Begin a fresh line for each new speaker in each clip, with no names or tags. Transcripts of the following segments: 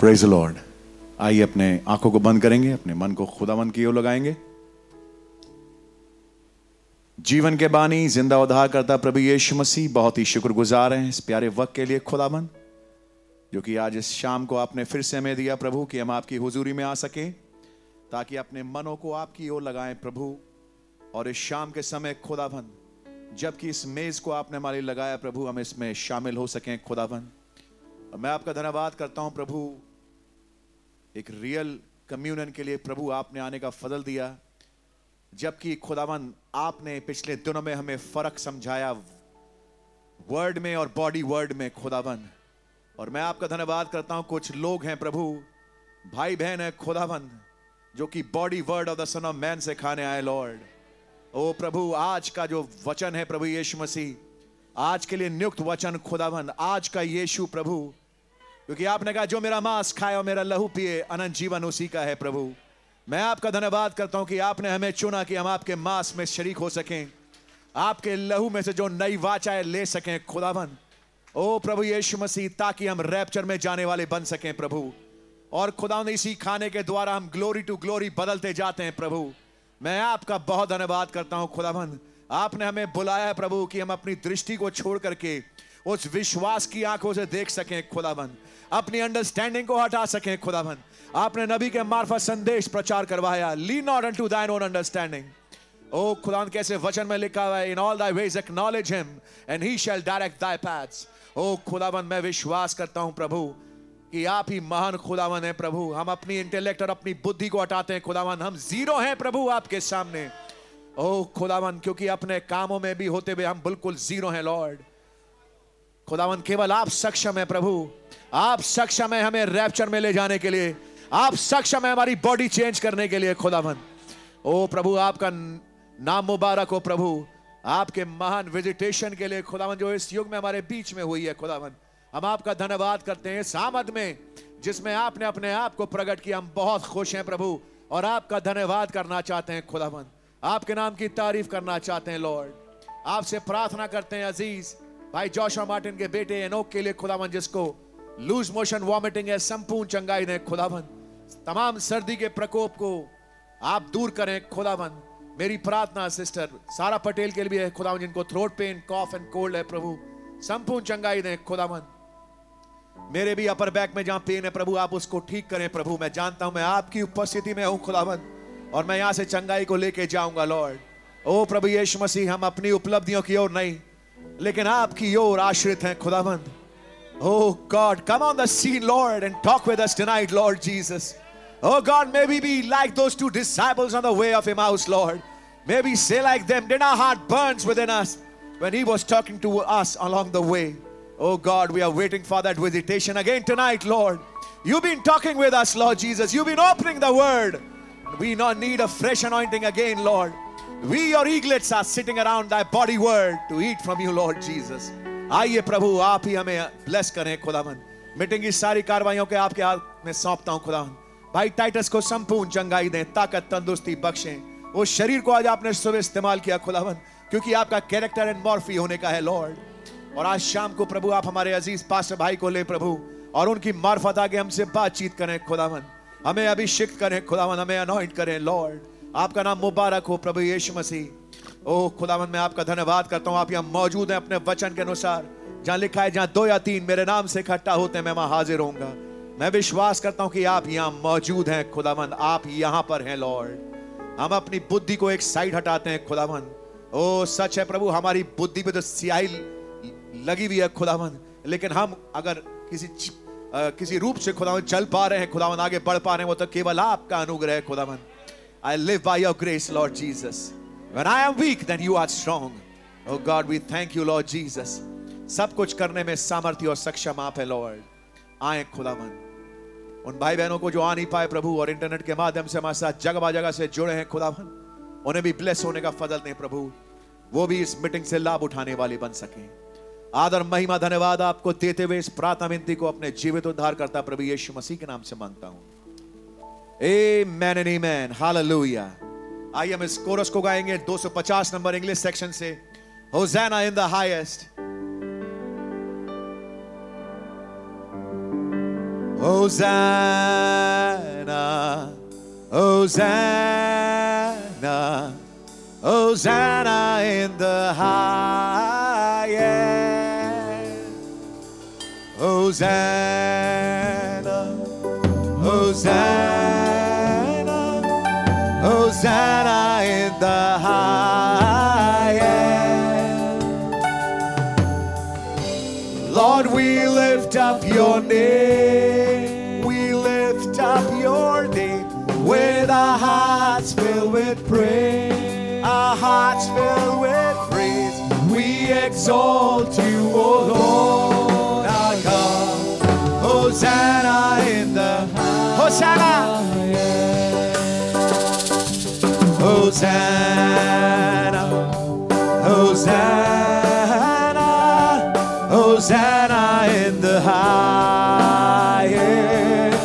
Praise lord आइए अपने आंखों को बंद करेंगे अपने मन को खुदावंद की ओर लगाएंगे जीवन के बानी जिंदा उद्धार करता प्रभु यीशु मसीह बहुत ही शुक्रगुजार हैं इस प्यारे वक्त के लिए खुदाबंद जो कि आज इस शाम को आपने फिर से हमें दिया प्रभु कि हम आपकी हुजूरी में आ सकें ताकि अपने मनों को आपकी ओर लगाएं प्रभु और इस शाम के समय खुदाबंद जबकि इस मेज को आपने हमारे लिए लगाया प्रभु हम इसमें शामिल हो सकें खुदाबंद और मैं आपका धन्यवाद करता हूं प्रभु एक रियल कम्युनियन के लिए प्रभु आपने आने का फजल दिया जबकि खुदावन आपने पिछले दिनों में हमें फर्क समझाया वर्ड में और बॉडी वर्ड में खुदावन और मैं आपका धन्यवाद करता हूं कुछ लोग हैं प्रभु भाई बहन है खुदावन जो कि body word of the son of man से खाने आए लॉर्ड ओ प्रभु आज का जो वचन है प्रभु यीशु मसीह आज के लिए नियुक्त वचन खुदावन आज का यीशु प्रभु क्योंकि आपने कहा जो मेरा मांस खाए और मेरा लहू पिए अनंत जीवन उसी का है प्रभु मैं आपका धन्यवाद करता हूं कि आपने हमें चुना कि हम आपके मांस में शरीक हो सकें आपके लहू में से जो नई वाचाएं ले सकें खुदावन ओ प्रभु यीशु मसीह ताकि हम रैप्चर में जाने वाले बन सकें प्रभु और खुदावन इसी खाने के द्वारा हम ग्लोरी टू ग्लोरी बदलते जाते हैं प्रभु मैं आपका बहुत धन्यवाद करता हूं खुदावन आपने हमें बुलाया है प्रभु कि हम अपनी दृष्टि को छोड़ करके उस विश्वास की आंखों से देख सकें खुदावन अपनी अंडरस्टैंडिंग को हटा सकें खुदावन आपने नबी के मार्फत संदेश प्रचार करवाया lean not unto thine own understanding ओ खुदान कैसे वचन में लिखा हुआ है in all thy ways acknowledge him and he shall direct thy paths ओ खुदावन मैं विश्वास करता हूं प्रभु कि आप ही महान खुदावन है प्रभु हम अपनी इंटेलेक्ट और अपनी बुद्धि को हटाते हैं खुदावन हम जीरो हैं प्रभु आपके सामने ओ खुदावन क्योंकि अपने कामों में भी होते हुए हम बिल्कुल जीरो हैं लॉर्ड खुदावन केवल आप सक्षम है प्रभु आप सक्षम है हमें रैप्चर में ले जाने के लिए आप सक्षम है हमारी बॉडी चेंज करने के लिए खुदावन ओ प्रभु आपका नाम मुबारक हो प्रभु आपके महान विजिटेशन के लिए खुदावन जो इस युग में हमारे बीच में हुई है खुदावन हम आपका धन्यवाद करते हैं सामद में जिसमें आपने अपने आप को प्रकट किया हम बहुत खुश हैं प्रभु और आपका धन्यवाद करना चाहते हैं खुदावन आपके नाम की तारीफ करना चाहते हैं लॉर्ड आपसे प्रार्थना करते हैं अजीज भाई जोशा मार्टिन के बेटे एनोक के लिए खुदावन जिसको लूज मोशन वॉमिटिंग है संपूर्ण चंगाई ने खुदावन तमाम सर्दी के प्रकोप को आप दूर करें खुदावन मेरी प्रार्थना सिस्टर सारा पटेल के लिए है खुदावन जिनको throat pain cough and cold है प्रभु संपूर्ण चंगाई दें खुदावन मेरे भी अपर बैक में जहां पेन है प्रभु आप उसको ठीक करें प्रभु मैं जानता हूं मैं आपकी उपस्थिति में हूं खुदावन और मैं यहां से चंगाई को लेके जाऊंगा लॉर्ड ओ प्रभु यीशु मसीह हम अपनी उपलब्धियों की ओर नहीं लेकिन आपकी ओर आश्रित हैं खुदावंद Oh God, come on the scene, Lord, and talk with us tonight, Lord Jesus. Oh God, may we be like those two disciples on the way of Emmaus, Lord. May we say like them, then our heart burns within us when He was talking to us along the way. Oh God, we are waiting for that visitation again tonight, Lord. You've been talking with us, Lord Jesus. You've been opening the word. We now need a fresh anointing again, Lord. We, your eaglets, are sitting around thy body word to eat from you, Lord Jesus. आइए प्रभु आप ही हमें bless करें खुदावन meeting की सारी कार्रवाइयों के आपके हाथ में सौंपता हूं खुदावन भाई टाइटस को संपूर्ण चंगाई दें ताकत तंदुरुस्ती बख्शें उस शरीर को आज आपने सुबह इस्तेमाल किया खुदावन क्योंकि आपका कैरेक्टर एंड मॉर्फी होने का है लॉर्ड और आज शाम को प्रभु आप हमारे अजीज पास भाई को ले प्रभु और उनकी मार्फत आगे हमसे बातचीत करें खुदावन हमें अभिषिक्त करें खुदावन हमें अनॉइंट करें लॉर्ड आपका नाम मुबारक हो प्रभु यीशु मसीह ओ खुदावन मैं आपका धन्यवाद करता हूँ आप यहाँ मौजूद हैं अपने वचन के अनुसार जहाँ लिखा है जहाँ दो या तीन मेरे नाम से इकट्ठा होते हैं मैं वहाँ हाजिर होऊंगा मैं विश्वास करता हूँ कि आप यहाँ मौजूद हैं खुदावन आप यहाँ पर हैं लॉर्ड हम अपनी बुद्धि को एक साइड हटाते हैं खुदावन ओ सच है प्रभु हमारी बुद्धि पे तो स्याही लगी हुई है खुदावन लेकिन हम अगर किसी अ, किसी रूप से खुदावन चल पा रहे हैं खुदावन आगे बढ़ पा रहे हैं वो तो केवल आपका अनुग्रह है खुदावन I live by your grace, Lord Jesus. When I am weak, then you are strong. Oh God, we thank you, Lord Jesus. सब कुछ करने में सामर्थ्य और सक्षम आप है लॉर्ड आए खुदावन उन भाई बहनों को जो आ नहीं पाए प्रभु और इंटरनेट के माध्यम से हमारे साथ जगह जगह से जुड़े हैं खुदावन उन्हें भी ब्लेस होने का फजल दें प्रभु वो भी इस मीटिंग से लाभ उठाने वाले बन सकें आदर महिमा धन्यवाद आपको देते हुए इस प्रार्थना विनती को अपने जीवित उद्धार करता प्रभु यीशु मसीह के नाम से मांगता हूं Amen and amen. Hallelujah. आइए हम इस कोरस को गाएंगे 250 नंबर इंग्लिश सेक्शन से hosanna in the highest Hosanna, Hosanna, Hosanna in the highest. Hosanna, Hosanna, Hosanna in the highest. Lord, we lift up your name. We lift up your name with our hearts filled with praise. Our hearts filled with praise. We exalt you, O Lord, our God. Hosanna in the Hosanna. Hosanna. Hosanna, Hosanna in the highest.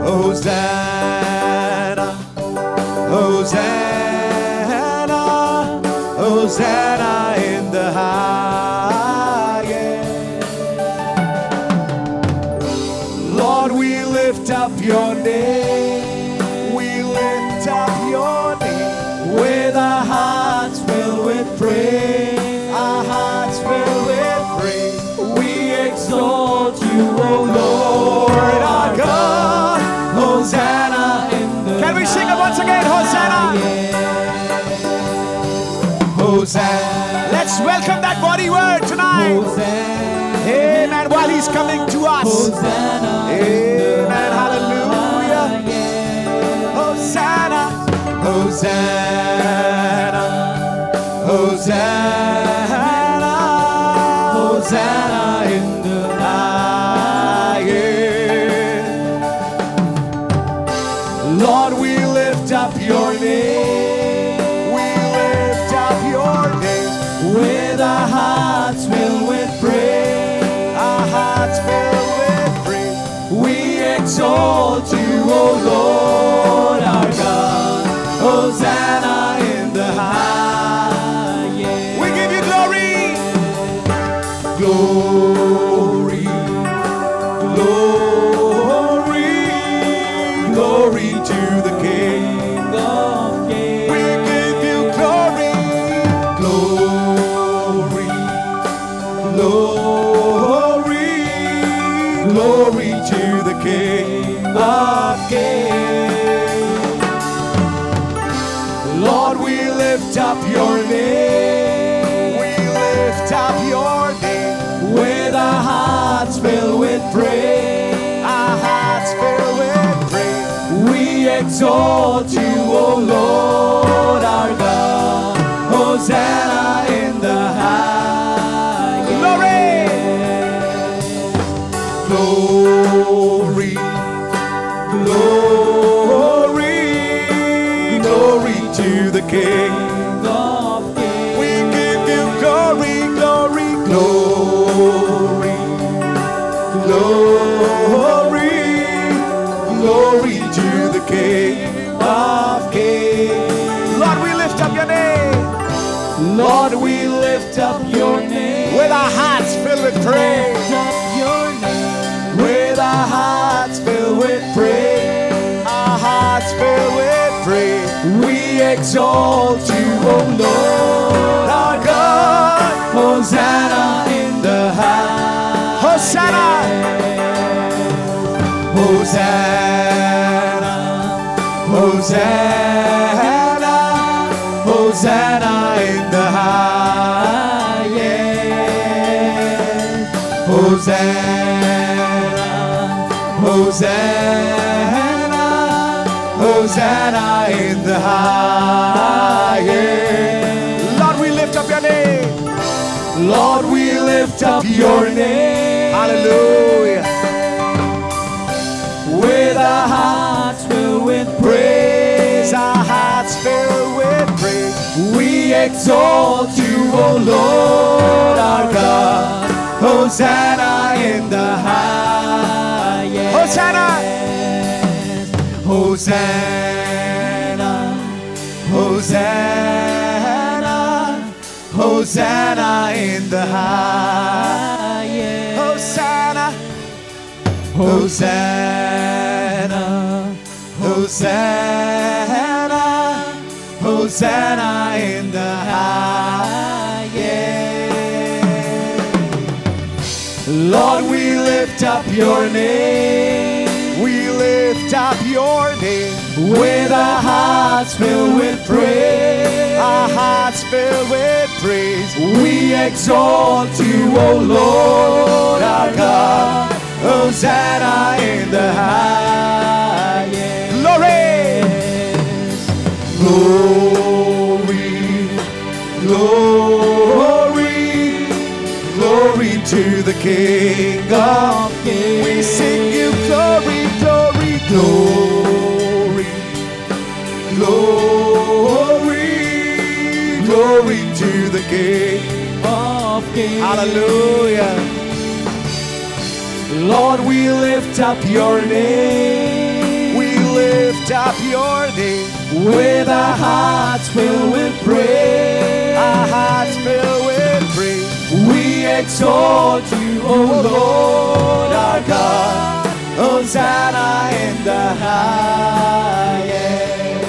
Hosanna, Hosanna, Hosanna in the highest. Lord, we lift up your name. We lift up your name with our hearts filled with praise. Our hearts filled with praise. We exalt you, O Lord, our God. Hosanna. Can we sing it once again? Hosanna. Hosanna. Let's welcome that body word tonight. Amen. While he's coming to us. Amen. Hallelujah. Hosanna. Hosanna. Hosanna. Hosanna in the highest. Lord, we lift up your name. We lift up your name with our hearts filled with praise. Our hearts filled with praise. We exalt you, O Lord, our God. Hosanna in the highest. We give you glory. Glory, glory, glory to the King of Kings. We give you glory, glory, glory, glory to the King of Kings. Lord, we lift up your name. We lift up your name with our hearts filled with praise. Our hearts filled with praise. We exalt you, O Lord, our God. Hosanna in the highest. Glory. Glory. Glory, glory to the King. We give you glory, glory, glory, glory, glory to the King of Kings. Lord, we lift up your name. Lord, we lift up your name. With our hearts filled with praise. your name with our hearts filled with praise. Our hearts filled with praise. We exalt you, O Lord, our God. Hosanna in the high. Hosanna. Hosanna. Hosanna. Hosanna in the highest. Hosanna, Hosanna, Hosanna in the highest. Lord, we lift up your name. Lord, we lift up your name. Hallelujah. With our hearts filled with praise, our hearts filled with praise, we exalt you, O Lord our God. Hosanna in the highest. Hosanna! Hosanna! Hosanna! Hosanna in the highest. Hosanna! Hosanna, Hosanna, Hosanna in the highest. Lord, we lift up your name. We lift up your name. With our hearts filled with praise. Our hearts filled with praise. We exalt you, O Lord, our God. Hosanna in the highest. Glory, glory, glory to the King of Kings. We sing you glory, glory, glory, glory, glory to the King of Kings. Hallelujah. Lord, we lift up your name. We lift up your name. With our hearts filled with praise. Our hearts filled with praise. We exalt you, O Lord, our God. Hosanna in the highest.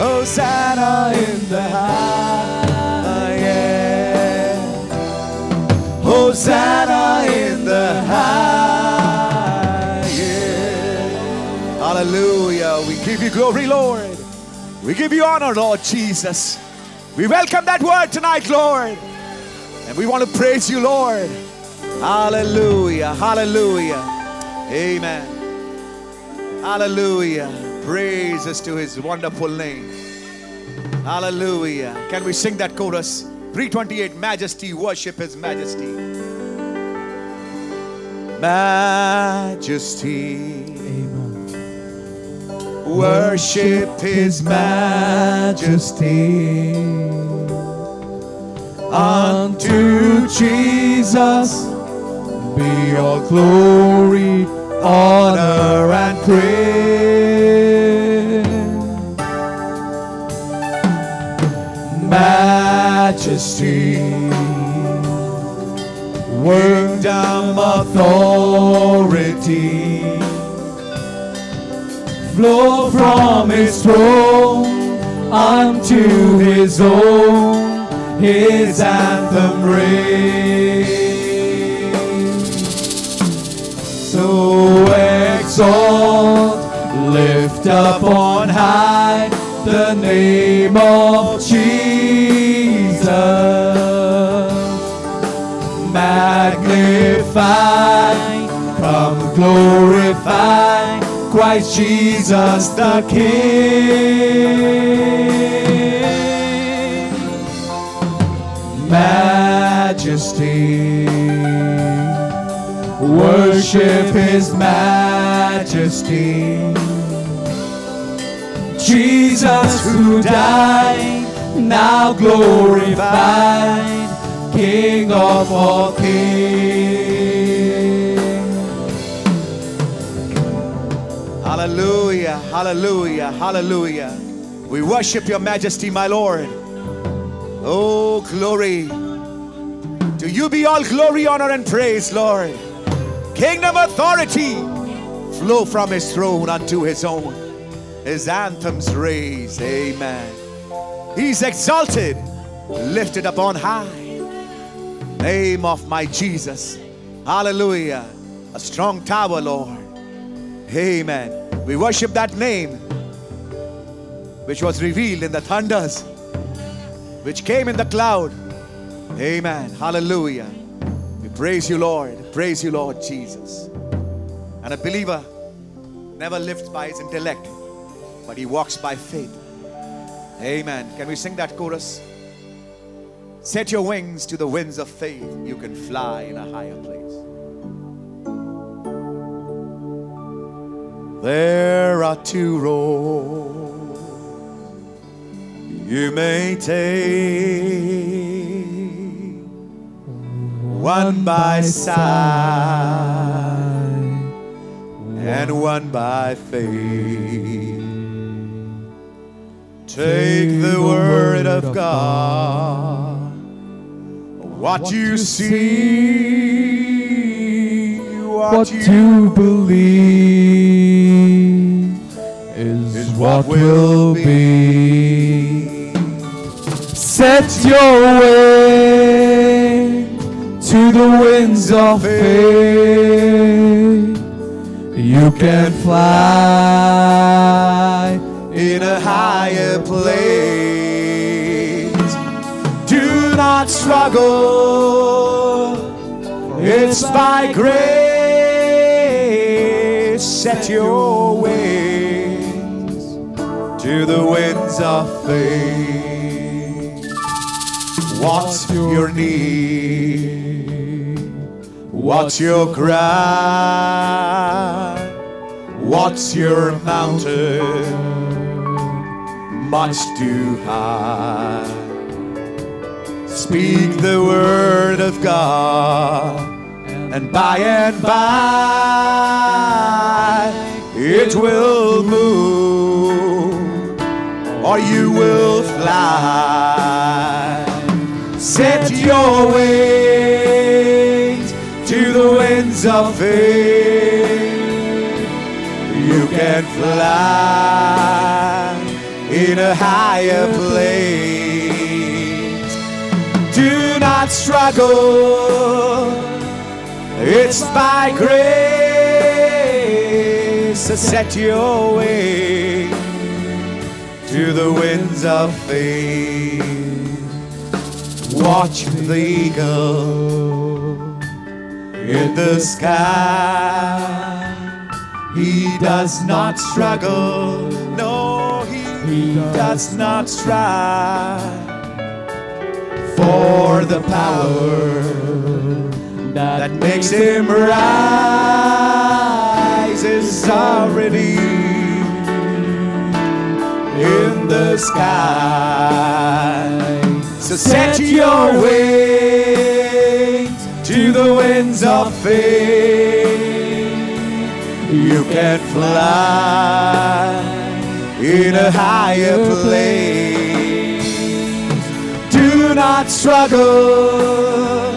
Hosanna in the highest. Hosanna in the highest. Hallelujah. We give you glory, Lord. We give you honor, Lord Jesus. We welcome that word tonight, Lord. And we want to praise you, Lord. Hallelujah. Hallelujah. Amen. Hallelujah. Praises to his wonderful name. Hallelujah. Can we sing that chorus? 328 Majesty, worship His Majesty. Majesty, worship His Majesty. Unto Jesus be all glory, honor, and praise. majesty, kingdom authority, flow from his throne unto his own, his anthem rings. So exalt, lift up on high the name of Jesus. Magnify, come glorify Christ Jesus the King. Majesty. Worship His Majesty. Jesus who died, now glorified, King of all kings. Hallelujah, hallelujah, hallelujah. We worship Your Majesty, my Lord. Oh, glory. To you be all glory, honor, and praise, Lord kingdom authority flow from his throne unto his own. His anthems raise, amen. He's exalted, lifted up on high. Name of my Jesus, hallelujah. A strong tower, Lord, amen. We worship that name which was revealed in the thunders, which came in the cloud, amen. Hallelujah. We praise you, Lord. Praise you, Lord Jesus. And a believer never lives by his intellect, but he walks by faith. Amen. Can we sing that chorus? Set your wings to the winds of faith. You can fly in a higher place. There are two roads you may take one by sight and one by faith. Take the word of God, what you see, what you believe is what will be. Set your way to the winds of faith. You can fly in a higher place. Do not struggle. It's by grace. Set your wings to the winds of faith. What's your need? What's your cry? What's your mountain? Much too high. Speak the word of God, and by and by it will move, or you will fly. Set your wings to the winds of faith. You can fly in a higher place. Do not struggle. It's by grace. Set your way to the winds of faith. Watch the eagle in the sky. He does not struggle. No, he, does not strive for the power that makes him rise is already in the sky. So set your wings to the winds of faith. You can fly in a higher place. Do not struggle.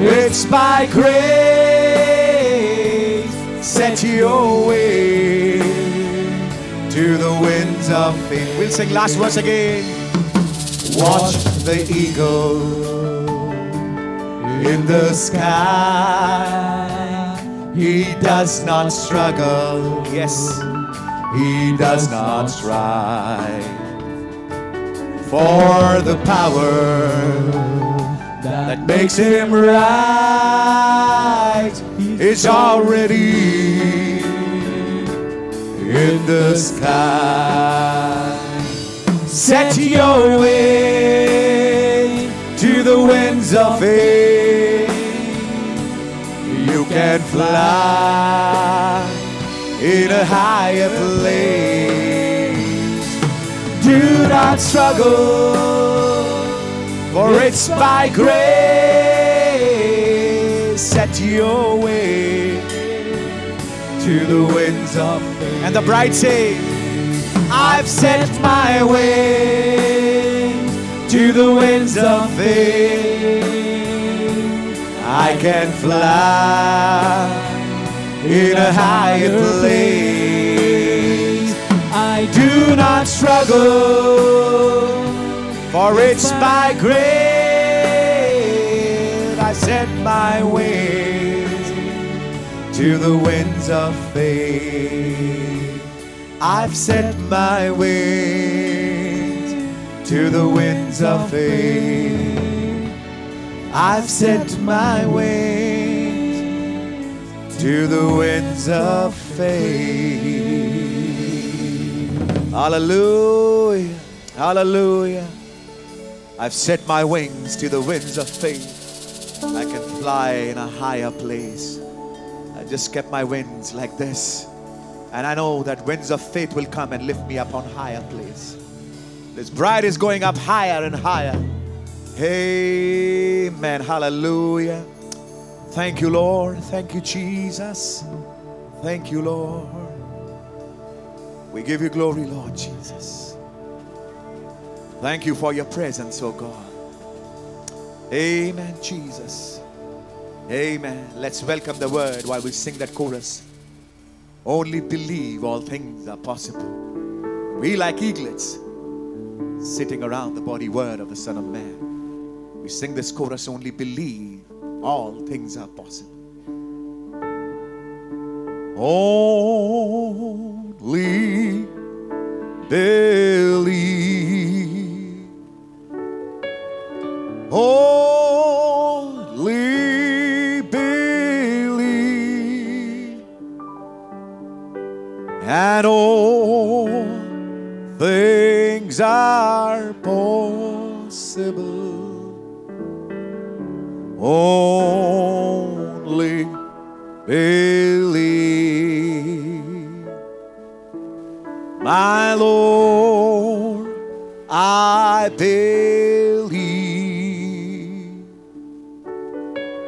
It's by grace. Set your way to the winds of faith. We'll sing last verse again. Watch the eagle in the sky. He does not struggle. Yes. He does not strive for the power that makes him right is already in the sky. Set your way to the winds of faith. You can fly in a higher place. Do not struggle for it's by grace set your way to the winds of faith. And the bride says, I've set my way to the winds of faith. I can fly in a higher place. I do not struggle. For it's by grace I set my wings to the winds of faith. I've set my wings to the winds of faith. I've set my wings to the winds of faith. Hallelujah. Hallelujah. I've set my wings to the winds of faith. I can fly in a higher place. I just kept my wings like this. And I know that winds of faith will come and lift me up on higher place. This bride is going up higher and higher. Amen. Hallelujah. Thank you, Lord. Thank you, Jesus. Thank you, Lord. We give you glory, Lord Jesus. Thank you for your presence, oh God. Amen, Jesus. Amen. Let's welcome the word while we sing that chorus. Only believe all things are possible. We, like eaglets, sitting around the body word of the Son of Man, we sing this chorus only believe all things are possible. Only believe. Only believe, and all things are possible. Only believe, my Lord. I believe,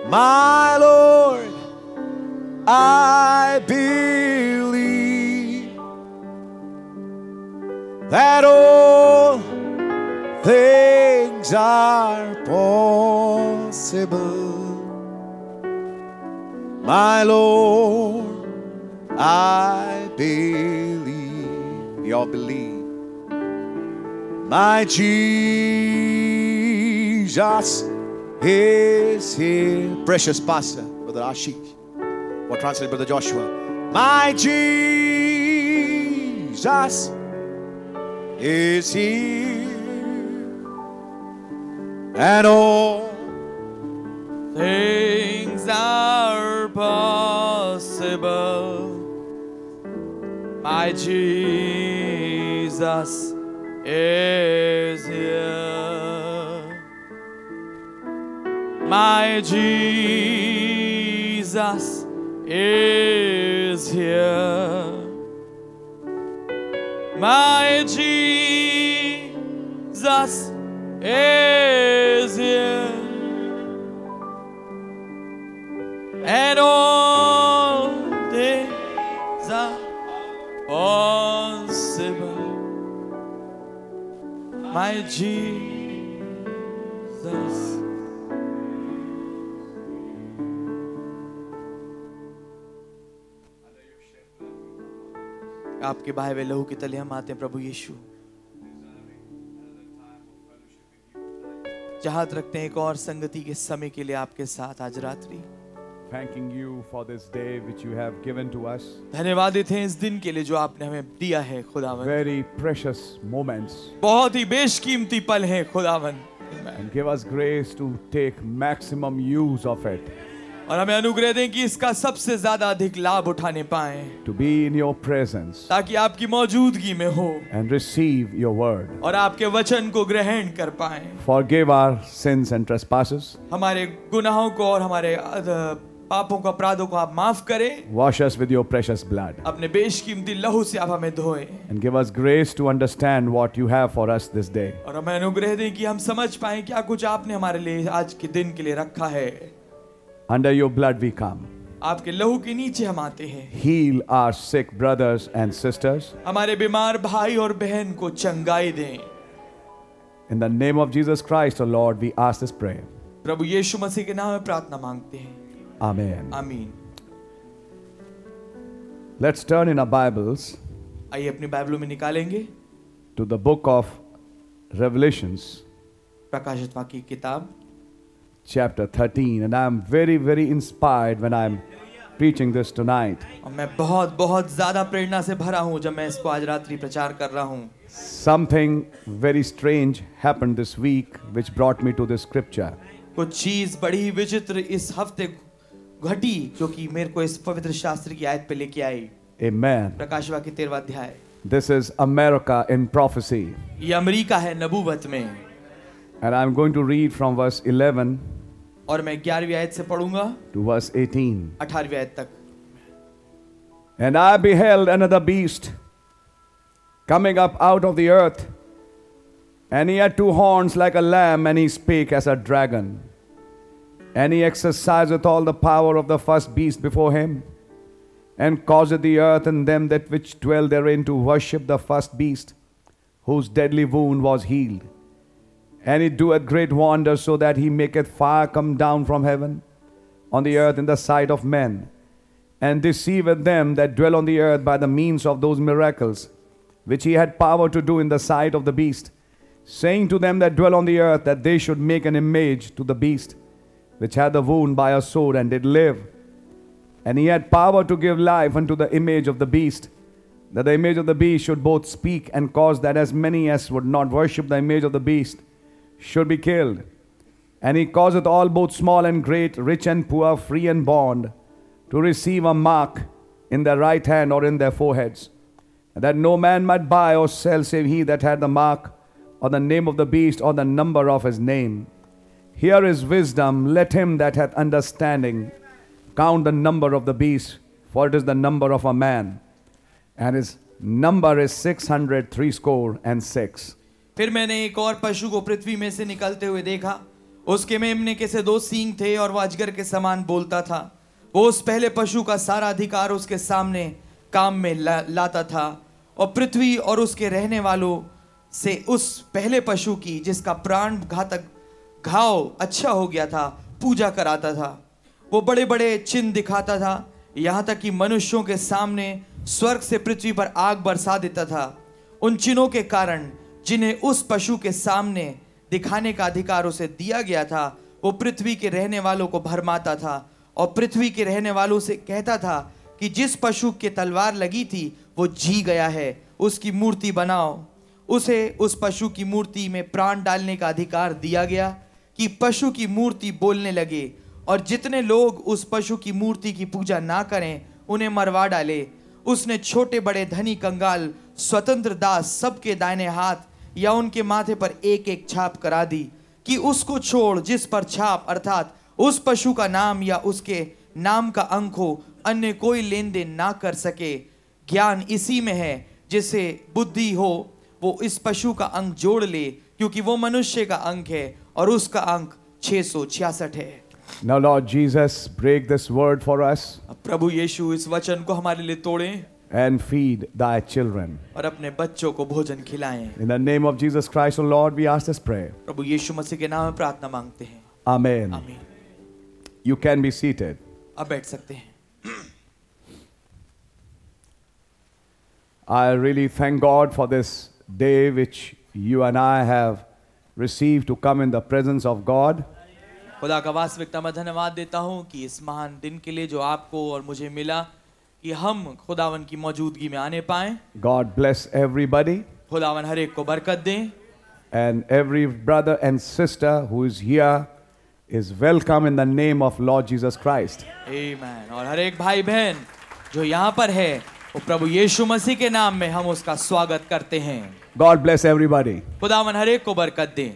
my Lord, I believe that all things are possible, my Lord, I believe. Y'all believe. My Jesus is here. Precious Pastor, Brother Ashish, or translate Brother Joshua. My Jesus is here, and all
Things are possible. My Jesus is here. My Jesus is here. My Jesus is here. And all things are possible. My Jesus. आपके भाई वे लहू के तले हम आते हैं प्रभु यीशु चाहत रखते हैं एक और संगति के समय के लिए आपके साथ आज रात्रि
thanking you for this day which you have given to us.
धन्यवादित हैं इस दिन के लिए जो आपने हमें दिया है खुदावन
Very precious moments.
बहुत ही बेशकीमती पल है खुदावन
And give us grace to take maximum use of it,
और हमें अनुग्रह दें कि इसका सबसे ज्यादा अधिक लाभ उठाने पाए
to be in your presence
ताकि आपकी मौजूदगी में हो
and receive your word.
और आपके वचन को ग्रहण कर पाए
Forgive our sins and trespasses.
हमारे गुनाहों को और हमारे अध- पापों को अपराधों को आप माफ करें
Wash us with your precious blood.
अपने बेशकीमती लहू से आप हमें धोएं
And give us grace to understand what you have for us this day.
और हमें अनुग्रह दें कि हम समझ पाए क्या कुछ आपने हमारे लिए आज के दिन के लिए रखा है
Under your blood we come.
आपके लहू के नीचे हम आते हैं
Heal our sick brothers and sisters.
हमारे बीमार भाई और बहन को चंगाई दें
In the name of Jesus Christ, O Lord, we ask this prayer.
प्रभु यीशु मसीह के नाम में प्रार्थना मांगते हैं
Amen.
आमीन
Let's turn in our Bibles
आइए अपनी बाइबलों में निकालेंगे
to the book of Revelations,
प्रकाशित वाक्य की किताब
chapter 13. And I'm very, very inspired when I'm preaching this tonight.
और मैं बहुत बहुत ज्यादा प्रेरणा से भरा हूँ जब मैं इसको आज रात्रि प्रचार कर रहा हूँ
Something very strange happened this week which brought me to this scripture.
कुछ चीज बड़ी ही विचित्र इस हफ्ते घटी जो कि मेरे को इस पवित्र शास्त्र की आयत पे लेके आई
Amen.
प्रकाश वाक्य तेरवा अध्याय
This is America in prophecy.
ये अमेरिका है नबूवत में
And I'm going to read from verse 11
और मैं ग्यारहवीं आयत से पढ़ूंगा
to verse 18.
अठारहवीं आयत तक
And I beheld another beast coming up out of the earth, and he had two horns like a lamb, and he spake as a dragon. And he exerciseth all the power of the first beast before him, and causeth the earth and them that which dwell therein to worship the first beast, whose deadly wound was healed. And he doeth great wonders, so that he maketh fire come down from heaven on the earth in the sight of men, and deceiveth them that dwell on the earth by the means of those miracles which he had power to do in the sight of the beast, saying to them that dwell on the earth that they should make an image to the beast which had the wound by a sword and did live. And he had power to give life unto the image of the beast, that the image of the beast should both speak and cause that as many as would not worship the image of the beast should be killed. And he causeth all, both small and great, rich and poor, free and bond, to receive a mark in their right hand or in their foreheads, that no man might buy or sell save he that had the mark, or the name of the beast, or the number of his name. Here is wisdom, let him that hath understanding count the number of the beast, for it is the number of a man, and his number is six hundred threescore and six.
फिर मैंने एक और पशु को पृथ्वी में से निकलते हुए देखा उसके मेमने के से दो सींग थे और वह अजगर के समान बोलता था वो उस पहले पशु का सारा अधिकार उसके सामने काम में ला, लाता था और पृथ्वी और उसके रहने वालों से उस पहले पशु की जिसका प्राण घातक घाव अच्छा हो गया था पूजा कराता था वो बड़े बड़े चिन्ह दिखाता था यहाँ तक कि मनुष्यों के सामने स्वर्ग से पृथ्वी पर आग बरसा देता था उन चिन्हों के कारण जिन्हें उस पशु के सामने दिखाने का अधिकार उसे दिया गया था वो पृथ्वी के रहने वालों को भरमाता था और पृथ्वी के रहने वालों से कहता था कि जिस पशु के तलवार लगी थी वो जी गया है उसकी मूर्ति बनाओ उसे उस पशु की मूर्ति में प्राण डालने का अधिकार दिया गया कि पशु की मूर्ति बोलने लगे और जितने लोग उस पशु की मूर्ति की पूजा ना करें उन्हें मरवा डाले उसने छोटे बड़े धनी कंगाल स्वतंत्र दास सबके दाहिने हाथ या उनके माथे पर एक एक छाप करा दी कि उसको छोड़ जिस पर छाप अर्थात उस पशु का नाम या उसके नाम का अंक हो अन्य कोई लेन देन ना कर सके ज्ञान इसी में है जिसे बुद्धि हो वो इस पशु का अंक जोड़ ले क्योंकि वो मनुष्य का अंक है और उसका अंक 666 है
Now, Lord Jesus, break this word for us
अब प्रभु यीशु इस वचन को हमारे लिए तोड़ें
and feed thy children.
और अपने बच्चों को भोजन खिलाएं
In the name of Jesus Christ, O Lord, we ask this prayer.
प्रभु यीशु मसीह के नाम में प्रार्थना मांगते हैं
Amen.
आमीन
You can be seated.
अब बैठ सकते हैं
I really thank God for this day which you and I have received to come in the presence of God.
खुदा का वास्तविकता मैं धन्यवाद देता हूँ कि इस महान दिन के लिए जो आपको और मुझे मिला कि हम खुदावन की मौजूदगी में आने पाए
God bless everybody
खुदावन हर एक को बरकत दें
and every brother and sister who is here is welcome in the name of Lord Jesus Christ.
आमेन और हर एक भाई बहन जो यहाँ पर है वो प्रभु यीशु मसीह के नाम में हम उसका स्वागत करते हैं
God bless everybody.
खुदावन हर एक को बरकत दें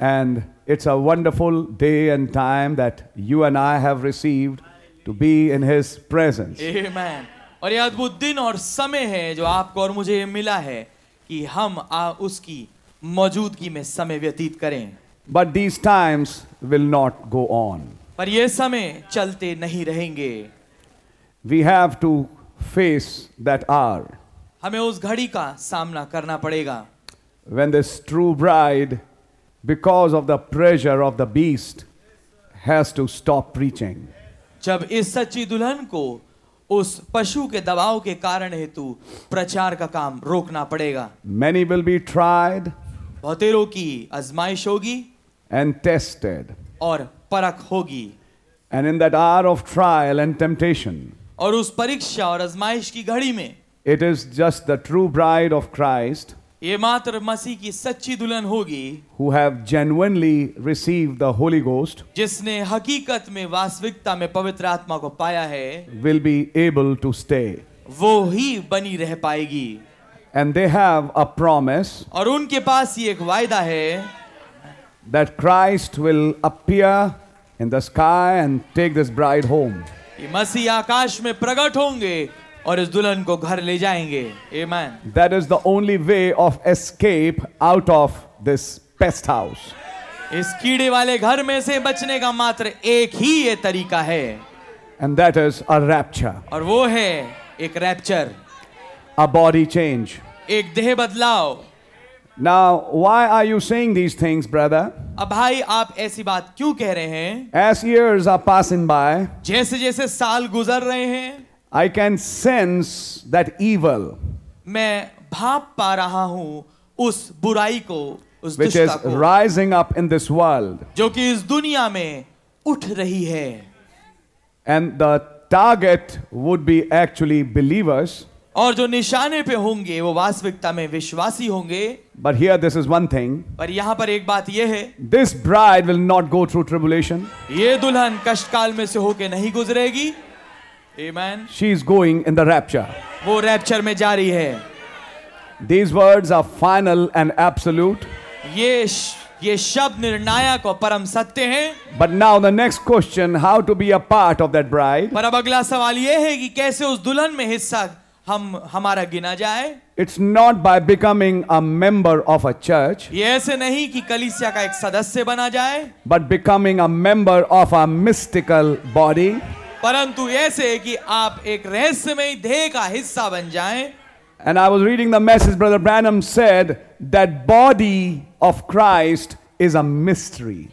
And it's a wonderful day and time that you and I have received to be in His presence.
Amen. और यह अद्भुत दिन और समय है जो आपको और मुझे मिला है कि हम आ उसकी मौजूदगी में समय व्यतीत करें
But these times will not go on.
पर यह समय चलते नहीं रहेंगे
We have to face that hour
हमें उस घड़ी का सामना करना पड़ेगा
when this true bride, because of the pressure of the beast, has to stop preaching.
जब इस सच्ची दुल्हन को उस पशु के दबाव के कारण हेतु प्रचार का काम रोकना पड़ेगा
Many will be tried
बहुतेरों की आजमाइश होगी
and tested.
और परख होगी
And in that hour of trial and temptation,
और उस परीक्षा और आजमाइश की घड़ी में
it is just the true bride of Christ
ये मात्र मसीह की सच्ची दुल्हन होगी
who have genuinely received the Holy Ghost
जिसने हकीकत में वास्तविकता में पवित्र आत्मा को पाया है
will be able to stay.
वो ही बनी रह पाएगी
And they have a promise
और उनके पास ये एक वायदा है
that Christ will appear in the sky and take this bride home.
कि मसीह आकाश में प्रकट होंगे और इस दुल्हन को घर ले जाएंगे Amen.
That is the only way of escape out of this pest house.
इस कीड़े वाले घर में से बचने का मात्र एक ही ये तरीका है
And that is a rapture,
और वो है एक रैप्चर
a body change,
एक देह बदलाव
Now, why are you saying these things, brother?
अब भाई आप ऐसी बात क्यों कह रहे हैं
As years are passing by,
जैसे जैसे साल गुजर रहे हैं
I can sense that evil
मैं भाप पा रहा हूँ उस बुराई को उस
which is
दुष्टता को
rising up in this world.
जो कि इस दुनिया में उठ रही है
And the target would be actually believers.
और जो निशाने पे होंगे वो वास्तविकता में विश्वासी होंगे
But here, this is one thing
पर यहाँ पर एक बात यह है
this bride will not go through tribulation,
ये दुल्हन कष्टकाल में से होके नहीं गुजरेगी Amen.
she is going in the rapture.
वो रैप्चर में जा रही है
These words are final and absolute.
ये श- ये शब्द निर्णायक और परम सत्य हैं
But now, the next question how to be a part of that bride?
पर अब अगला सवाल यह है कि कैसे उस दुल्हन में हिस्सा हम हमारा गिना जाए
It's not by becoming a member of a church,
ये ऐसे नहीं कि कलीसिया का एक सदस्य बना जाए
but becoming a member of a mystical body.
परंतु ऐसे कि आप एक रहस्यमय ध्येय का हिस्सा बन जाएं
And I was reading the message, Brother Branham said that body of Christ is a mystery.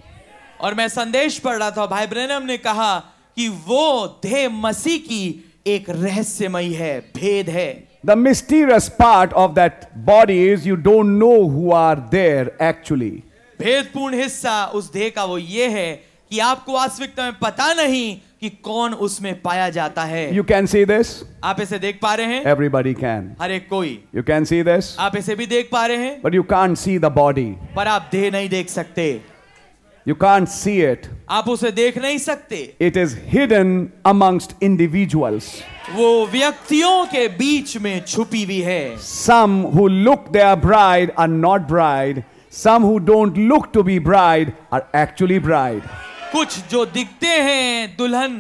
और मैं संदेश पढ़ रहा था भाई ब्रैनम ने कहा कि वो ध्येय मसीह की एक रहस्यमय है भेद है
The mysterious part of that body is you don't know who are there actually.
भेदपूर्ण हिस्सा उस ध्येय का वो ये है कि आपको वास्तविकता में पता नहीं कि कौन उसमें पाया जाता है
You can see this?
आप इसे देख पा रहे हैं
Everybody can.
हर एक कोई
You can see this?
आप इसे भी देख पा रहे हैं
But you can't see the body.
पर आप ध्येय नहीं देख सकते
You can't see it.
आप उसे देख नहीं सकते
It is hidden amongst individuals.
वो व्यक्तियों के बीच में छुपी हुई है
Some who look their bride are not bride. Some who don't look to be bride are actually bride.
कुछ जो दिखते हैं दुल्हन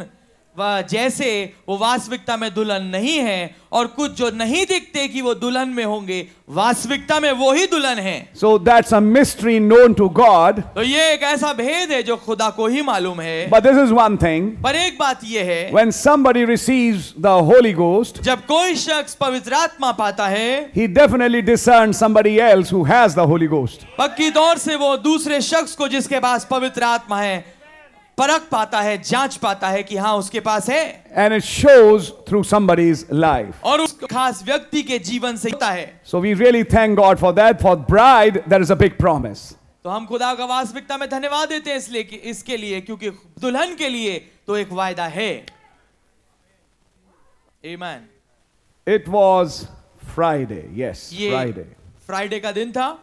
व- जैसे वो वास्तविकता में दुल्हन नहीं है और कुछ जो नहीं दिखते कि वो दुल्हन में होंगे वास्तविकता में वो ही दुल्हन है
So that's a mystery known to God.
तो ये एक ऐसा भेद है जो खुदा को ही मालूम है
But this is one thing.
पर एक बात यह है
When somebody receives the Holy Ghost,
जब कोई शख्स पवित्र आत्मा पाता है
he definitely discerns somebody else who has the Holy Ghost.
पक्की तौर से वो दूसरे शख्स को जिसके पास पवित्र आत्मा है परख पाता है जांच पाता है कि हाँ उसके पास है
And it shows through somebody's life.
और उस खास व्यक्ति के जीवन से होता है
So we really thank God for that. For bride, there is a big promise.
तो हम खुदा का वास्तविकता में धन्यवाद देते हैं इसलिए कि इसके लिए क्योंकि दुल्हन के लिए तो एक वायदा है Amen.
It was Friday. Yes,
ये
Friday.
फ्राइडे का दिन था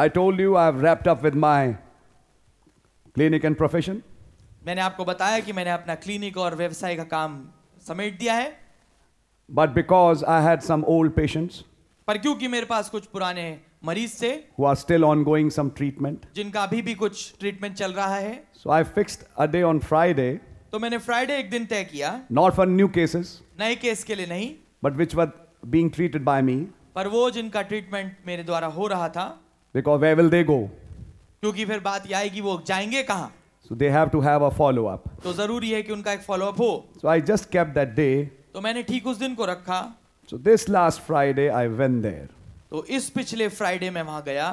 I told you I've wrapped up with my clinic and profession.
मैंने आपको बताया कि मैंने अपना क्लिनिक और व्यवसाय का काम समेट दिया है
But because I had some old patients
पर क्योंकि मेरे पास कुछ पुराने मरीज थे
who are still ongoing some treatment,
जिनका अभी भी कुछ ट्रीटमेंट चल रहा है
so I fixed a day on Friday,
तो मैंने फ्राइडे एक दिन तय किया
not for new cases,
नए केस के लिए नहीं
but which were being treated by me,
पर वो जिनका ट्रीटमेंट मेरे द्वारा हो रहा था
because where will they go?
क्योंकि फिर बात यह आएगी वो जाएंगे कहाँ
So they have to have a follow up.
तो जरूरी है कि उनका एक फॉलोअप हो
So I just kept that day.
तो मैंने ठीक उस दिन को रखा
So this last Friday, I went there.
तो इस पिछले फ्राइडे में वहां गया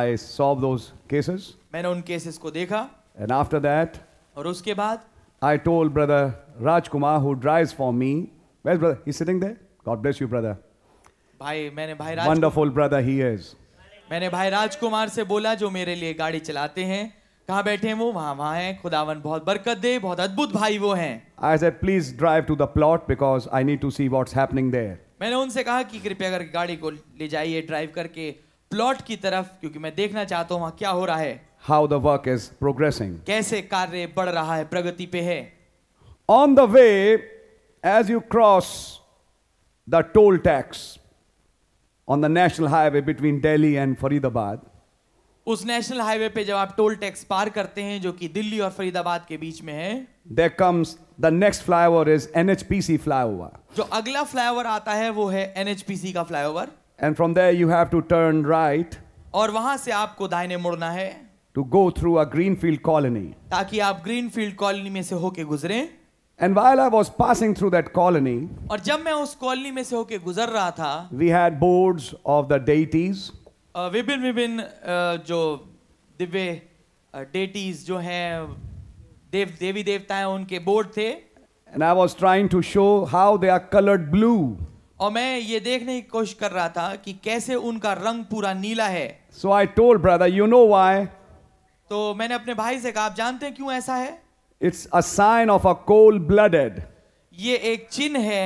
I saw those cases,
मैंने उन केसेस को देखा
and after that,
और उसके बाद
I told brother Rajkumar, who drives for me, where's brother? He's sitting there. God bless you, brother.
भाई मैंने भाई राज
Wonderful brother he is.
मैंने भाई राजकुमार से बोला जो मेरे लिए गाड़ी चलाते हैं कहाँ बैठे हैं वो वहां वहां हैं खुदावन बहुत बरकत दे बहुत अद्भुत भाई वो हैं
I said, please drive to the plot because I need to see what's happening there.
मैंने उनसे कहा कि कृपया करके गाड़ी को ले जाइए ड्राइव करके प्लॉट की तरफ क्योंकि मैं देखना चाहता हूँ वहाँ क्या हो रहा है
How the work is progressing.
कैसे कार्य बढ़ रहा है प्रगति पे है
On the way, as you cross the toll tax on the national highway between Delhi and Faridabad,
उस नेशनल हाईवे पे जब आप टोल टैक्स पार करते हैं जो कि दिल्ली और फरीदाबाद के बीच में है
there comes the next flyover is NHPC flyover.
जो अगला फ्लाईओवर आता है वो है एनएचपीसी का flyover
And from there, you have to turn right
और वहां से आपको दाहिने मुड़ना है
to go through a greenfield colony.
ताकि आप ग्रीनफील्ड कॉलोनी में से होके गुजरें
And while I was passing through that colony,
और जब मैं उस कॉलोनी में से होके गुजर रहा था
we had boards of the deities,
अ, विभिन्न विभिन्न अ, uh, जो दिव्य डेटीज जो हैं देव देवी देवता हैं उनके बोर्ड थे
and I was trying to show how they are colored blue.
और मैं ये देखने की कोशिश कर रहा था कि कैसे उनका रंग पूरा नीला है
So I told brother, you know why?
तो मैंने अपने भाई से कहा आप जानते हैं क्यों ऐसा है
It's a sign of a cold blooded.
ये एक चिन्ह है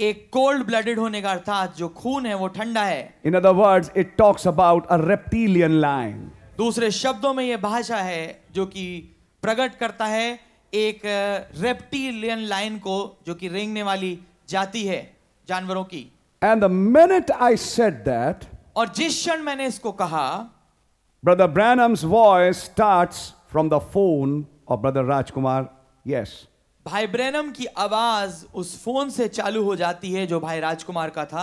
एक कोल्ड ब्लडेड होने का अर्थात जो खून है वो ठंडा है
In other words, it talks about a reptilian line.
दूसरे शब्दों में ये भाषा है जो कि प्रकट करता है एक रेप्टिलियन लाइन को जो कि रेंगने वाली जाति है जानवरों की
And the minute I said that,
और जिस क्षण मैंने इसको कहा
Brother Branham's voice starts from the phone of Brother Rajkumar. Yes.
भाई ब्रैनम की आवाज उस फोन से चालू हो जाती है जो भाई राजकुमार का था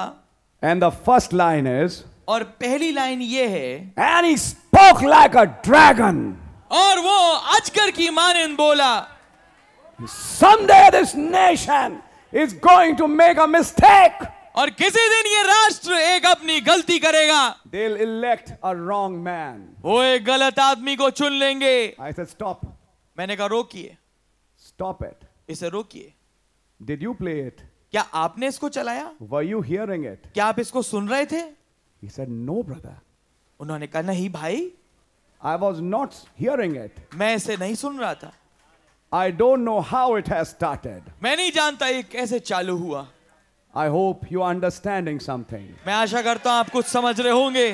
And the first line is,
और पहली लाइन ये है
and he spoke like a dragon.
और वो अजगर की मानन बोला
Someday this nation is going to make a mistake.
और किसी दिन ये राष्ट्र एक अपनी गलती करेगा
They'll elect a wrong man.
वो एक गलत आदमी को चुन लेंगे
I said, stop,
मैंने कहा रोकिए
stop it.
इसे रोकिए
Did you play it?
क्या आपने इसको चलाया
Were you hearing it?
क्या आप इसको सुन रहे थे
He said, no, brother.
उन्होंने कहा नहीं भाई
I was not hearing it.
मैं इसे नहीं सुन रहा था
I don't know how it has started.
मैं नहीं जानता ये कैसे चालू हुआ
I hope you are understanding something.
मैं आशा करता हूं आप कुछ समझ रहे होंगे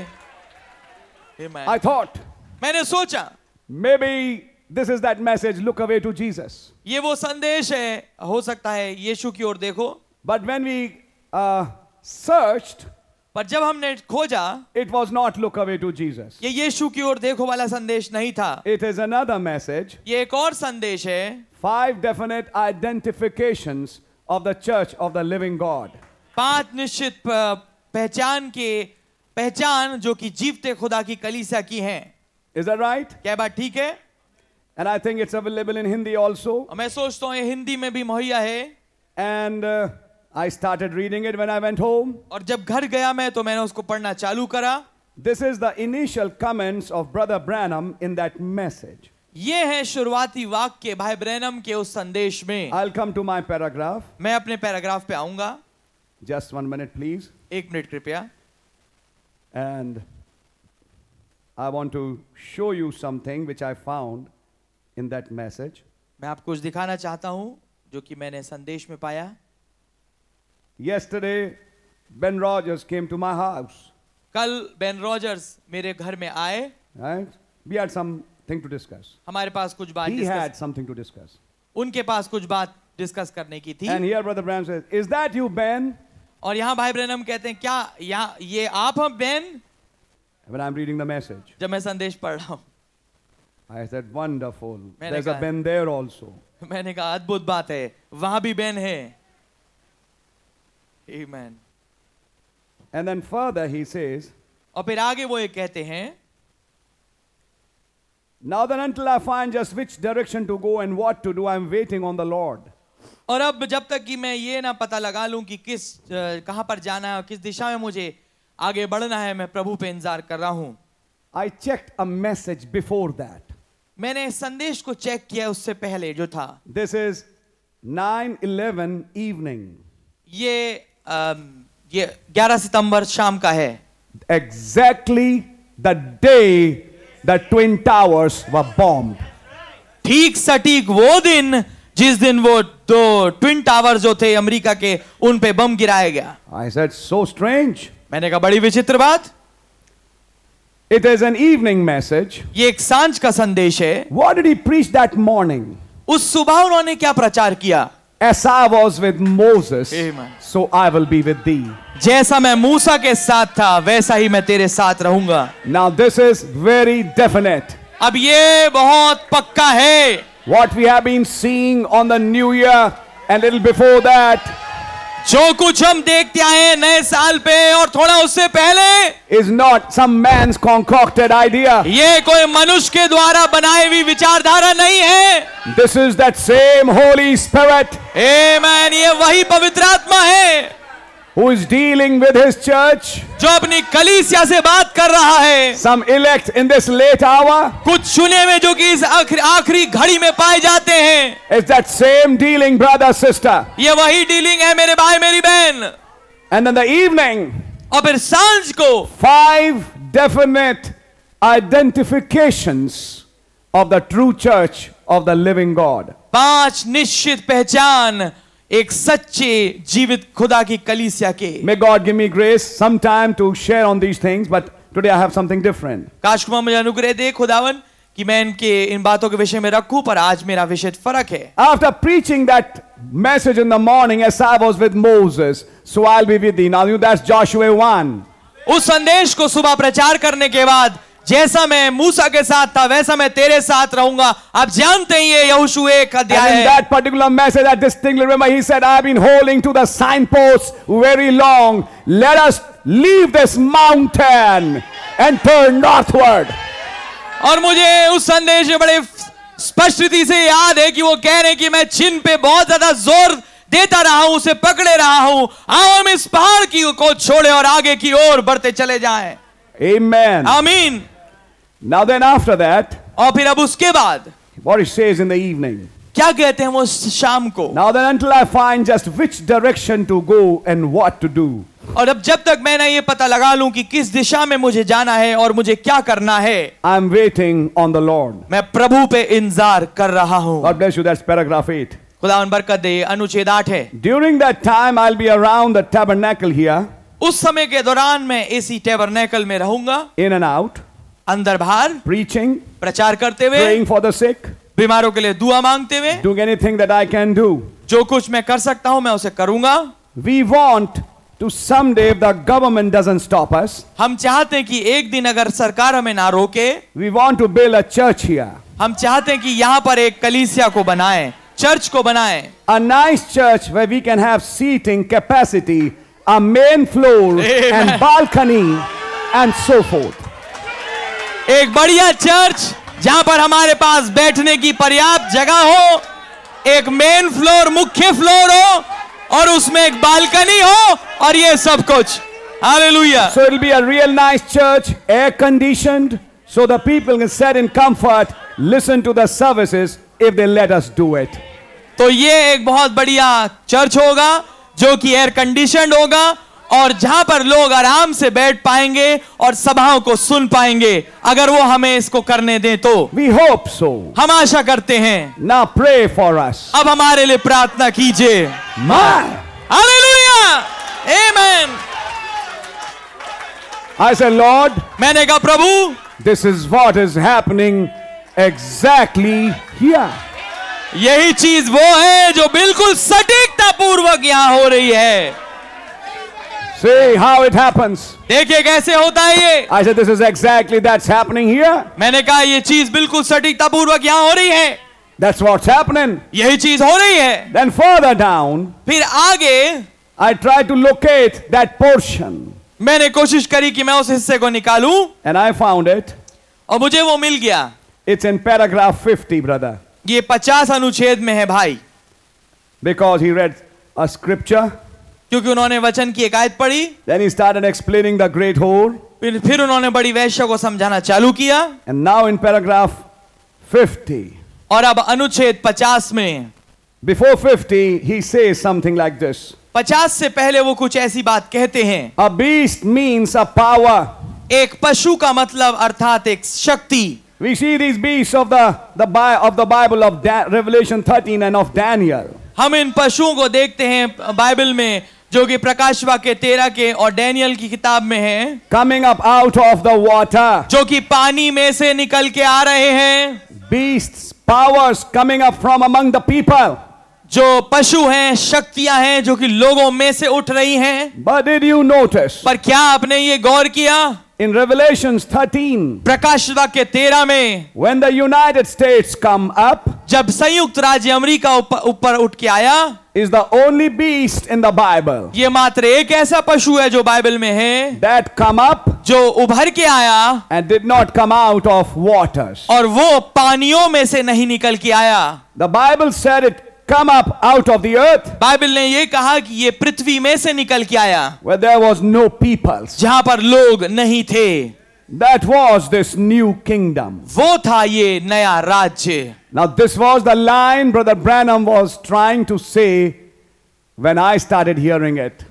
हे मैं-
I thought
मैंने सोचा
maybe this is that message look away to Jesus.
ये वो संदेश है हो सकता है यीशु की ओर देखो
But when we uh, searched,
पर जब हमने खोजा
it was not look away to Jesus.
ये यीशु की ओर देखो वाला संदेश नहीं था
It is another message
ये एक और संदेश है
five definite identifications of the church of the living God.
पांच निश्चित प- पहचान के पहचान जो कि जीवते खुदा की कलीसिया की हैं
Is that right?
क्या ये बात ठीक है
And I think it's available in Hindi also.
और मैं सोचता हूँ ये हिंदी में भी मुहैया है
And uh, I started reading it when I went home.
और जब घर गया मैं तो मैंने उसको पढ़ना चालू करा
This is the initial comments of Brother Branham in that message.
ये है शुरुआती वाक्य भाई ब्रैनम के उस संदेश में
I'll come to my paragraph.
मैं अपने पैराग्राफ पे आऊंगा
Just one minute, please.
एक मिनट कृपया
And I want to show you something which I found in that message.
मैं आपको कुछ दिखाना चाहता हूँ जो कि मैंने संदेश में पाया
Yesterday, Ben Rogers came to my house.
कल बेन रॉजर्स मेरे घर में आए
Right? We had something to discuss.
हमारे पास कुछ बात
He
discuss-
had something to discuss.
उनके पास कुछ बात डिस्कस करने की थी
And here, Brother Branham says, Is that you, Ben?
और यहाँ भाई ब्रैनम कहते हैं क्या यहाँ ये आप हैं Ben
When I'm reading the message,
जब मैं संदेश पढ़ रहा हूँ
I said, Wonderful.
मैंने
There's a
कहा-
Ben there also.
मैंने कहा अद्भुत बात है वहां भी बेन है Amen.
And then further, he says,
और फिर आगे वो ये कहते हैं
Now then, until I find just which direction to go and what to do, I'm waiting on the Lord.
और अब जब तक कि मैं ये ना पता लगा लूं कि किस अ, कहाँ पर जाना है और किस दिशा में मुझे आगे बढ़ना है मैं प्रभु पे इंतजार कर रहा हूं
I checked a message before that.
मैंने इस संदेश को चेक किया उससे पहले जो था
This is 9 11 evening.
ये अम, ये 11 सितंबर शाम का है
Exactly the day the Twin Towers were bombed.
ठीक सटीक वो दिन जिस दिन वो दो ट्विन टावर जो थे अमेरिका के उन पे बम गिराया गया
I said, So strange.
मैंने कहा बड़ी विचित्र बात
It is an evening message.
ये एक सांझ का संदेश है
What did he preach that morning?
उस सुबह उन्होंने क्या प्रचार किया
As I was with Moses,
Amen.
so I will be with thee.
जैसा मैं मूसा के साथ था वैसा ही मैं तेरे साथ रहूंगा
Now, this is very definite.
अब ये बहुत पक्का है
What we have been seeing on the new year and little before that,
जो कुछ हम देखते आए हैं नए साल पे और थोड़ा उससे पहले
is not some man's concocted idea.
ये कोई मनुष्य के द्वारा बनाई हुई विचारधारा नहीं है
This is that same Holy Spirit
Amen. ये वही पवित्र आत्मा है
who is dealing with his church,
जो अपनी कलीसिया से बात कर रहा है
some elect in this late hour.
कुछ चुने हुए जो कि इस आखिर- आखिरी घड़ी में पाए जाते हैं
It's that same dealing, brother, sister.
ये वही डीलिंग है मेरे भाई मेरी बहन
And in the evening,
और फिर सांझ को
five definite identifications of the true church of the living God.
पांच निश्चित पहचान एक सच्चे जीवित खुदा की कलीसिया के
May God give me grace sometime to share on these things, but today I have something different.
काश कुमार मुझे अनुग्रह दे खुदावन कि मैं इनके इन बातों के विषय में रखूं पर आज मेरा विषय फर्क है
After preaching that message in the morning, as I was with Moses, so I'll be with thee. Now you- that's Joshua 1.
उस संदेश को सुबह प्रचार करने के बाद जैसा मैं मूसा के साथ था वैसा मैं तेरे साथ रहूंगा आप जानते ही ये यहोशू एक अध्याय
And in
है
that particular message, I distinctly remember he said, I've been holding to the signposts very long. Let us leave this mountain and turn northward.
और मुझे उस संदेश में बड़े स्पष्ट रीति से याद है कि वो कह रहे हैं कि मैं चिन्ह पे बहुत ज्यादा जोर देता रहा हूं उसे पकड़े रहा हूं आओ हम इस पहाड़ की को छोड़े और आगे की ओर बढ़ते चले जाएं
Amen.
आमीन
Now then, after that,
और फिर अब उसके बाद
what he says in the evening.
क्या कहते हैं वो उस शाम को
Now then, until I find just which direction to go and what to do.
और अब जब तक मैं ना ये पता लगा लूं कि किस दिशा में मुझे जाना है और मुझे क्या करना है
I'm waiting on the Lord.
मैं प्रभु पे इंतजार कर रहा हूं
God bless you. That's paragraph 8.
खुदावन बरकत दे अनुच्छेद आठ है
During that time, I'll be around the tabernacle here,
उस समय के दौरान मैं इसी टेबरनेकल में रहूंगा
in and out,
अंदर बाहर
preaching,
प्रचार करते हुए
praying for the sick,
बीमारों के लिए दुआ मांगते हुए
doing anything that I can do.
जो कुछ मैं कर सकता हूं मैं उसे करूंगा
We want to someday, if the government doesn't stop us,
हम चाहते हैं कि एक दिन अगर सरकार हमें ना रोके
we want to build a church here.
हम चाहते हैं कि यहाँ पर एक कलीसिया को बनाएं चर्च को बनाएं
A nice church where we can have seating capacity, a main floor, and balcony, and so forth.
एक बढ़िया चर्च जहां पर हमारे पास बैठने की पर्याप्त जगह हो एक मेन फ्लोर मुख्य फ्लोर हो और उसमें एक बालकनी हो और ये सब कुछ hallelujah
So it'll be a real nice church, air conditioned, so the people can sit in comfort, listen to the services if they let us do it.
तो ये एक बहुत बढ़िया चर्च होगा जो कि एयर कंडीशन होगा और जहां पर लोग आराम से बैठ पाएंगे और सभाओं को सुन पाएंगे अगर वो हमें इसको करने दें तो
We hope so.
हम आशा करते हैं
Now pray for us.
अब हमारे लिए प्रार्थना कीजिए
My,
hallelujah amen
I say, Lord,
मैंने कहा प्रभु
this is what is happening exactly here.
यही चीज वो है जो बिल्कुल सटीकता पूर्वक यहाँ हो रही है
See how it happens.
देखिए कैसे होता है ये
I said, this is exactly that's happening here.
मैंने कहा ये चीज बिल्कुल सटीकता पूर्वक यहाँ हो रही है
That's what's happening.
यही चीज हो रही है
Then further down,
फिर आगे
I tried to locate that portion
मैंने कोशिश करी कि मैं उस हिस्से को निकालूं
and I found it.
और मुझे वो मिल गया
It's in paragraph 50, brother.
ये पचास अनुच्छेद में है भाई
Because he read a scripture,
क्योंकि उन्होंने वचन की एक आयत पढ़ी
then he started explaining the great whole,
फिर फिर उन्होंने बड़ी वैश्य को समझाना चालू किया
and now in paragraph 50.
और अब अनुच्छेद पचास में
Before 50, he says something like this
पचास से पहले वो कुछ ऐसी बात कहते हैं
A beast means a power.
एक पशु का मतलब अर्थात एक शक्ति
We see these beasts of the, the, Bi- of the Bible of Da- Revelation 13 and of Daniel.
हम इन पशुओं को देखते हैं बाइबल में जो कि प्रकाशवा के तेरह के और डैनियल की किताब में है
Coming up out of the water.
जो कि पानी में से निकल के आ रहे हैं
Beasts, powers coming up from among the people.
जो पशु हैं शक्तियां हैं जो कि लोगों में से उठ रही हैं
But did you notice
पर क्या आपने ये गौर किया
in Revelations 13
प्रकाशवा के तेरह में
When the United States come up,
जब संयुक्त राज्य अमेरिका ऊपर ऊपर उठ के आया
is the only beast in the Bible
ये मात्र एक ऐसा पशु है जो बाइबल में है
that come up
जो उभर के आया
and did not come out of waters.
और वो पानियों में से नहीं निकल के आया
The Bible said it come up out of the earth
Bible ने ये कहा कि ये पृथ्वी में से निकल के आया
where there was no peoples.
जहां पर लोग नहीं थे
That was this new kingdom.
वो था ये नया राज्य
Now this was the line brother Branham was trying to say when I started hearing it.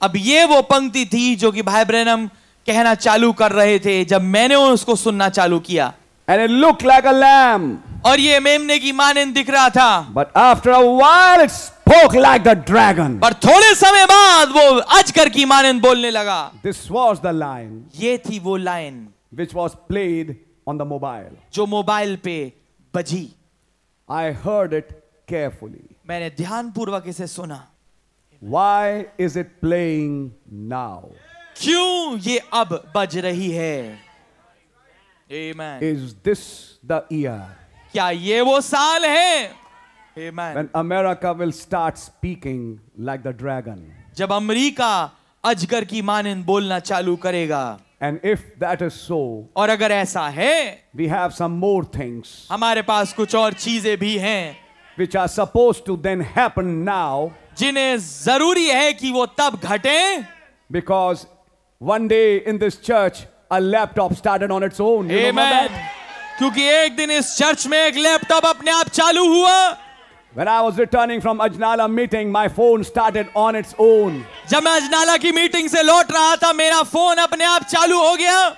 अब ये वो पंक्ति थी जो कि भाई ब्रैनम कहना चालू कर रहे थे जब मैंने उसको सुनना चालू किया
And it looked like a lamb,
और ये मेमने की मानन दिख रहा था
but after a while it spoke like the dragon.
पर थोड़े समय बाद वो अजगर की मानन बोलने लगा
This was the line
ये थी वो line
which was played on the mobile.
जो मोबाइल पे बजी
I heard it carefully.
मैंने ध्यान पूर्वक इसे सुना
Why is it playing now?
क्यों ये अब बज रही है Amen.
Is this the year
क्या ये वो साल है Amen.
when America will start speaking like the dragon?
जब अमेरिका अजगर की मानन बोलना चालू करेगा
And if that is so,
और अगर ऐसा है
we have some more things
हमारे पास कुछ और चीजें भी हैं
which are supposed to then happen now
जिन्हें जरूरी है कि वो तब घटें
because one day in this church, a laptop started on its own. You know
Amen.
about that?
क्योंकि एक दिन इस चर्च में एक लैपटॉप अपने आप चालू हुआ
When I was returning from Ajnala meeting, my phone started on its own.
जब मैं अजनाला की मीटिंग से लौट रहा था मेरा फोन अपने आप चालू हो गया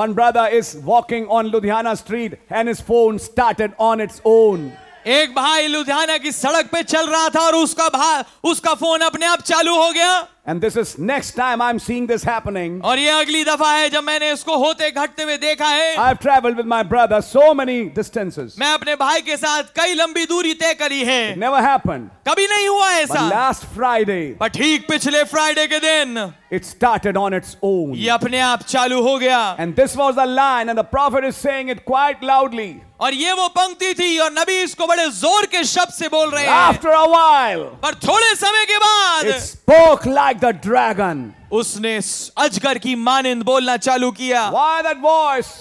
One brother is walking on Ludhiana street and his phone started on its own.
एक भाई लुधियाना की सड़क पे चल रहा था और उसका भा, उसका फोन अपने आप चालू हो गया
And this is next time I'm seeing this happening.
और ये अगली दफा है जब मैंने इसको होते घटते हुए देखा है
I've traveled with my brother so many distances.
मैं अपने भाई के साथ कई लंबी दूरी तय करी है
It never happened.
कभी नहीं हुआ
But
ऐसा
last Friday,
पर ठीक पिछले फ्राइडे के दिन
it started on its own.
ये अपने आप चालू हो गया
And this was the line, and the prophet is saying it quite loudly.
और ये वो पंक्ति थी और नबी इसको बड़े जोर के शब्द से बोल रहे हैं
After a while,
पर थोड़े समय के बाद
it spoke like the dragon.
उसने स- अजगर की मानिंद बोलना चालू किया
Why that voice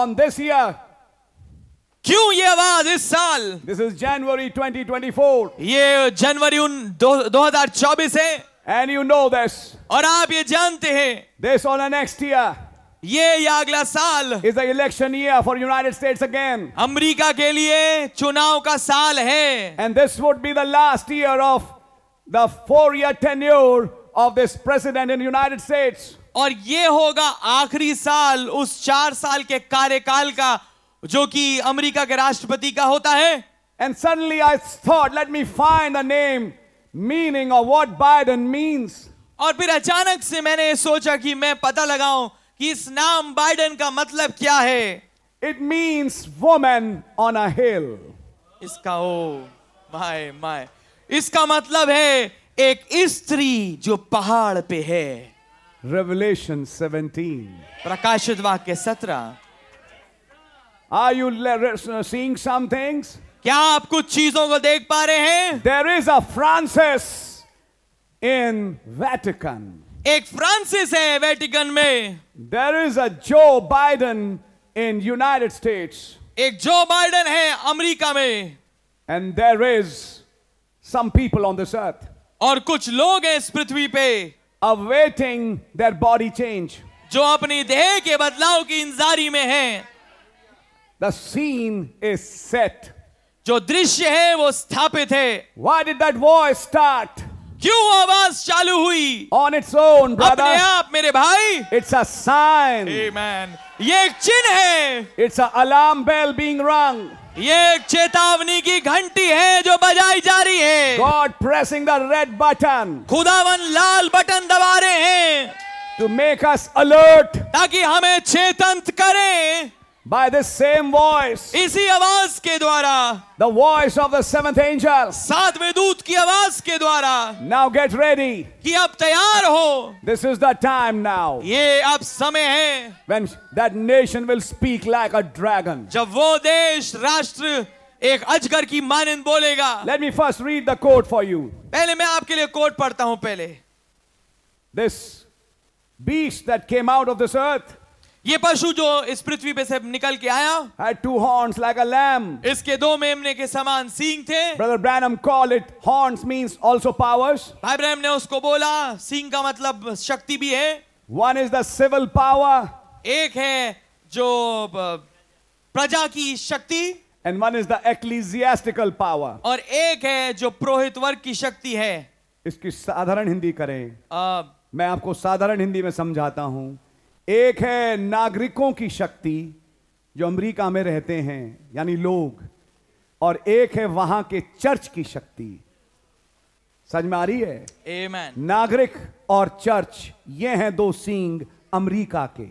on this year?
क्यों ये आवाज इस साल
This is January 2024.
ये जनवरी उन दो हजार चौबीस है
And you know this.
और आप ये जानते हैं
This on the next year
ये या अगला साल
is the election year for United States again.
America के लिए चुनाव का साल है
And this would be the last year of the four-year tenure of this president in the United States.
और ये होगा आखिरी साल उस चार साल के कार्यकाल का जो कि अमेरिका के राष्ट्रपति का होता है
And suddenly I thought, let me find the name, meaning of what Biden means.
और फिर अचानक से मैंने ये सोचा कि मैं पता लगाऊं कि इस नाम बाइडेन का मतलब क्या है
It means woman on a hill.
इसका ओ माय माय इसका मतलब है एक स्त्री जो पहाड़ पे है
Revelation 17.
प्रकाशित वाक्य सत्रह
Are you le- re- uh, seeing some things?
क्या आप कुछ चीजों को देख पा रहे हैं
There is a Francis in Vatican.
एक फ्रांसिस है वेटिकन में
There is a Joe Biden in United States.
एक जो बाइडेन है अमेरिका में
And there is some people on this earth
और कुछ लोग हैं इस पृथ्वी पे
awaiting their body change.
जो अपनी देह के बदलाव की इंजारी में हैं
The scene is set.
जो दृश्य है वो स्थापित है
Why did that voice start
क्यों आवाज चालू हुई
on its own,
अपने
brother?
आप मेरे भाई
It's a sign.
Amen. ये एक चिन्ह है
It's an alarm bell being rung.
ये एक चेतावनी की घंटी है जो बजाई जा रही है
God pressing the red button
खुदावन लाल बटन दबा रहे हैं
to make us alert
ताकि हमें चेतंत करें
by this same voice,
इसी आवाज के द्वारा
the voice of the seventh angel.
सातवें दूत की आवाज के द्वारा
Now get ready.
कि अब तैयार हो
This is the time now
ये अब समय है
when that nation will speak like a dragon.
जब वो देश राष्ट्र एक अजगर की मानंद बोलेगा
Let me first read the quote for you.
पहले मैं आपके लिए कोट पढ़ता हूं पहले
This beast that came out of this earth
ये पशु जो इस पृथ्वी पे से निकल के आया
had two horns like a lamb.
इसके दो मेमने के समान सींग थे
Brother Branham called it horns means also powers.
भाई ब्रैम ने उसको बोला सींग का मतलब शक्ति भी है
One is the civil power
एक है जो ब- प्रजा की शक्ति
and one is the ecclesiastical power.
और एक है जो पुरोहित वर्ग की शक्ति है
इसकी साधारण हिंदी करें
आ,
मैं आपको साधारण हिंदी में समझाता हूं एक है नागरिकों की शक्ति जो अमेरिका में रहते हैं यानी लोग और एक है वहां के चर्च की शक्ति समझ में आ रही है
amen.
नागरिक और चर्च ये हैं दो सींग अमेरिका के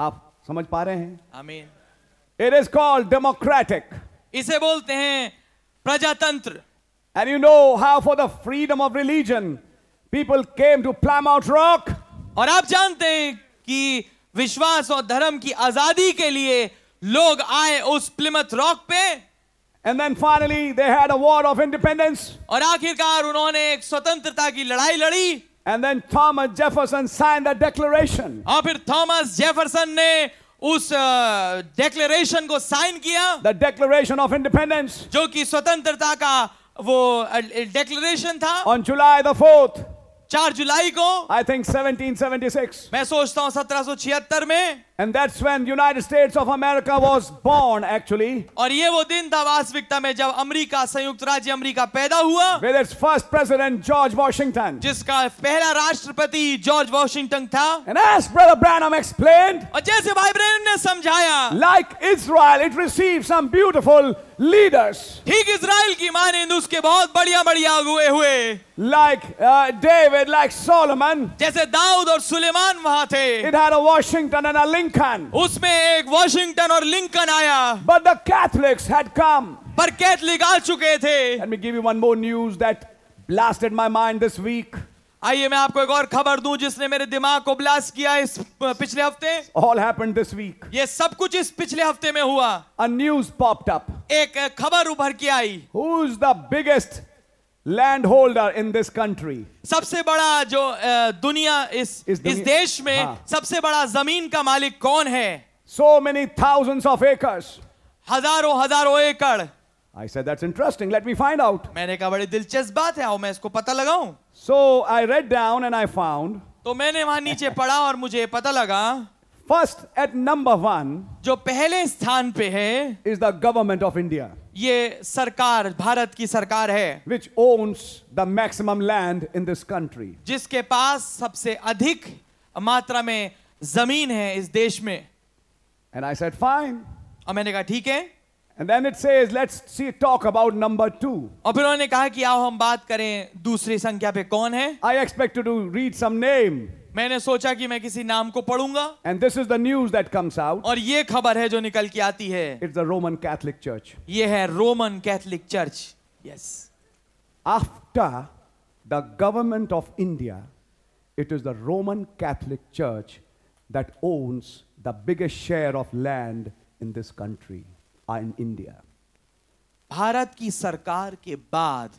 आप समझ पा रहे हैं
आमीन
इट इज कॉल्ड डेमोक्रेटिक
इसे बोलते हैं प्रजातंत्र
and you know how for the freedom of religion people came to Plymouth rock
और आप जानते हैं कि विश्वास और धर्म की आजादी के लिए लोग आए उस प्लिमथ रॉक पे
And then finally, they had a war of independence.
और आखिरकार उन्होंने एक स्वतंत्रता की लड़ाई लड़ी
And then Thomas Jefferson signed the Declaration.
और हाँ, फिर थॉमस जेफरसन ने उस डेक्लेरेशन को साइन किया
The Declaration of Independence
जो कि स्वतंत्रता का वो डेक्लेरेशन था
on July the 4th,
4 जुलाई को
I think 1776.
मैं सोचता हूं 1776 में
And that's when United States of America was born, actually,
और ये वो दिन था वास्तविकता में जब अमेरिका संयुक्त राज्य अमेरिका पैदा हुआ
with its first president, George Washington.
जिसका पहला राष्ट्रपति जॉर्ज वॉशिंगटन था
And as Brother Branham explained,
और जैसे भाई ब्रैनम ने समझाया
like Israel, it received some beautiful leaders,
ठीक इसराइल की माने उसके बहुत बढ़िया बढ़िया अगुए हुए
like uh, David, like Solomon.
जैसे दाऊद और सुलेमान वहां थे
It had a Washington and a Lincoln.
उसमें एक वॉशिंगटन और लिंकन आया
But the Catholics had come.
पर कैथलिक आ चुके थे
Let me give you one more news that blasted my mind this week.
आइए मैं आपको एक और खबर दूं जिसने मेरे दिमाग को ब्लास्ट किया इस पिछले हफ्ते
All happened this week.
ये सब कुछ इस पिछले हफ्ते में हुआ
A news popped up.
एक खबर उभर के आई
Who's the biggest landholder in this country?
सबसे बड़ा जो अ, दुनिया इस
इस
इस,
दुनिया-
देश में
हाँ।
सबसे बड़ा जमीन का मालिक कौन है
So many thousands of acres.
हजारों हजारों एकड़
I said, that's interesting. Let me find out.
मैंने कहा बड़ी दिलचस्प बात है आओ मैं इसको पता लगाऊं
So I read down and I found
तो मैंने वहां नीचे पढ़ा और मुझे पता लगा
first at number one
जो पहले स्थान पे है
is the government of India,
ये सरकार भारत की सरकार है
which owns the maximum land in this country.
जिसके पास सबसे अधिक मात्रा में जमीन है इस देश में
And I said, fine.
और मैंने कहा ठीक है
And then it says, let's see, talk about number two.
और फिर उन्होंने कहा कि आओ हम बात करें दूसरी संख्या पे कौन है
I expected to read some name.
मैंने सोचा कि मैं किसी नाम को पढ़ूंगा
And this is the news that comes out.
और ये खबर है जो निकल के आती है
It's the Roman Catholic Church.
ये है Roman Catholic church yes
After the government of India, it is the Roman Catholic Church that owns the biggest share of land in this country, uh, in India.
भारत की सरकार के बाद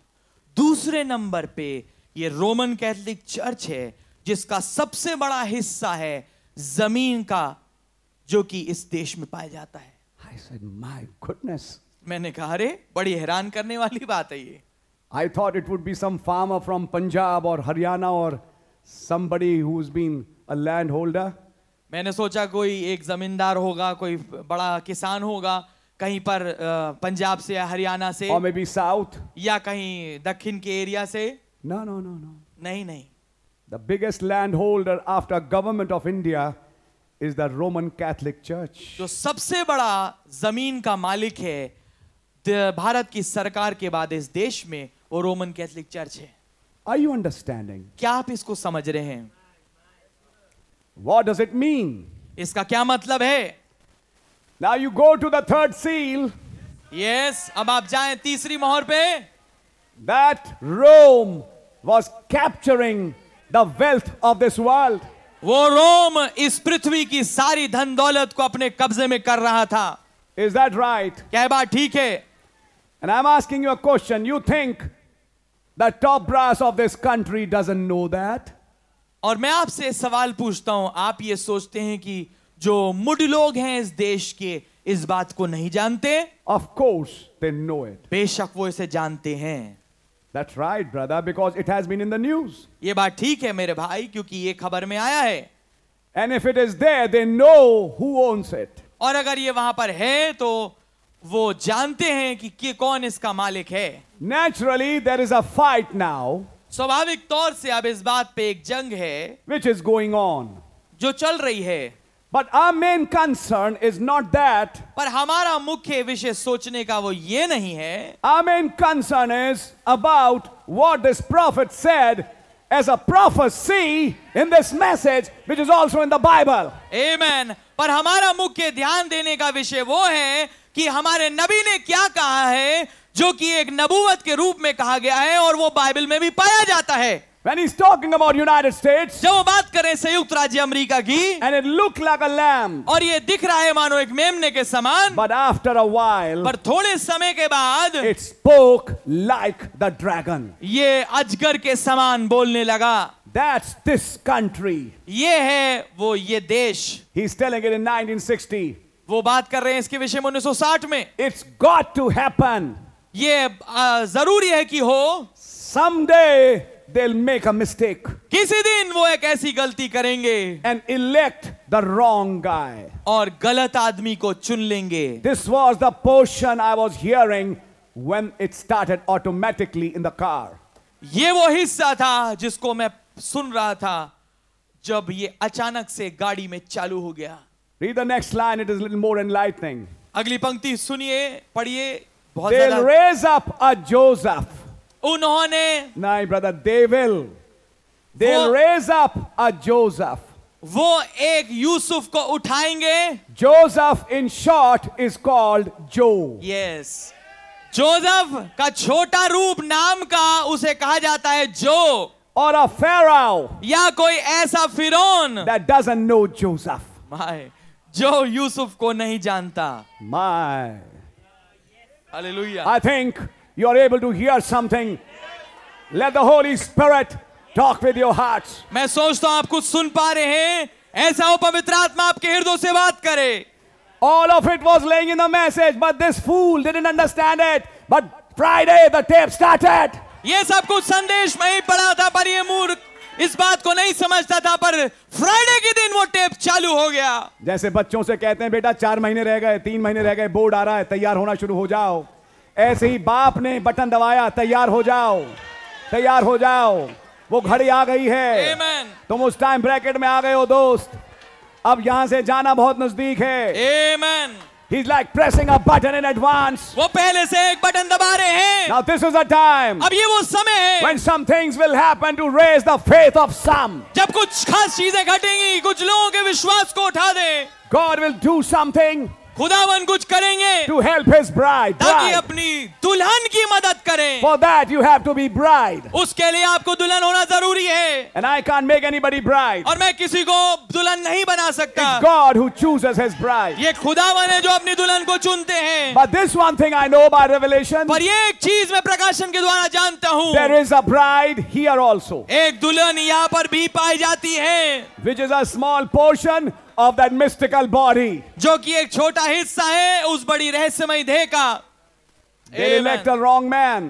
दूसरे number पे ये रोमन कैथलिक चर्च है जिसका सबसे बड़ा हिस्सा है जमीन का जो कि इस देश में पाया जाता है
I said, my goodness.
मैंने कहा अरे बड़ी हैरान करने वाली बात है ये
I thought it would be some farmer from Punjab or Haryana or somebody who's been a landholder.
मैंने सोचा कोई एक जमींदार होगा कोई बड़ा किसान होगा कहीं पर अ, पंजाब से या हरियाणा से
or maybe south.
या कहीं दक्षिण के एरिया से
No, no, no, no.
नहीं नहीं
The biggest landholder after government of India is the Roman Catholic Church.
जो सबसे बड़ा जमीन का मालिक है द- भारत की सरकार के बाद इस देश में वो रोमन कैथलिक चर्च है
Are you understanding?
क्या आप इसको समझ रहे हैं
What does it mean?
इसका क्या मतलब है
Now you go to the third seal
yes अब आप जाएं तीसरी मोहर पे
that Rome was capturing the wealth of this world.
वो रोम इस पृथ्वी की सारी धन दौलत को अपने कब्जे में कर रहा था
Is that right?
क्या ये बात ठीक है
And I'm asking you a question. You think the top brass of this country doesn't know that?
और मैं आपसे सवाल पूछता हूं आप ये सोचते हैं कि जो मुड लोग हैं इस देश के इस बात को नहीं जानते
Of course, they know it.
बेशक वो इसे जानते हैं
That's right, brother, because it has been in the news.
ये बात ठीक है मेरे भाई क्योंकि ये खबर में आया है
And if it is there, they know who owns it.
और अगर ये वहां पर है तो वो जानते हैं कि, कि कौन इसका मालिक है
Naturally, there is a fight now
स्वाभाविक तौर से अब इस बात पे एक जंग है
which is going on.
जो चल रही है
But our main concern is not that.
पर हमारा मुख्य विषय सोचने का वो ये नहीं है
Our main concern is about what this prophet said as a prophecy in this message, which is also in the Bible.
Amen. पर हमारा मुख्य ध्यान देने का विषय वो है कि हमारे नबी ने क्या कहा है जो कि एक नबूवत के रूप में कहा गया है और वो बाइबल में भी पाया जाता है
When he's talking about United States,
जब वो बात करें संयुक्त राज्य अमेरिका की
and it looked like a lamb,
और ये दिख रहा है मानो एक मेमने के समान
but after a while,
पर थोड़े समय के बाद
it spoke like the dragon.
ये अजगर के समान बोलने लगा
That's this country.
ये है वो ये देश
He's telling it in 1960.
वो बात कर रहे हैं इसके विषय में 1960 में
It's got to happen.
ये आ, जरूरी है कि हो
Someday they'll make a mistake
किसी दिन वो एक ऐसी गलती करेंगे
and elect the wrong guy.
और गलत आदमी को चुन लेंगे
This was the portion I was hearing when it started automatically in the car.
ये वो हिस्सा था जिसको मैं सुन रहा था जब ये अचानक से गाड़ी में चालू हो गया
Read the next line, it is a little more enlightening.
अगली पंक्ति सुनिए पढ़िए बहुत
They'll
ज्यादा
raise up a Joseph.
उन्होंने
No, brother, they will. They'll raise up a Joseph.
वो एक यूसुफ को उठाएंगे
Joseph, in short, is called Joe.
Yes Joseph का छोटा रूप नाम का उसे कहा जाता है जो
Or a Pharaoh
या कोई ऐसा फिरौन
that doesn't know Joseph.
My जो यूसुफ को नहीं जानता
My.
Hallelujah
I think you're able to hear something. Let the Holy Spirit talk with your hearts.
मैं सोचता हूं आप कुछ सुन पा रहे हैं ऐसा हो पवित्र आत्मा आपके हृदय से बात करे
All of it was laying in the message, but this fool didn't understand it. But Friday, the tape started.
ये सब कुछ संदेश में ही पढ़ा था पर ये मूर्ख इस बात को नहीं समझता था पर फ्राइडे के दिन वो टेप चालू हो गया
जैसे बच्चों से कहते हैं बेटा चार महीने रह गए तीन महीने रह गए बोर्ड आ रहा है तैयार होना शुरू हो जाओ ऐसे ही बाप ने बटन दबाया तैयार हो जाओ तैयार हो जाओ वो घड़ी आ गई है
Amen.
तुम उस टाइम ब्रैकेट में आ गए हो दोस्त अब यहां से जाना बहुत नजदीक है
Amen.
He like pressing a button in advance
वो पहले से एक बटन दबा रहे हैं
now this is a time
अब ये वो समय है
when some things will happen to raise the faith of some
जब कुछ खास चीजें घटेंगी कुछ लोगों के विश्वास को उठा दे
god will do something
खुदावन कुछ करेंगे
to help his bride,
ताकि
bride.
अपनी दुल्हन की मदद करें
for that you have to be bride
उसके लिए आपको दुल्हन होना जरूरी है
and i can't make anybody bride
और मैं किसी को दुल्हन नहीं बना सकता
It's God who chooses his bride.
ये खुदावन है जो अपनी दुल्हन को चुनते हैं
But this one thing I know by revelation
पर ये एक चीज मैं प्रकाशन के द्वारा जानता
there
हूँ
is a bride here also,
एक दुल्हन यहाँ पर भी पाई जाती है
which is a small portion of that mystical body.
जो कि एक छोटा हिस्सा है उस बड़ी रहस्यमय देह का
They elect
Amen.
the wrong man.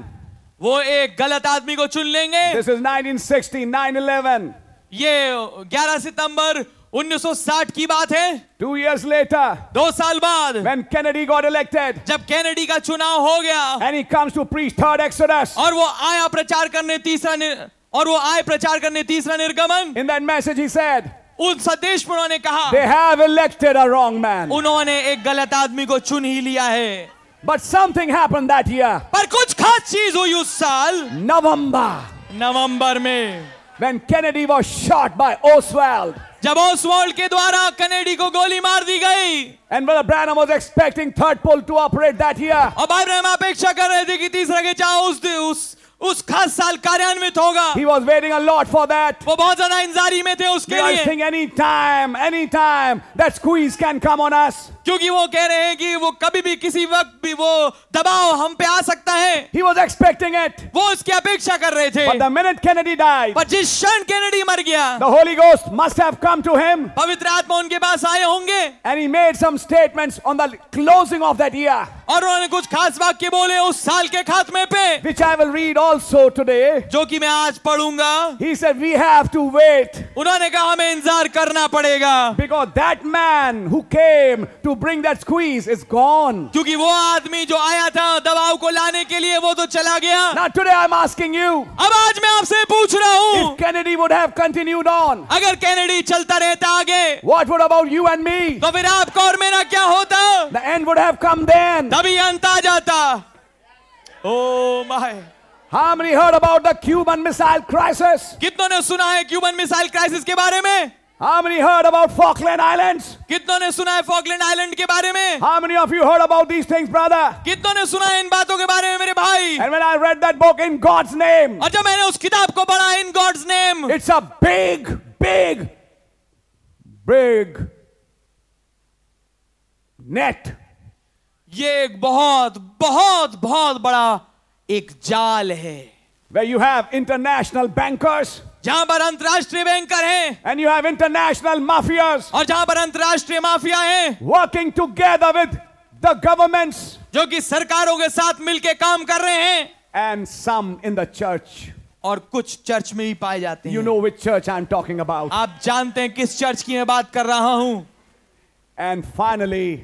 वो एक गलत आदमी को चुन लेंगे
This is 1960, 9 11.
ये 11 सितंबर 1960 की बात है
Two years later,
दो साल बाद
when Kennedy got elected
जब कैनेडी का चुनाव हो गया
and he comes to preach Third Exodus,
और वो आया प्रचार करने तीसरा निर... और वो आए प्रचार करने तीसरा निर्गमन
in that message he said,
उन संदेश में उन्होंने कहा
They have elected a wrong
Oh,
man.
उन्होंने एक गलत आदमी को चुन ही लिया है
But something happened that year,
पर कुछ खास चीज हुई उस साल
November,
नवंबर में
when Kennedy was shot by Oswald.
जब ओसवॉल्ड के द्वारा कनेडी को गोली मार दी गई
And Brother Branham was expecting third pole to operate that year.
और भाई ब्रह्म अपेक्षा कर रहे थे कि तीसरा के चाह उस, उस उस खास साल कार्यान्वित होगा
He was waiting a lot for that.
वो बहुत ज्यादा इंतजारी में थे
They
उसके
are
लिए
saying anytime, anytime that squeeze can come on us.
क्योंकि वो कह रहे हैं कि वो कभी भी किसी वक्त भी वो दबाव हम पे आ सकता है
He was expecting it.
वो उसकी अपेक्षा कर रहे
But
थे
the minute Kennedy died,
पर जिस क्षण कैनेडी मर गया
the Holy Ghost must have come to him
पवित्र आत्मा उनके पास आए होंगे
and he made some statements on the closing of that year,
और उन्होंने कुछ खास वाक्य बोले उस साल के खात्मे पे
which I will read also today.
जो कि मैं आज पढ़ूंगा
He said, We have to wait
उन्होंने कहा हमें इंतजार करना पड़ेगा
because that man who came to bring that squeeze is gone.
क्योंकि वो आदमी जो आया था दबाव को लाने के लिए वो तो चला गया
Now, today I'm asking you
अब आज मैं आपसे पूछ रहा हूँ
if Kennedy would have continued on,
अगर कैनेडी चलता रहता आगे
what would about you and me?
तो फिर आपका और मेरा क्या होता
The end would have come then.
तभी अंत आ जाता oh my
How many heard about the Cuban Missile Crisis?
कितनों ने सुना है क्यूबन मिसाइल क्राइसिस के बारे में
How many heard about Falkland Islands?
कितनों ने सुना है फॉकलैंड आइलैंड के बारे में
How many of you heard about these things, brother?
कितनों ने सुना है इन बातों के बारे में मेरे भाई
And when I read that book in God's name,
और जब मैंने उस किताब को पढ़ा in God's name
it's a big, big, big net.
ये एक बहुत बहुत बहुत बड़ा एक जाल है
Where you have international bankers
जहां पर अंतर्राष्ट्रीय बैंकर हैं
and you have international mafias
और जहां पर अंतर्राष्ट्रीय माफिया हैं
working together with the governments
जो कि सरकारों के साथ मिलकर काम कर रहे हैं
and some in the church.
और कुछ चर्च में ही पाए जाते
You
हैं
know which church I'm talking about.
आप जानते हैं किस चर्च की मैं बात कर रहा हूं
And finally,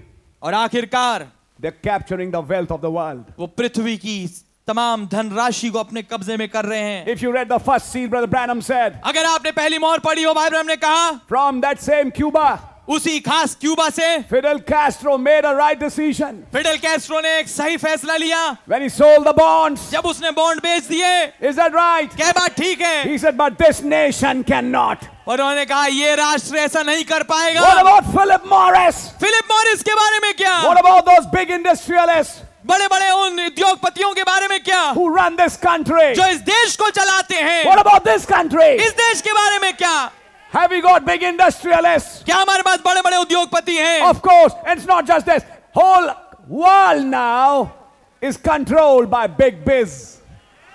और आखिरकार
they're capturing the wealth of the world.
वो पृथ्वी की तमाम धनराशि को अपने कब्जे में कर रहे हैं
If you read the first seal, Brother Branham said,
अगर आपने पहली मोहर पढ़ी हो भाई ब्रह्म ने कहा
from that same Cuba,
उसी खास क्यूबा से
Fidel Castro made a right decision
Fidel Castro ने एक सही फैसला लिया
when he sold the bonds.
जब उसने बॉन्ड बेच दिए
Is that right?
क्या बात ठीक है
He said, but this nation cannot.
और उन्होंने कहा ये राष्ट्र ऐसा नहीं कर पाएगा
What about Philip Morris?
Philip Morris के बारे में क्या
What about those big industrialists
बड़े बड़े उन उद्योगपतियों के बारे में क्या
who run this country?
जो इस देश को चलाते हैं
What about this country?
इस देश के बारे में क्या
Have we got big industrialists?
क्या हमारे पास बड़े बड़े उद्योगपति हैं
Of course, and it's not just this. Whole world now is controlled by big biz.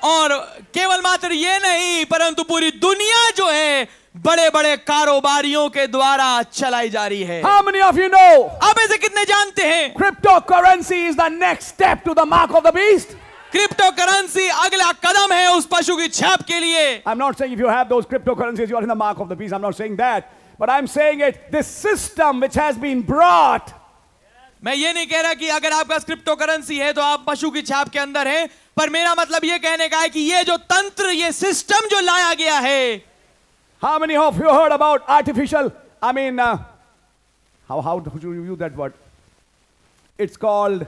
और केवल मात्र ये नहीं परंतु पूरी दुनिया जो है बड़े बड़े कारोबारियों के द्वारा चलाई जा रही है
How many of you know
आप ऐसे कितने जानते हैं
Cryptocurrency is the next step to the mark of the beast.
Crypto currency अगला कदम है उस पशु की छाप के लिए
I'm not saying if you have those cryptocurrencies, you are in the mark of the beast. I'm not saying that. But I'm saying it this system which has been brought
मैं ये नहीं कह रहा कि अगर आपका क्रिप्टो करेंसी है तो आप पशु की छाप के अंदर हैं पर मेरा मतलब ये कहने का है कि ये जो तंत्र ये सिस्टम जो लाया गया है
How many of you heard about artificial? I mean, uh, how how do you use that word? It's called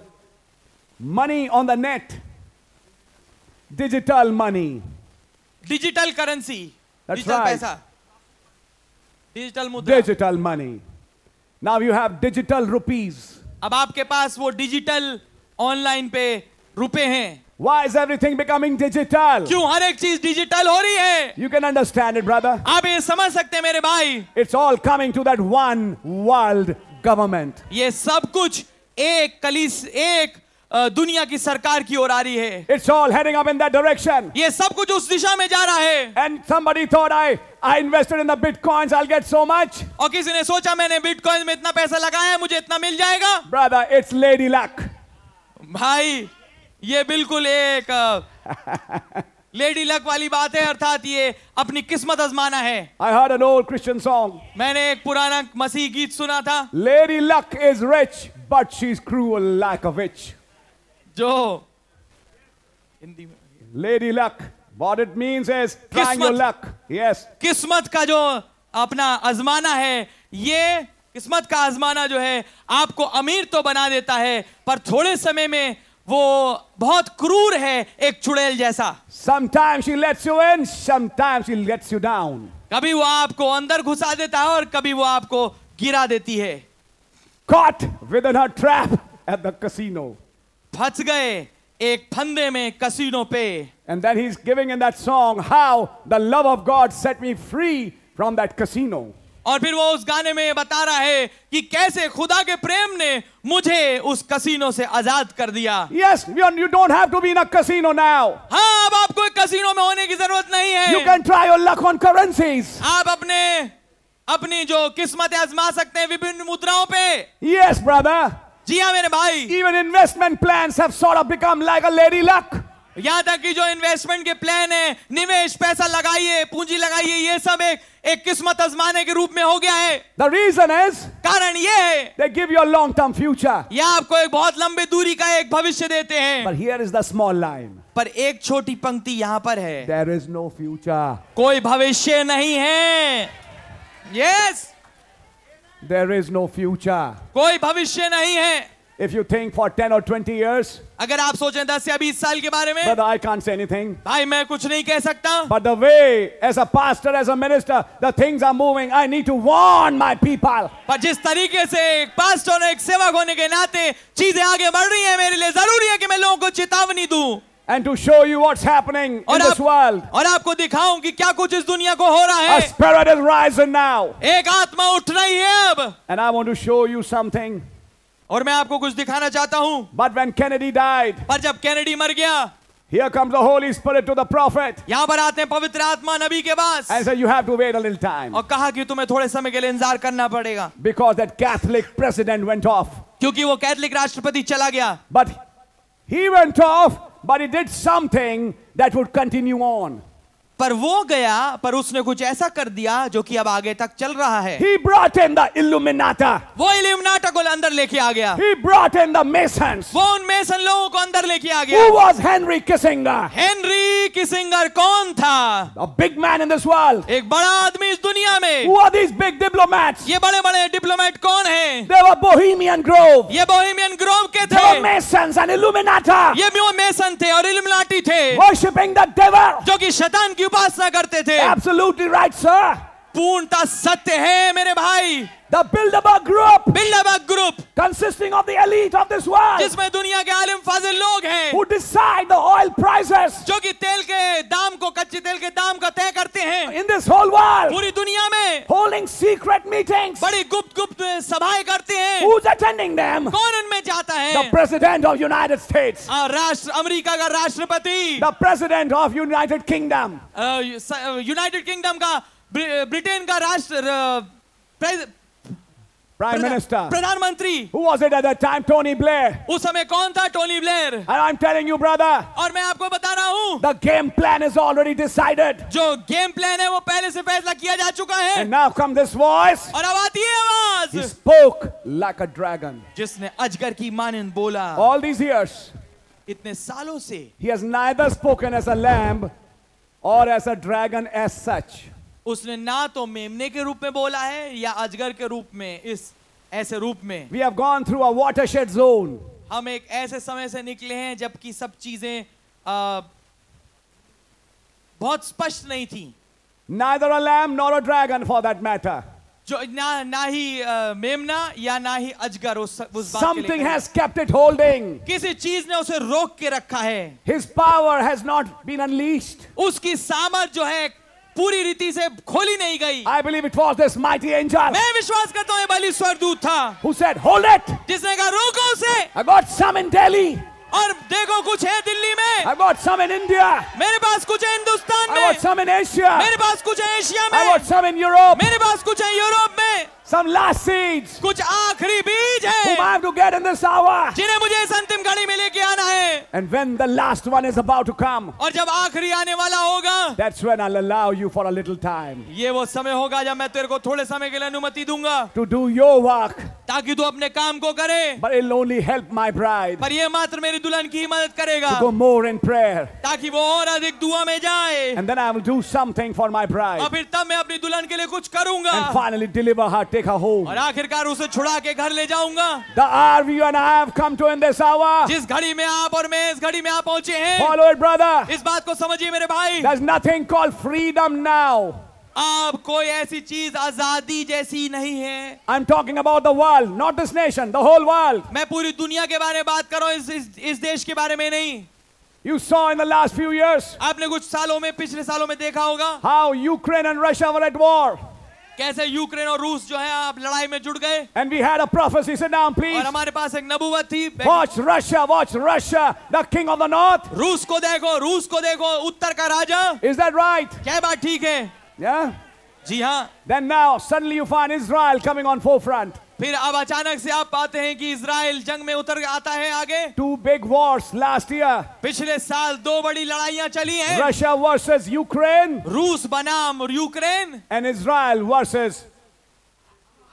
money on the net, digital money,
digital currency
That's
digital
right.
पैसा digital मुद्रा
digital money. Now you have digital rupees.
अब आपके पास वो digital online पे रुपए हैं
Why is everything becoming digital?
क्यों हर एक चीज डिजिटल हो रही है
You can understand it, brother.
आप ये समझ सकते हैं मेरे भाई
It's all coming to that one world government.
ये सब कुछ एक कलिस एक अ, दुनिया की सरकार की ओर आ रही है
It's all heading up in that direction.
ये सब कुछ उस दिशा में जा रहा है
And somebody thought I, I invested in the bitcoins, I'll get so much.
और किसी ने सोचा मैंने बिटकॉइन में इतना पैसा लगाया है मुझे इतना मिल जाएगा
Brother, it's lady luck.
भाई ये बिल्कुल एक लेडी लक वाली बात है अर्थात ये अपनी किस्मत आजमाना है
I heard an old Christian song.
मैंने एक पुराना मसीह गीत सुना था
Lady luck is rich, but she's cruel like a witch.
जो हिंदी में
Lady luck. What it means is trying your
Kismat.
luck. Yes.
किस्मत का जो अपना आजमाना है ये किस्मत का आजमाना जो है आपको अमीर तो बना देता है पर थोड़े समय में वो बहुत क्रूर है एक चुड़ैल जैसा
Sometimes she lets you in, sometimes she lets you down.
कभी वो आपको अंदर घुसा देता है और कभी वो आपको गिरा देती है
Caught within her trap at the casino.
फंस गए एक फंदे में कसीनों पे
And then he's giving in that song how the love of God set me free from that casino.
और फिर वो उस गाने में ये बता रहा है कि कैसे खुदा के प्रेम ने मुझे उस कसीनो से आजाद कर दिया
Yes, you you don't have to be in a casino now.
हाँ अब आपको एक कसीनो में होने की जरूरत नहीं
You
है
can try your luck on currencies.
आप अपने अपनी जो किस्मत आजमा सकते हैं विभिन्न मुद्राओं पे
Yes, brother.
जी हाँ मेरे भाई
Even investment plans have sort of become like a lady luck.
यहाँ तक कि जो इन्वेस्टमेंट के प्लान है निवेश पैसा लगाइए पूंजी लगाइए ये सब एक एक किस्मत आजमाने के रूप में हो गया है
The reason is
कारण ये है
they give you a long term future.
यह आपको एक बहुत लंबी दूरी का एक भविष्य देते हैं
But here is the small line
पर एक छोटी पंक्ति यहाँ पर है
there is no future,
कोई भविष्य नहीं है yes
there is no future.
कोई भविष्य नहीं है
If you think for 10 or 20 years,
अगर आप सोचें दस या बीस साल के बारे में
brother, I can't say anything.
भाई मैं कुछ नहीं कह सकता
But the way, as a pastor, as a minister, the things are moving, I need to warn my people.
पर जिस तरीके से एक पास्टर और एक सेवक होने के नाते चीजें आगे बढ़ रही है मेरे लिए जरूरी है कि मैं लोगों को चेतावनी दूं
and to show you what's happening in
और
this
आप,
world.
और आपको दिखाऊं कि क्या कुछ इस दुनिया को हो रहा
A
है
spirit is rising now,
एक आत्मा उठ रही है अब
and I want to show you something.
और मैं आपको कुछ दिखाना चाहता हूं
But when Kennedy died,
पर जब कैनेडी मर गया
here comes the Holy Spirit to the prophet
यहाँ पर आते हैं पवित्र आत्मा नबी के पास
and said, You have to wait a little time
और कहा कि तुम्हें थोड़े समय के लिए इंतजार करना पड़ेगा
because that Catholic president went off.
क्योंकि वो कैथलिक राष्ट्रपति चला गया
But he went off, but he did something that would continue on.
पर वो गया पर उसने कुछ ऐसा कर दिया जो कि अब आगे तक चल रहा है
He brought in the Illuminata,
वो इल्यूमिनाटा को अंदर लेके आ गया
he brought in the Masons.
वो उन मेसन लोगों को अंदर लेके आ
Who
गया
was Henry Kissinger?
Henry Kissinger कौन था
A big man in this world.
एक बड़ा आदमी इस दुनिया में
Who are these big diplomats?
ये बड़े बड़े डिप्लोमेट कौन हैं?
They were Bohemian Grove.
ये बोहिमियन ग्रोव के
They were
थे
Masons and Illuminati,
ये म्यू मेसन थे और इल्यूमिनाटी थे
worshipping the devil.
जो कि शैतान की उपासना करते थे
Absolutely right, sir.
पूर्णता सत्य है मेरे भाई
The Bilderberg group,
Bilderberg group
consisting of the elite of this world,
जिसमें दुनिया के आलिम फाजिल लोग हैं
who decide the oil prices
जो कि तेल के दाम को कच्चे तेल के दाम का तय करते हैं
in this whole world,
पूरी दुनिया में
holding secret meetings.
बड़ी गुप्त गुप्त सभाएं करते हैं
Who's attending them?
कौन उनमें जाता
The
है
President of United States,
आ, राष्ट्र अमेरिका का राष्ट्रपति
the President of United Kingdom,
a, you- स- अ, यूनाइटेड किंगडम का ब्रि- ब्रिटेन का राष्ट्र अ, प्रे-
Prime Minister.
प्रधा- प्रधानमंत्री
Who was it at that time? Tony Blair.
उस समय कौन था Tony Blair
And I'm telling you, brother,
और मैं आपको बता रहा हूँ
the game plan is already decided.
जो गेम प्लान है वो पहले से फैसला किया जा चुका है
And now come this voice.
और अब आती है
He
आवाज
spoke like a dragon.
जिसने अजगर की मानन बोला
All these years,
इतने सालों से
he has neither spoken as a lamb or as a dragon as such.
उसने ना तो मेमने के रूप में बोला है या अजगर के रूप में इस ऐसे रूप में
We have gone through a watershed zone.
हम एक ऐसे समय से निकले हैं जबकि सब चीजें अ, बहुत स्पष्ट नहीं थी
Neither a lamb nor a dragon, for that matter.
जो ना ना ही अ, मेमना या ना ही अजगर उस, उस बात के
Something
लिए
has kept it holding.
किसी चीज ने उसे रोक के रखा है
His power has not been unleashed.
उसकी सामर्थ जो है पूरी रीति से खोली नहीं गई
I believe it was this mighty angel
मैं विश्वास करता हूँ ये बलि स्वर्गदूत था
who said, Hold it!
जिसने कहा रोको उसे
I got some in Delhi.
और देखो कुछ है दिल्ली में
I got some in India.
मेरे पास कुछ है हिंदुस्तान
I
में
got some in Asia.
मेरे पास कुछ है एशिया
I
में
got some in Europe.
मेरे पास कुछ है यूरोप में
Some last seeds.
कुछ आखिरी बीज
Whom I
है
have to get in this hour.
जिन्हें मुझे इस अंतिम घड़ी में लेके आना है
And when the last one is about to come,
और जब आखिरी आने वाला होगा
that's when I'll allow you for a little time
ये वो समय होगा जब मैं तेरे को थोड़े समय के लिए अनुमति दूंगा
to do your work.
ताकि तू अपने काम को करे
But it'll only help my bride
पर ये मात्र मेरी दुल्हन की ही मदद करेगा
to go more in prayer.
ताकि वो और अधिक दुआ में जाए
And then I will do something for my
और
bride.
फिर तब मैं अपनी दुल्हन के लिए कुछ करूंगा
And finally deliver her, take her home.
और आखिरकार उसे छुड़ा के घर ले जाऊंगा
The hour you and I have come to in this hour.
जिस घड़ी में आप और मैं इस घड़ी में आप पहुंचे हैं
Follow it, brother.
इस बात को समझिए मेरे भाई
There's nothing called freedom now.
आप कोई ऐसी चीज आजादी जैसी नहीं है
I'm talking about the world, not this nation, the whole world.
मैं पूरी दुनिया के बारे में बात कर रहा हूं इस, इस, इस देश के बारे में नहीं
You saw in the last few years
आपने कुछ सालों में पिछले सालों में देखा होगा
how Ukraine and Russia were at war.
कैसे यूक्रेन और रूस जो है आप लड़ाई में जुड़ गए
And we had a prophecy. Sit down, please.
और हमारे पास एक नबूवत थी
Watch Russia, watch Russia, the king of the north.
रूस को देखो रूस को देखो उत्तर का राजा
Is that right?
क्या बात ठीक है
Yeah?
जी हाँ
Then now, suddenly you find Israel coming on forefront.
फिर अब अचानक से आप पाते हैं कि इसराइल जंग में उतर आता है आगे
Two big wars last year
पिछले साल दो बड़ी लड़ाइयां चली हैं
Russia versus Ukraine
रूस बनाम Ukraine
and Israel versus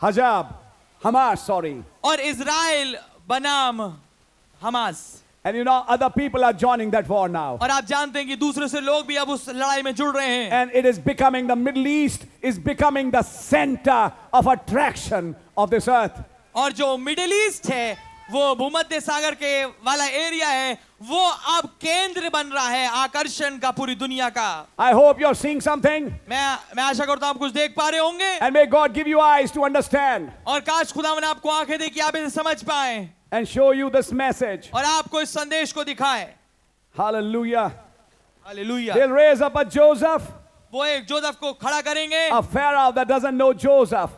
Hajab, Hamas, sorry.
और इसराइल बनाम Hamas
And you know, other people are joining that war now.
और आप जानते हैं कि दूसरे से लोग भी अब उस लड़ाई में जुड़ रहे हैं
And it is becoming, the Middle East is becoming the center of attraction of this earth.
और जो मिडिल ईस्ट है वो भूमध्य सागर के वाला एरिया है वो अब केंद्र बन रहा है आकर्षण का पूरी दुनिया का
I hope you're seeing something.
मैं मैं आशा करता हूं आप कुछ देख पा रहे होंगे
And may God give you eyes to understand
और काश खुदावन आपको आंखें दे कि आप इसे समझ पाए
and show you this message.
और आपको इस संदेश को दिखाए
Hallelujah.
Hallelujah
They'll raise up a Joseph,
वो एक जोदफ को खड़ा करेंगे
a Pharaoh that doesn't know Joseph.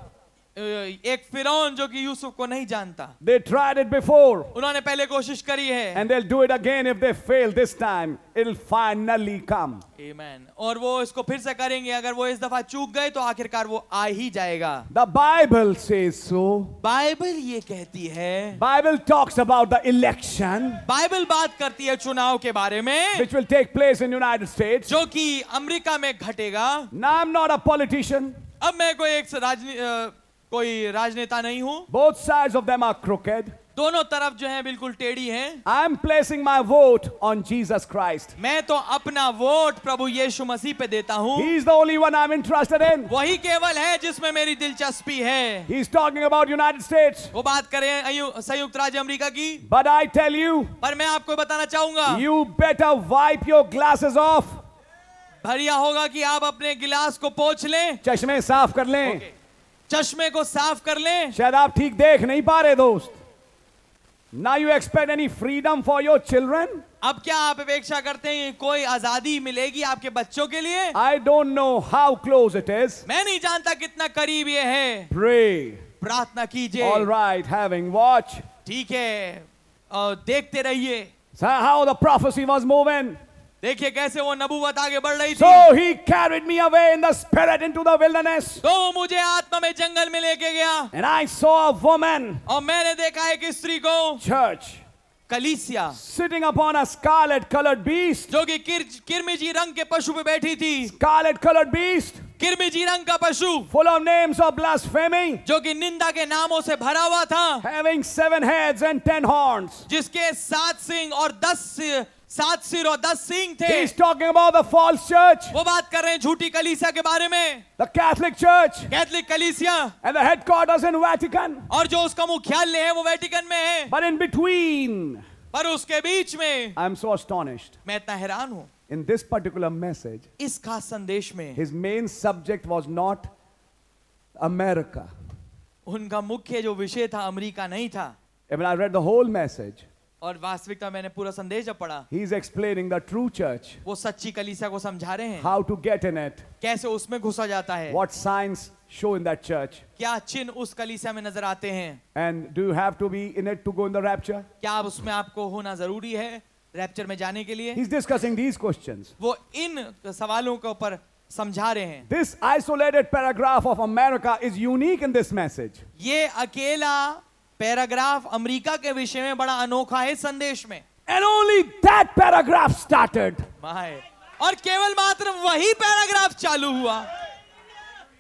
एक फिरौन जो कि यूसुफ को नहीं जानता
They tried it before
उन्होंने पहले कोशिश करी है
and they'll do it again if they fail this time. It'll finally come.
Amen. और वो इसको फिर से करेंगे अगर वो इस दफा चूक गए तो आखिरकार वो आ ही जाएगा
The Bible says so.
Bible ये कहती है
Bible talks about the election
Bible बात करती है चुनाव के बारे में
which will take place in United States.
जो कि अमेरिका में घटेगा
Now I'm not a politician.
अब मैं कोई एक राजनी अ, कोई राजनेता नहीं हूँ
Both sides of them are crooked.
दोनों तरफ जो है बिल्कुल टेढ़ी हैं
I'm placing my vote on Jesus Christ.
मैं तो अपना वोट प्रभु यीशु मसीह पे देता हूँ
He's the only one I'm interested in.
वही केवल है जिसमें मेरी दिलचस्पी है
He's talking about United States.
वो बात करें अयु- संयुक्त राज्य अमेरिका की
But I tell you,
पर मैं आपको बताना चाहूंगा
you better wipe your glasses off.
भरिया होगा कि आप अपने गिलास को पोंछ लें
चश्मे साफ कर लें
चश्मे को साफ कर लें
शायद आप ठीक देख नहीं पा रहे दोस्त ना you expect any freedom for your children
अब क्या आप अपेक्षा करते हैं कि कोई आजादी मिलेगी आपके बच्चों के लिए
I don't know how close it is
मैं नहीं जानता कितना करीब ये है
प्रे
प्रार्थना कीजिए
ऑल राइट हैविंग वॉच
ठीक है और देखते रहिए
how the prophecy was moving
देखिए कैसे वो नबूवत आगे बढ़ रही
सो
थी
he carried me away in the spirit into the wilderness
तो वो मुझे आत्मा में जंगल में लेके गया
and I saw a woman
और मैंने देखा एक स्त्री को
चर्च
कलीसिया
sitting upon a scarlet coloured beast
जो कि किर, किरमिजी रंग के पशु पे बैठी थी
स्कारलेट कलर्ड बीस्ट
किरमिजी रंग का पशु
full of names of blasphemy,
जो कि निंदा के नामों से भरा हुआ था
having seven heads and ten horns.
जिसके सात सिंह और दस सि- सात सिर और दस सिंह थे
He's talking about the false church,
वो बात कर रहे हैं झूठी कलीसिया के बारे में
the Catholic Church,
कैथलिक कलीसिया
and the headquarters in Vatican.
और जो उसका मुख्यालय है वो वेटिकन में है
But in between,
पर उसके बीच में
I'm so astonished.
मैं इतना हैरान हूँ
In this particular message,
इस खास संदेश में
his main subject was not America.
उनका मुख्य जो विषय था अमेरिका नहीं था
And When I read the whole message,
और वास्तविकता मैंने पूरा संदेश जब पढ़ा
he's explaining the true church,
वो सच्ची कलीसिया को समझा रहे हैं
how to get in it,
कैसे उसमें घुसा जाता है
हाँ। what signs show in that church,
क्या चिन्ह उस कलीसिया में नजर आते हैं
and do you have to be in it to go in the rapture?
क्या आप उसमें आपको होना जरूरी है रैप्चर में जाने के लिए
He's discussing these questions.
वो इन सवालों के ऊपर समझा रहे हैं
This isolated paragraph of America is unique in this message.
ये अकेला पैराग्राफ अमेरिका के विषय में बड़ा अनोखा है संदेश में
And only that paragraph started.
My और केवल मात्र वही पैराग्राफ चालू हुआ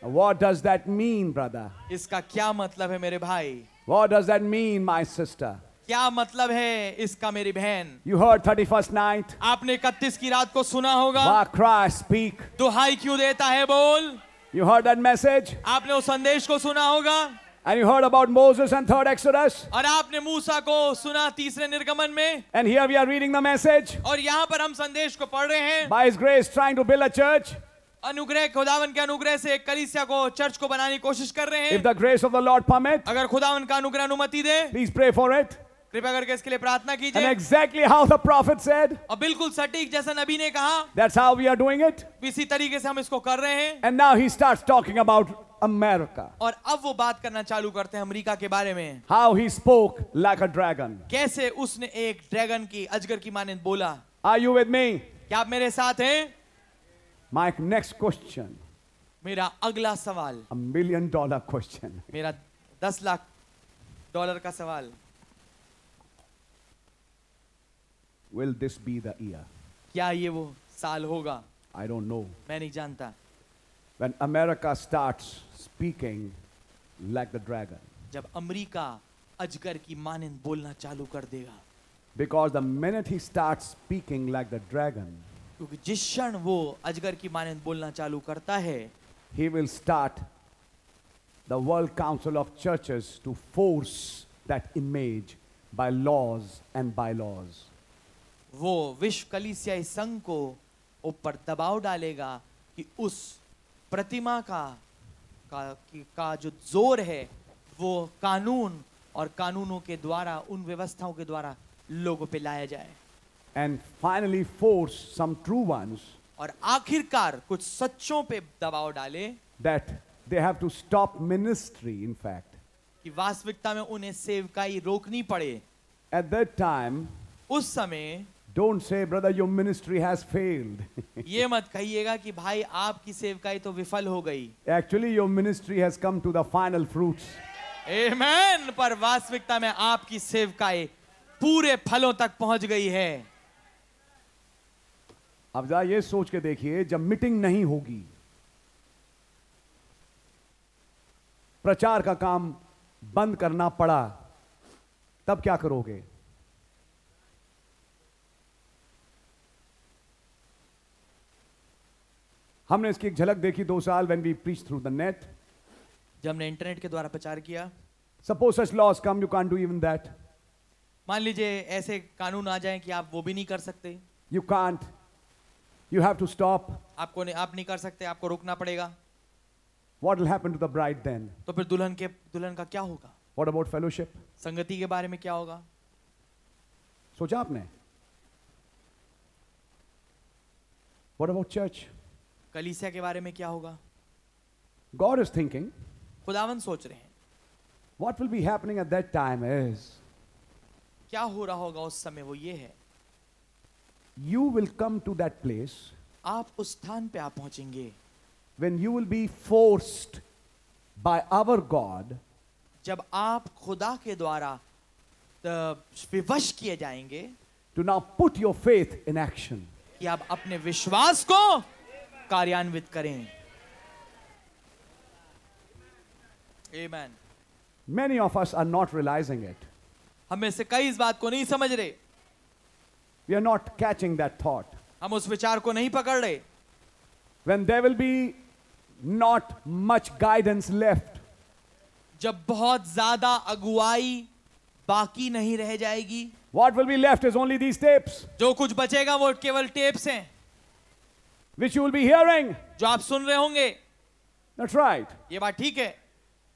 What does that mean, brother?
इसका क्या मतलब है मेरे भाई
What does that mean, my sister?
क्या मतलब है इसका मेरी बहन
You heard 31st night,
आपने इकतीस की रात को सुना होगा
Why cry, speak.
दुहाई क्यों देता है बोल
You heard that message,
आपने उस संदेश को सुना होगा
and you heard about Moses and third Exodus.
और आपने मूसा को सुना तीसरे निर्गमन में
And here we are reading the message
और यहाँ पर हम संदेश को पढ़ रहे हैं
by His grace, trying to build a church
अनुग्रह खुदावन के अनुग्रह से एक कलीसिया को चर्च को बनाने की कोशिश कर रहे
If
हैं
the grace of the Lord permit,
अगर खुदावन का अनुग्रह अनुमति दे
please pray for it.
कृपया करके इसके लिए प्रार्थना
And
कीजिए
exactly how the prophet said,
और बिल्कुल सटीक जैसा नबी ने कहा
that's how we are doing it.
इसी तरीके से हम इसको कर रहे हैं
And now he starts talking about America.
और अब वो बात करना चालू करते हैं अमेरिका के बारे में
How he spoke like a dragon.
कैसे उसने एक ड्रैगन की अजगर की मानंद बोला
Are you with me?
क्या आप मेरे साथ हैं
My next question,
मेरा अगला सवाल
a million dollar question.
मेरा दस लाख डॉलर का सवाल
Will this be the year?
क्या ये वो साल होगा
I don't know.
मैं नहीं जानता
When America starts speaking like the dragon.
जब अमेरिका अजगर की मानंद बोलना चालू कर देगा
Because the minute he starts speaking like the dragon,
क्योंकि जिस क्षण वो अजगर की मानंद बोलना चालू करता है
he will start the World Council of Churches to force that image by laws and bylaws.
वो विश्व कलीसियाई संघ को ऊपर दबाव डालेगा कि उस प्रतिमा का का, की- का जो जोर है वो कानून और कानूनों के द्वारा उन व्यवस्थाओं के द्वारा लोगों पे लाया जाए
And finally, force some true ones
और आखिरकार कुछ सच्चों पे दबाव डाले
that they have to stop ministry, in fact.
कि वास्तविकता में उन्हें सेवकाई रोकनी पड़े
At that time,
उस समय
don't say, brother, your ministry has failed.
ये मत कहिएगा कि भाई आपकी सेवकाई तो विफल हो गई
Actually, your ministry has come to the final fruits.
Amen. पर वास्तविकता में आपकी सेवकाई पूरे फलों तक पहुंच गई है
अब जरा ये सोच के देखिए जब मीटिंग नहीं होगी प्रचार का काम बंद करना पड़ा तब क्या करोगे हमने इसकी एक झलक देखी दो साल when we preach through the net
जब हमने इंटरनेट के द्वारा प्रचार किया
suppose such laws come you can't do even that
मान लीजिए ऐसे कानून आ जाएं कि आप वो भी नहीं कर सकते
you can't you have to stop
आपको नहीं आप नहीं कर सकते आपको रोकना पड़ेगा
what will happen to the bride then
तो फिर दुल्हन के दुल्हन का क्या होगा
व्हाट अबाउट फेलोशिप
संगति के बारे में क्या होगा
सोचा आपने वॉट अबाउट चर्च
कलीसिया के बारे में क्या होगा
गॉड इज थिंकिंग
खुदावन सोच रहे हैं
what will be happening at that time is
क्या हो रहा होगा उस समय वो ये है
you will come to that place
आप उस स्थान पे आप पहुंचेंगे
when you will be forced by our God
जब आप खुदा के द्वारा अ, विवश किए जाएंगे
to now put your faith in action
कि आप अपने विश्वास को कार्यान्वित करें Amen.
Many of us are not realizing it
हम में से कई इस बात को नहीं समझ रहे
we are not catching that thought
हम उस विचार को नहीं पकड़ रहे
when there will be not much guidance left
जब बहुत ज्यादा अगुवाई बाकी नहीं रह जाएगी
what will be left is only these tapes
जो कुछ बचेगा वो केवल टेप्स हैं
which you will be hearing
जो आप सुन रहे होंगे
that's right
ये बात ठीक है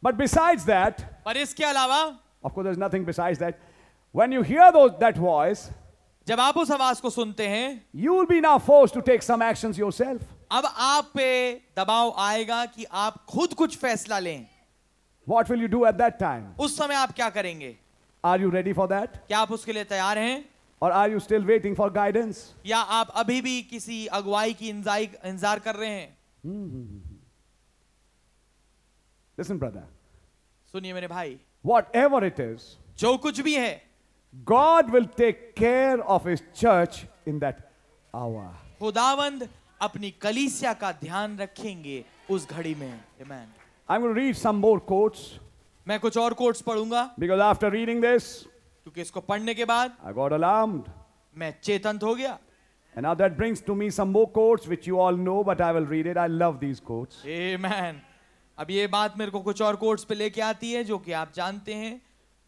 But besides that,
पर इसके अलावा
of course, there's nothing besides that. When you hear those, that voice,
जब आप उस आवाज को सुनते हैं
you will be now forced to take some actions yourself.
अब आप पे दबाव आएगा कि आप खुद कुछ फैसला लें
What will you do at that time?
उस समय आप क्या करेंगे
Are you ready for that?
क्या आप उसके लिए तैयार हैं
Or are you still waiting for guidance?
या आप अभी भी किसी अगुवाई की इंजाई इंतजार कर रहे हैं
Listen, brother,
सुनिए मेरे भाई
whatever it is,
जो कुछ भी है
God will take care of His church in that hour.
खुदावंद अपनी कलीसिया का ध्यान रखेंगे उस घड़ी में Amen.
I'm going to read some more quotes
मैं कुछ और कोट्स पढ़ूंगा
because after reading this,
क्योंकि इसको पढ़ने के बाद
I got alarmed.
मैं चेतंत हो गया
And now that brings to me some more quotes which you all know, but I will read it. I love these quotes.
Amen. अब ये बात मेरे को कुछ और कोट्स पे लेके आती है जो कि आप जानते हैं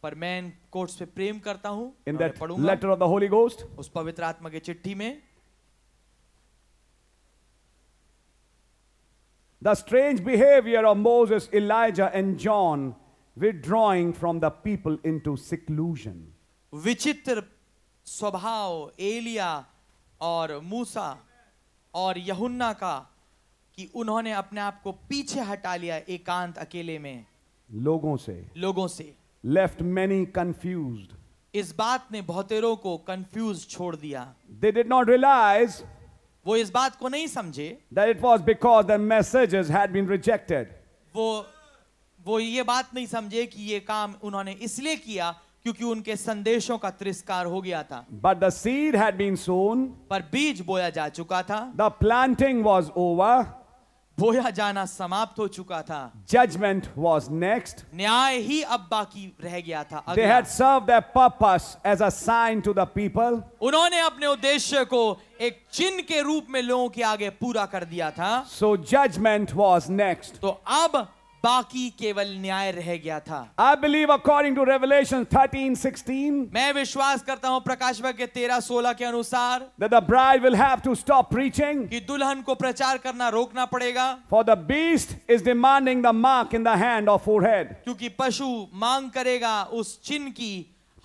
पर मैं इन कोट्स पे प्रेम करता हूँ
in
और मैं
that
पढ़ूंगा
letter of the Holy Ghost.
उस पवित्र आत्मा की चिट्ठी में
the strange behavior of Moses, Elijah, and John withdrawing from the people into seclusion.
विचित्र स्वभाव एलिया और मूसा और यहुन्ना का कि उन्होंने अपने आप को पीछे हटा लिया एकांत अकेले में
लोगों से
लोगों से
left many confused.
इस बात ने बहुतेरों को कंफ्यूज छोड़ दिया
They did not realize
वो इस बात को नहीं समझे
that it was because their messages had been rejected.
वो वो ये बात नहीं समझे कि ये काम उन्होंने इसलिए किया क्योंकि उनके संदेशों का तिरस्कार हो गया था
But the seed had been sown,
पर बीज बोया जा चुका था
the planting was over,
बोया जाना समाप्त हो चुका था
judgment was next.
न्याय ही अब बाकी रह गया था
They
अगला।
had served their purpose as a sign to the people.
उन्होंने अपने उद्देश्य को एक चिन्ह के रूप में लोगों के आगे पूरा कर दिया था
So judgment was next.
तो अब बाकी केवल न्याय रह गया था
I believe according to Revelation 13 16
मैं विश्वास करता हूं प्रकाशवक के तेरह सोलह के अनुसार
that the bride will have to stop preaching,
कि दुल्हन को प्रचार करना रोकना पड़ेगा
for the beast is demanding the mark in the hand or forehead.
क्योंकि पशु मांग करेगा उस चिन्ह की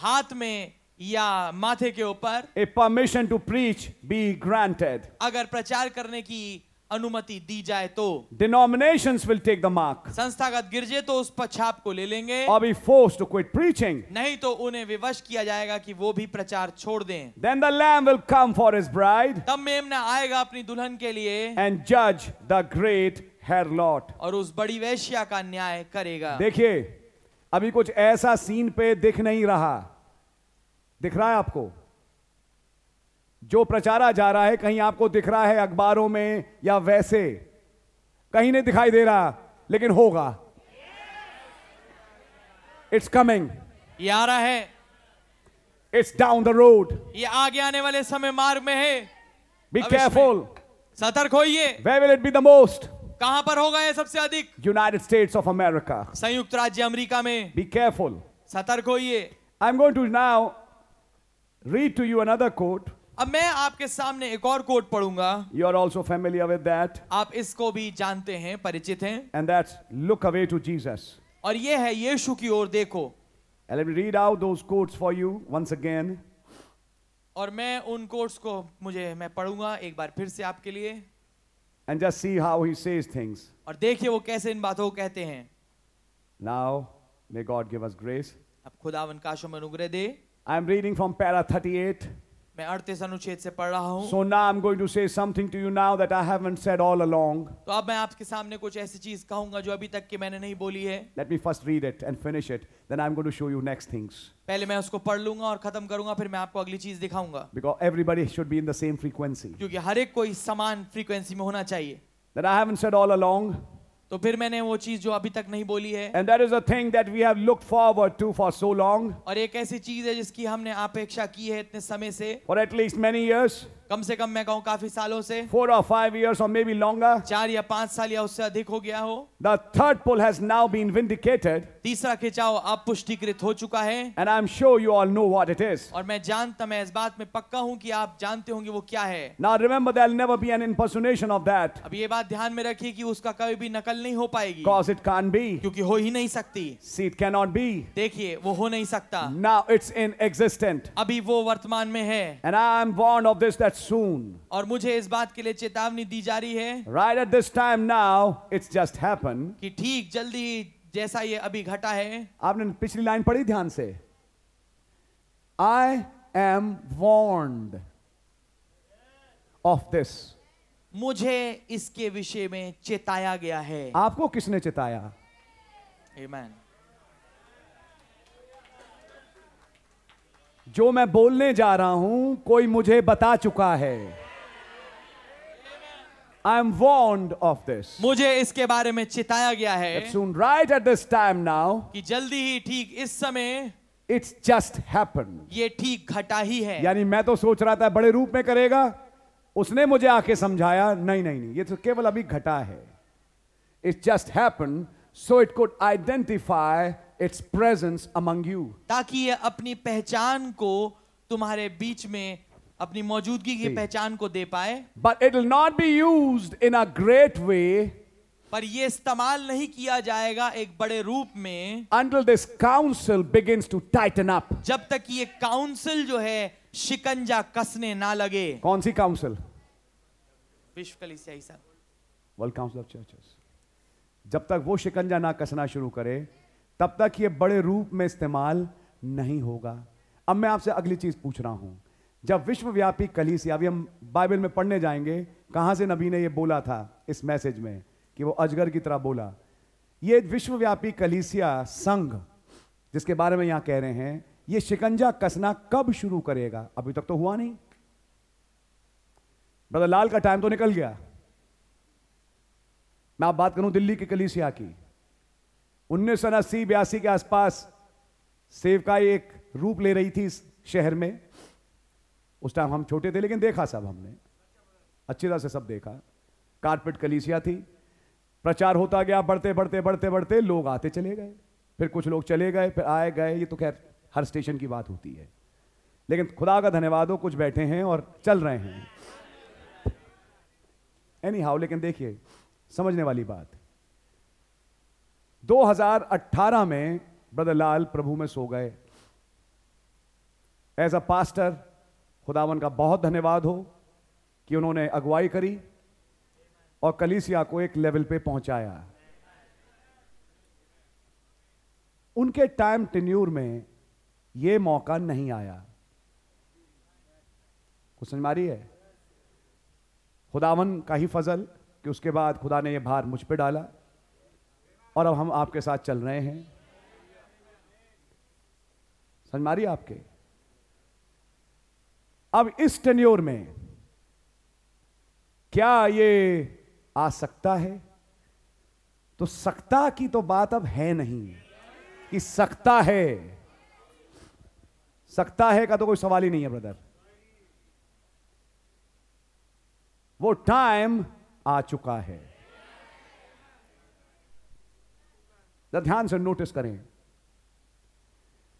हाथ में या माथे के ऊपर
a permission to preach be granted.
अगर प्रचार करने की अनुमति दी जाए तो
Denominations will take the mark
संस्थागत गिरजे तो उस पर छाप को ले लेंगे
or be forced to quit preaching.
नहीं तो उन्हें विवश किया जाएगा कि वो भी प्रचार छोड़ दें
Then the Lamb will come for his bride
तब मेमना आएगा अपनी दुल्हन के लिए
and judge the great Herlot.
और उस बड़ी वैश्या का न्याय करेगा
देखिए अभी कुछ ऐसा सीन पे दिख नहीं रहा दिख रहा है आपको जो प्रचारा जा रहा है कहीं आपको दिख रहा है अखबारों में या वैसे कहीं नहीं दिखाई दे रहा लेकिन होगा इट्स कमिंग
ये आ रहा है
It's down the road.
ये आगे आने वाले समय मार्ग में है
Be
Abhishek.
careful.
सतर्क होइए
Where will it be the most?
कहां पर होगा ये सबसे अधिक
United States of America.
संयुक्त राज्य अमेरिका में
Be careful.
सतर्क होइए
I'm going to now read to you another quote.
अब मैं आपके सामने एक और कोट पढ़ूंगा
You are also familiar with that.
आप इसको भी जानते हैं परिचित हैं
And that's look away to Jesus.
और ये है यीशु की ओर देखो
And let me read out those quotes for you once again.
और मैं उन कोट्स को मुझे मैं पढ़ूंगा एक बार फिर से आपके लिए
And just see how he says things.
और देखिए वो कैसे इन बातों को कहते हैं
Now, may God give us grace.
अब खुदावन काशों में अनुग्रह दे
I'm reading from para 38.
मैं अड़तीस अनुच्छेद से पढ़ रहा हूँ
So now I'm going to say something to you now that I haven't said all along.
तो अब मैं आपके सामने कुछ ऐसी चीज कहूंगा जो अभी तक कि मैंने नहीं बोली है
Let me first read it and finish it. Then I'm going to show you next things.
पहले मैं उसको पढ़ लूंगा और खत्म करूंगा फिर मैं आपको अगली चीज दिखाऊंगा
Because everybody should be in the same frequency.
क्योंकि हर एक कोई समान फ्रीक्वेंसी में होना चाहिए
That I haven't said all along.
तो फिर मैंने वो चीज जो अभी तक नहीं बोली है
And that is a thing that we have looked forward to for so long,
और एक ऐसी चीज है जिसकी हमने अपेक्षा की है इतने समय से
for at least many years
कम से कम मैं कहूँ काफी सालों से
four or five years, or maybe longer.
चार या पांच साल या उससे अधिक हो गया हो
The third pull has now been vindicated.
तीसरा खिंचाव अब पुष्टिकृत हो चुका है
And I'm sure you all know what it is.
और मैं जानता मैं इस बात में पक्का हूं कि आप जानते होंगे वो क्या है
Now remember, there'll never be an impersonation of that
अब ये बात ध्यान में रखिए कि उसका कभी भी नकल नहीं हो पाएगी
because it can't be.
क्योंकि हो ही नहीं सकती
See, it cannot be.
देखिए वो हो नहीं सकता
Now it's in existent.
अभी वो वर्तमान में है
And I'm warned of this that soon.
और मुझे इस बात के लिए चेतावनी दी जा रही है
Right at this time now, it's just happened.
कि ठीक जल्दी जैसा ये अभी घटा है
आपने पिछली लाइन पढ़ी ध्यान से I am warned of this
मुझे इसके विषय में चेताया गया है
आपको किसने चिताया
Amen.
जो मैं बोलने जा रहा हूं कोई मुझे बता चुका है I am warned of this
मुझे इसके बारे में चेताया गया है
soon right at this time now
कि जल्दी ही ठीक इस समय
it's just happened
ये ठीक घटा ही है
यानी मैं तो सोच रहा था बड़े रूप में करेगा उसने मुझे आके समझाया नहीं नहीं नहीं ये तो केवल अभी घटा है it just happen so it could identify its presence among you
ताकि ये अपनी पहचान को तुम्हारे बीच में अपनी मौजूदगी की
जी।
पहचान को दे पाए
but it will not be use in a great way
पर यह इस्तेमाल नहीं किया जाएगा एक बड़े रूप में
until this council begins to tighten up.
जब तक ये काउंसिल जो है शिकंजा कसने ना लगे
कौन सी council?
विश्व कलिसियाई संघ
वर्ल्ड काउंसिल ऑफ चर्चेस जब तक वो शिकंजा ना कसना शुरू करे तब तक ये बड़े रूप में इस्तेमाल नहीं होगा अब मैं आपसे अगली चीज पूछ रहा हूं जब विश्वव्यापी कलीसिया अभी हम बाइबल में पढ़ने जाएंगे कहां से नबी ने ये बोला था इस मैसेज में कि वो अजगर की तरह बोला ये विश्वव्यापी कलीसिया संघ जिसके बारे में यहां कह रहे हैं ये शिकंजा कसना कब शुरू करेगा अभी तक तो हुआ नहीं ब्रदर लाल का टाइम तो निकल गया मैं आप बात करूं दिल्ली की कलीसिया की उन्नीस सौ अस्सी बयासी के आसपास सेवकाई एक रूप ले रही थी इस शहर में उस टाइम हम छोटे थे लेकिन देखा सब हमने अच्छी तरह से सब देखा कारपेट कलीसिया थी प्रचार होता गया बढ़ते बढ़ते बढ़ते बढ़ते लोग आते चले गए फिर कुछ लोग चले गए फिर आए गए ये तो खैर हर स्टेशन की बात होती है लेकिन खुदा का धन्यवाद हो कुछ बैठे हैं और चल रहे हैं एनी हाउ लेकिन देखिए समझने वाली बात 2018 में ब्रदर लाल प्रभु में सो गए एज अ पास्टर खुदावन का बहुत धन्यवाद हो कि उन्होंने अगुवाई करी और कलीसिया को एक लेवल पे पहुंचाया उनके टाइम टेन्यूर में यह मौका नहीं आया कुछ समझ मारी है खुदावन का ही फजल कि उसके बाद खुदा ने ये भार मुझ पे डाला और अब हम आपके साथ चल रहे हैं समझ मारी आपके अब इस टेन्योर में क्या ये आ सकता है तो सकता की तो बात अब है नहीं कि सकता है सकता है का तो कोई सवाल ही नहीं है ब्रदर वो टाइम आ चुका है जरा ध्यान से नोटिस करें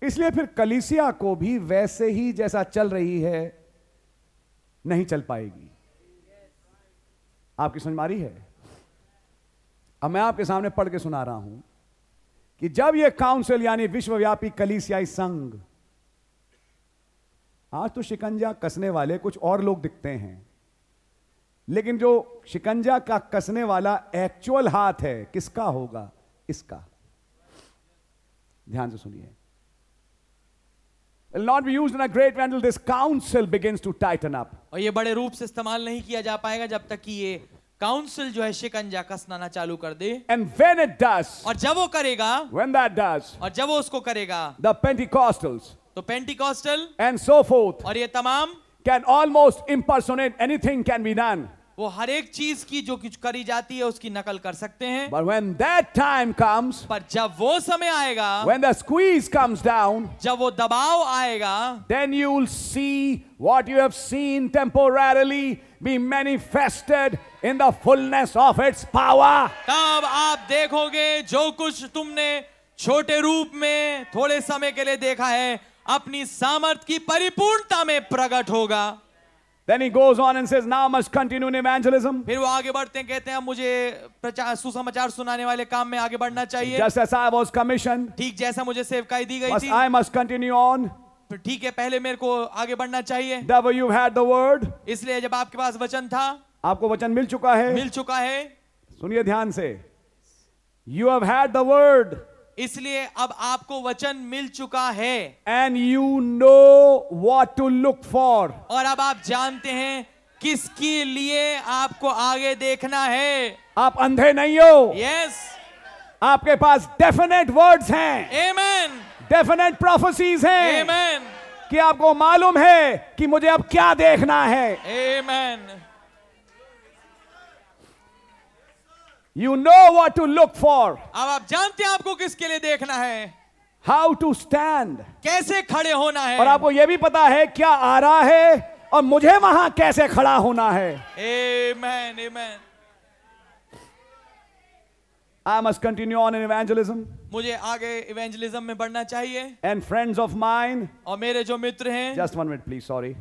इसलिए फिर कलीसिया को भी वैसे ही जैसा चल रही है नहीं चल पाएगी आपकी समझ मारी है अब मैं आपके सामने पढ़ के सुना रहा हूं कि जब यह काउंसिल यानी विश्वव्यापी कलीसियाई संघ आज तो शिकंजा कसने वाले कुछ और लोग दिखते हैं लेकिन जो शिकंजा का कसने वाला एक्चुअल हाथ है किसका होगा इसका ध्यान से सुनिए will not be used in a great way until this council begins to tighten up
और ये बड़े रूप से इस्तेमाल नहीं किया जा पाएगा जब तक कि ये काउंसिल जो है शिकंजा कसना ना चालू कर दे
and when it does
और जब वो करेगा
when that does
और जब वो उसको करेगा
the pentecostals
तो पेंटिकॉस्टल
and so forth
और ये तमाम
can almost impersonate anything can be done
वो हर एक चीज की जो कुछ करी जाती है उसकी नकल कर सकते हैं
but when that time comes
पर जब वो समय आएगा
when the squeeze comes down
जब वो दबाव आएगा
then you'll see what you have seen temporarily be manifested in the fullness of its power.
तब आप देखोगे जो कुछ तुमने छोटे रूप में थोड़े समय के लिए देखा है अपनी सामर्थ की परिपूर्णता में प्रकट होगा
Then he goes on and says, Now must continue in evangelism.
फिर वो आगे बढ़ते हैं, कहते हैं "अब मुझे प्रचार सुसमाचार सुनाने वाले काम में आगे बढ़ना चाहिए
Just as I was commissioned,
ठीक जैसा मुझे सेवकाई दी गई
must
थी
I must continue on.
ठीक है पहले मेरे को आगे बढ़ना चाहिए
Therefore, you've had the word.
इसलिए जब आपके पास वचन था
आपको वचन मिल चुका है
मिल चुका है
सुनिए ध्यान से you have had the word
इसलिए अब आपको वचन मिल चुका है
and you know what to look for
और अब आप जानते हैं किसके लिए आपको आगे देखना है
आप अंधे नहीं हो
यस
आपके पास डेफिनेट वर्ड्स हैं
एमेन
डेफिनेट प्रोफेसीज हैं
एमेन
कि आपको मालूम है कि मुझे अब क्या देखना है
amen
you know what to look for
अब आप जानते हैं आपको किसके लिए देखना है
हाउ टू स्टैंड
कैसे खड़े होना है
और आपको यह भी पता है क्या आ रहा है और मुझे वहां कैसे खड़ा होना है
amen amen
I must continue on in evangelism
मुझे आगे इवेंजलिज्म में बढ़ना चाहिए
एंड फ्रेंड्स ऑफ माइंड
और मेरे जो मित्र हैं
Just one minute, please. Sorry.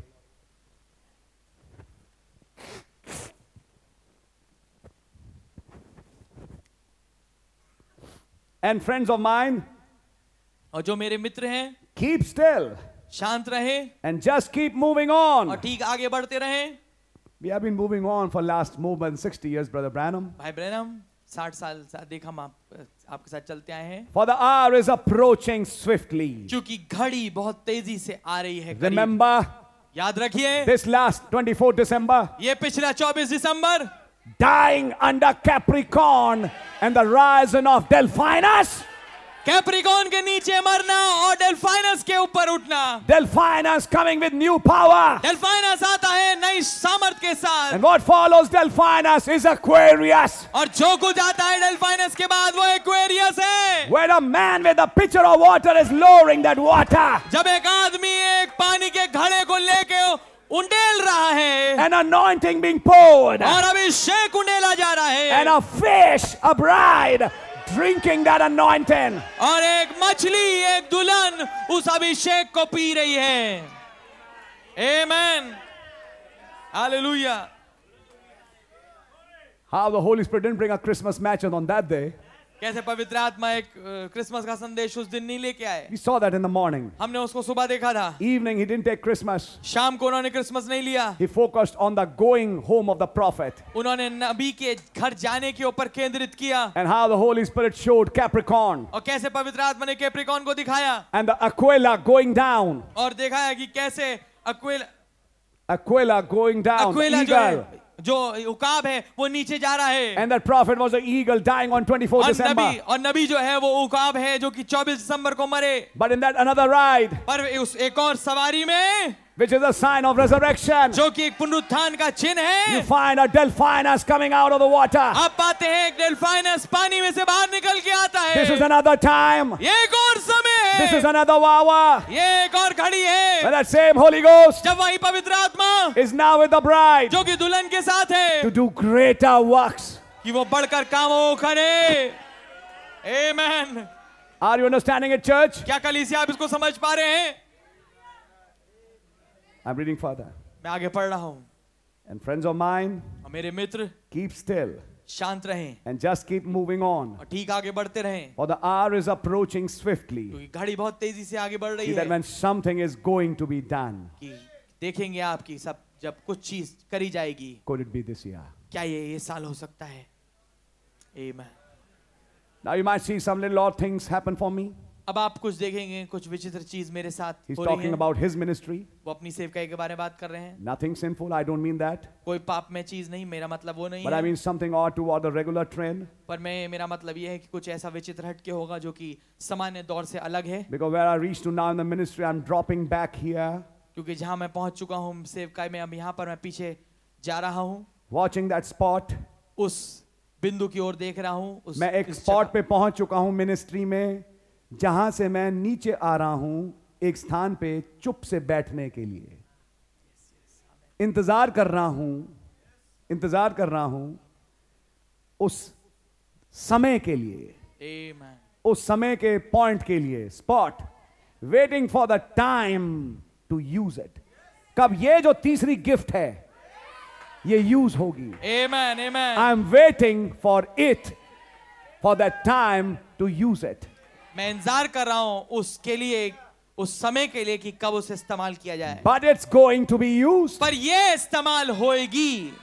And friends of mine,
और जो मेरे मित्र हैं
keep still
शांत रहे
and just keep moving
और
on.
ठीक आगे बढ़ते रहे
We have been moving on for last movement 60 years, Brother Branham.
भाई ब्रैनम साठ साल सा- देख हम आप, आपके साथ चलते आए हैं
For the hour is approaching swiftly.
क्योंकि घड़ी बहुत तेजी से आ रही है करीब।
Remember
याद रखिए
this last 24 December,
ये पिछला 24 दिसंबर
dying under Capricorn and the rising of Delphinus.
Capricorn के नीचे मरना और डेल्फाइनस के ऊपर उठना
Delphinus coming with new power.
डेल्फाइनस आता है नई सामर्थ के साथ
And what follows Delphinus is Aquarius,
और जो कुछ आता है डेल्फाइनस के बाद वो एक्वेरियस है
where a man with a pitcher of water is lowering that water
जब एक आदमी एक पानी के घड़े को लेके उंडेल रहा है
and anointing being poured,
और अभिषेक उंडेला जा रहा है
and a fish, a bride, drinking that anointing.
और एक मछली एक दुल्हन उस अभिषेक को पी रही है Amen. Hallelujah
How the Holy Spirit didn't bring a Christmas matches on that day.
कैसे पवित्र आत्मा एक अ, क्रिसमस का संदेश उस दिन नहीं लेके आए
We saw that in the morning.
हमने उसको सुबह देखा था
Evening, he didn't take Christmas.
शाम को उन्होंने क्रिसमस नहीं लिया
He focused on the going home of the prophet
उन्होंने नबी के घर जाने के ऊपर केंद्रित किया
and how the Holy Spirit showed Capricorn
और कैसे पवित्र आत्मा ने कैप्रिकॉन को दिखाया
and the Aquila going down.
और दिखाया कि कैसे अक्वेल
Aquila going down. the
Aquila जो
Oh, eagle.
है, जो उकाब है वो नीचे जा रहा है
And that prophet was an eagle dying on 24
और
December.
नबी और नबी जो है वो उकाब है जो कि 24 दिसंबर को मरे
But in that another ride,
पर उस एक और सवारी में
which is a sign of resurrection,
जो कि एक पुनरुत्थान का चिन्ह
you
है
find a Delphinus coming out of the water.
आप पाते हैं एक डेल्फाइनस पानी में से बाहर निकल के आता है
This is another time.
ये एक और समय
This is
है
another hour.
ये एक और घड़ी
Where
है
that same Holy Ghost
जब वही पवित्र आत्मा
is now with the bride
जो कि दुल्हन के साथ है
to do greater works.
कि वो बढ़कर कामों को करे Amen.
Are you understanding it, church?
क्या कल इसे आप इसको समझ पा रहे हैं
I'm reading further.
मैं आगे पढ़ रहा हूँ
And friends of mine,
और मेरे मित्र
keep still.
शांत रहें
and just keep moving on.
और ठीक आगे बढ़ते रहें
For the hour is approaching swiftly.
क्योंकि घड़ी बहुत तेजी से आगे बढ़ रही
See that
है
when something is going to be done,
कि देखेंगे आपकी सब जब कुछ चीज करी जाएगी
could it be this year?
क्या ये ये साल हो सकता है Amen.
Now you might see some little odd things happen for me.
अब आप कुछ देखेंगे कुछ विचित्र चीज मेरे साथ
He's
हो रही
talking
है
about his ministry.
वो अपनी सेवकाई के बारे में बात कर रहे हैं
Nothing sinful, I don't mean that.
कोई पाप में चीज नहीं मेरा मतलब वो नहीं
But I
है
mean something odd toward the regular trend.
पर मैं मेरा मतलब ये है कि कुछ ऐसा विचित्र हटके होगा जो कि सामान्य दौर से अलग है
Because where I reached to now in the ministry, I'm dropping back here,
क्योंकि जहाँ मैं पहुंच चुका हूँ सेवकाई में अब यहाँ पर मैं पीछे जा रहा हूँ
watching that spot.
उस बिंदु की ओर देख रहा हूँ उस
मैं एक
इस
स्पॉट
जगह-
पे पहुंच चुका हूं मिनिस्ट्री में जहां से मैं नीचे आ रहा हूं एक स्थान पे चुप से बैठने के लिए इंतजार कर रहा हूं इंतजार कर रहा हूं उस समय के लिए
Amen.
उस समय के पॉइंट के लिए spot waiting for the time to use it कब ये जो तीसरी गिफ्ट है ये यूज होगी
Amen, amen.
I'm waiting for it, for that time to use it.
मैं इंतजार कर रहा हूँ उसके लिए उस समय के लिए कि कब उसे इस्तेमाल किया जाए
But it's going to be used.
पर ये इस्तेमाल होएगी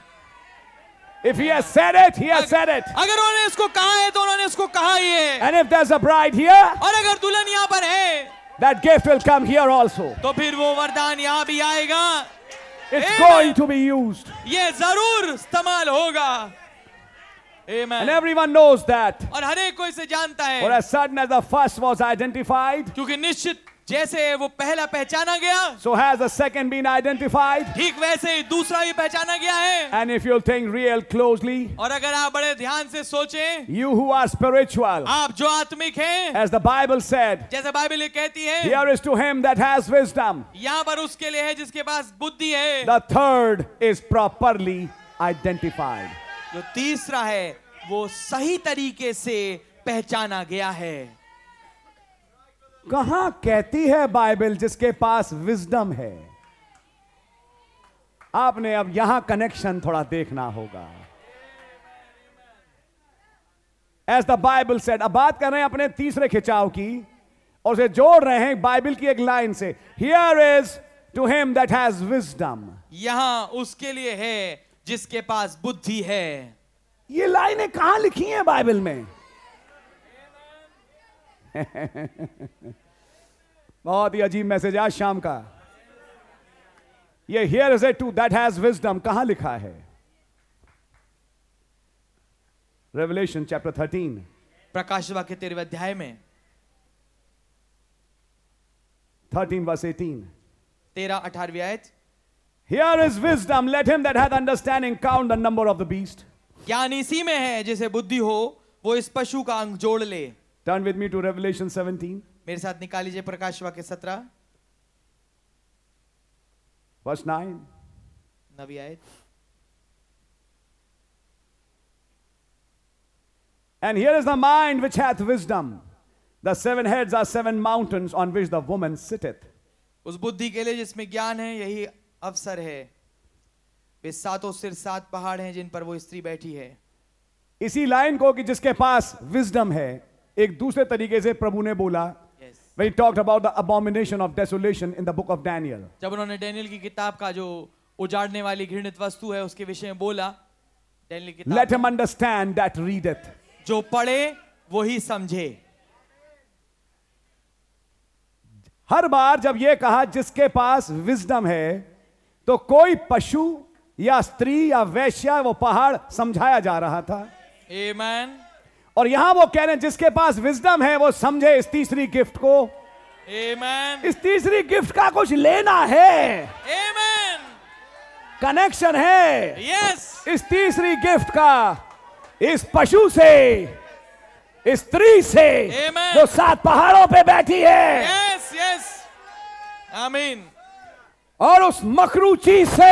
If he has said it, he has said it.
अगर उन्होंने इसको कहा है तो उन्होंने इसको कहा ही है
And if there's a bride here,
और अगर दुल्हन यहाँ पर है
that gift will come here also.
तो फिर वो वरदान यहाँ भी आएगा
It's going to be used.
ये जरूर इस्तेमाल होगा
And
Amen.
everyone knows that.
और हर एक को इसे जानता
For
है
as sudden as the first was identified,
क्योंकि निश्चित जैसे वो पहला पहचाना गया
so has the second been identified.
ठीक वैसे ही दूसरा भी पहचाना गया है
And if you'll think real closely,
और अगर आप बड़े ध्यान से सोचें
you who are spiritual,
आप जो आत्मिक हैं
as the Bible said,
जैसे बाइबल ये कहती है
here is to him that has wisdom.
यहाँ पर उसके लिए है जिसके पास बुद्धि है
The third is properly identified.
जो तीसरा है वो सही तरीके से पहचाना गया है
कहां कहती है बाइबल जिसके पास विजडम है आपने अब यहां कनेक्शन थोड़ा देखना होगा एज द बाइबल सेड अब बात कर रहे हैं अपने तीसरे खिंचाव की और उसे जोड़ रहे हैं बाइबल की एक लाइन से here is to him that has wisdom
यहाँ उसके लिए है जिसके पास बुद्धि है
ये लाइनें कहां लिखी हैं बाइबल में बहुत ही अजीब मैसेज आज शाम का ये here is a to that has wisdom कहां लिखा है रेवलेशन चैप्टर थर्टीन
प्रकाशवा के तेरहवें अध्याय में
थर्टीन वर्स एटीन
तेरह अठारहवीं आयत
here is wisdom let him that hath understanding count the number of the beast
ज्ञान इसी में है जिसे बुद्धि हो वो इस पशु का अंग जोड़ ले
turn with me to Revelation seventeen
मेरे साथ निकाल लीजिए प्रकाशवा के सत्रह
वर्स नाइन
नवी आयत
And here is the mind which hath wisdom. The seven heads are seven mountains on which the woman sitteth.
उस बुद्धि के लिए जिसमें ज्ञान है यही अवसर है वे सातों सिर सात पहाड़ हैं जिन पर वो स्त्री बैठी है
इसी लाइन को कि जिसके पास विजडम है एक दूसरे तरीके से प्रभु ने बोला
Yes.
when he talked about the abomination of desolation in the book of Daniel.
जब उन्होंने डेनियल की किताब का जो उजाड़ने वाली घृणित वस्तु है उसके विषय में बोला डेनियल की
Let
किताब
him understand that readeth.
जो पढ़े वही समझे
हर बार जब यह कहा जिसके पास विजडम है तो कोई पशु या स्त्री या वैश्या वो पहाड़ समझाया जा रहा था
एमैन
और यहां वो कह रहे हैं जिसके पास विजडम है वो समझे इस तीसरी गिफ्ट को
एमैन
इस तीसरी गिफ्ट का कुछ लेना है
एमैन
कनेक्शन है
यस
इस तीसरी गिफ्ट का इस पशु से इस स्त्री से
Amen.
जो सात पहाड़ों पे बैठी है
यस यस आमीन
और उस मकरू चीज से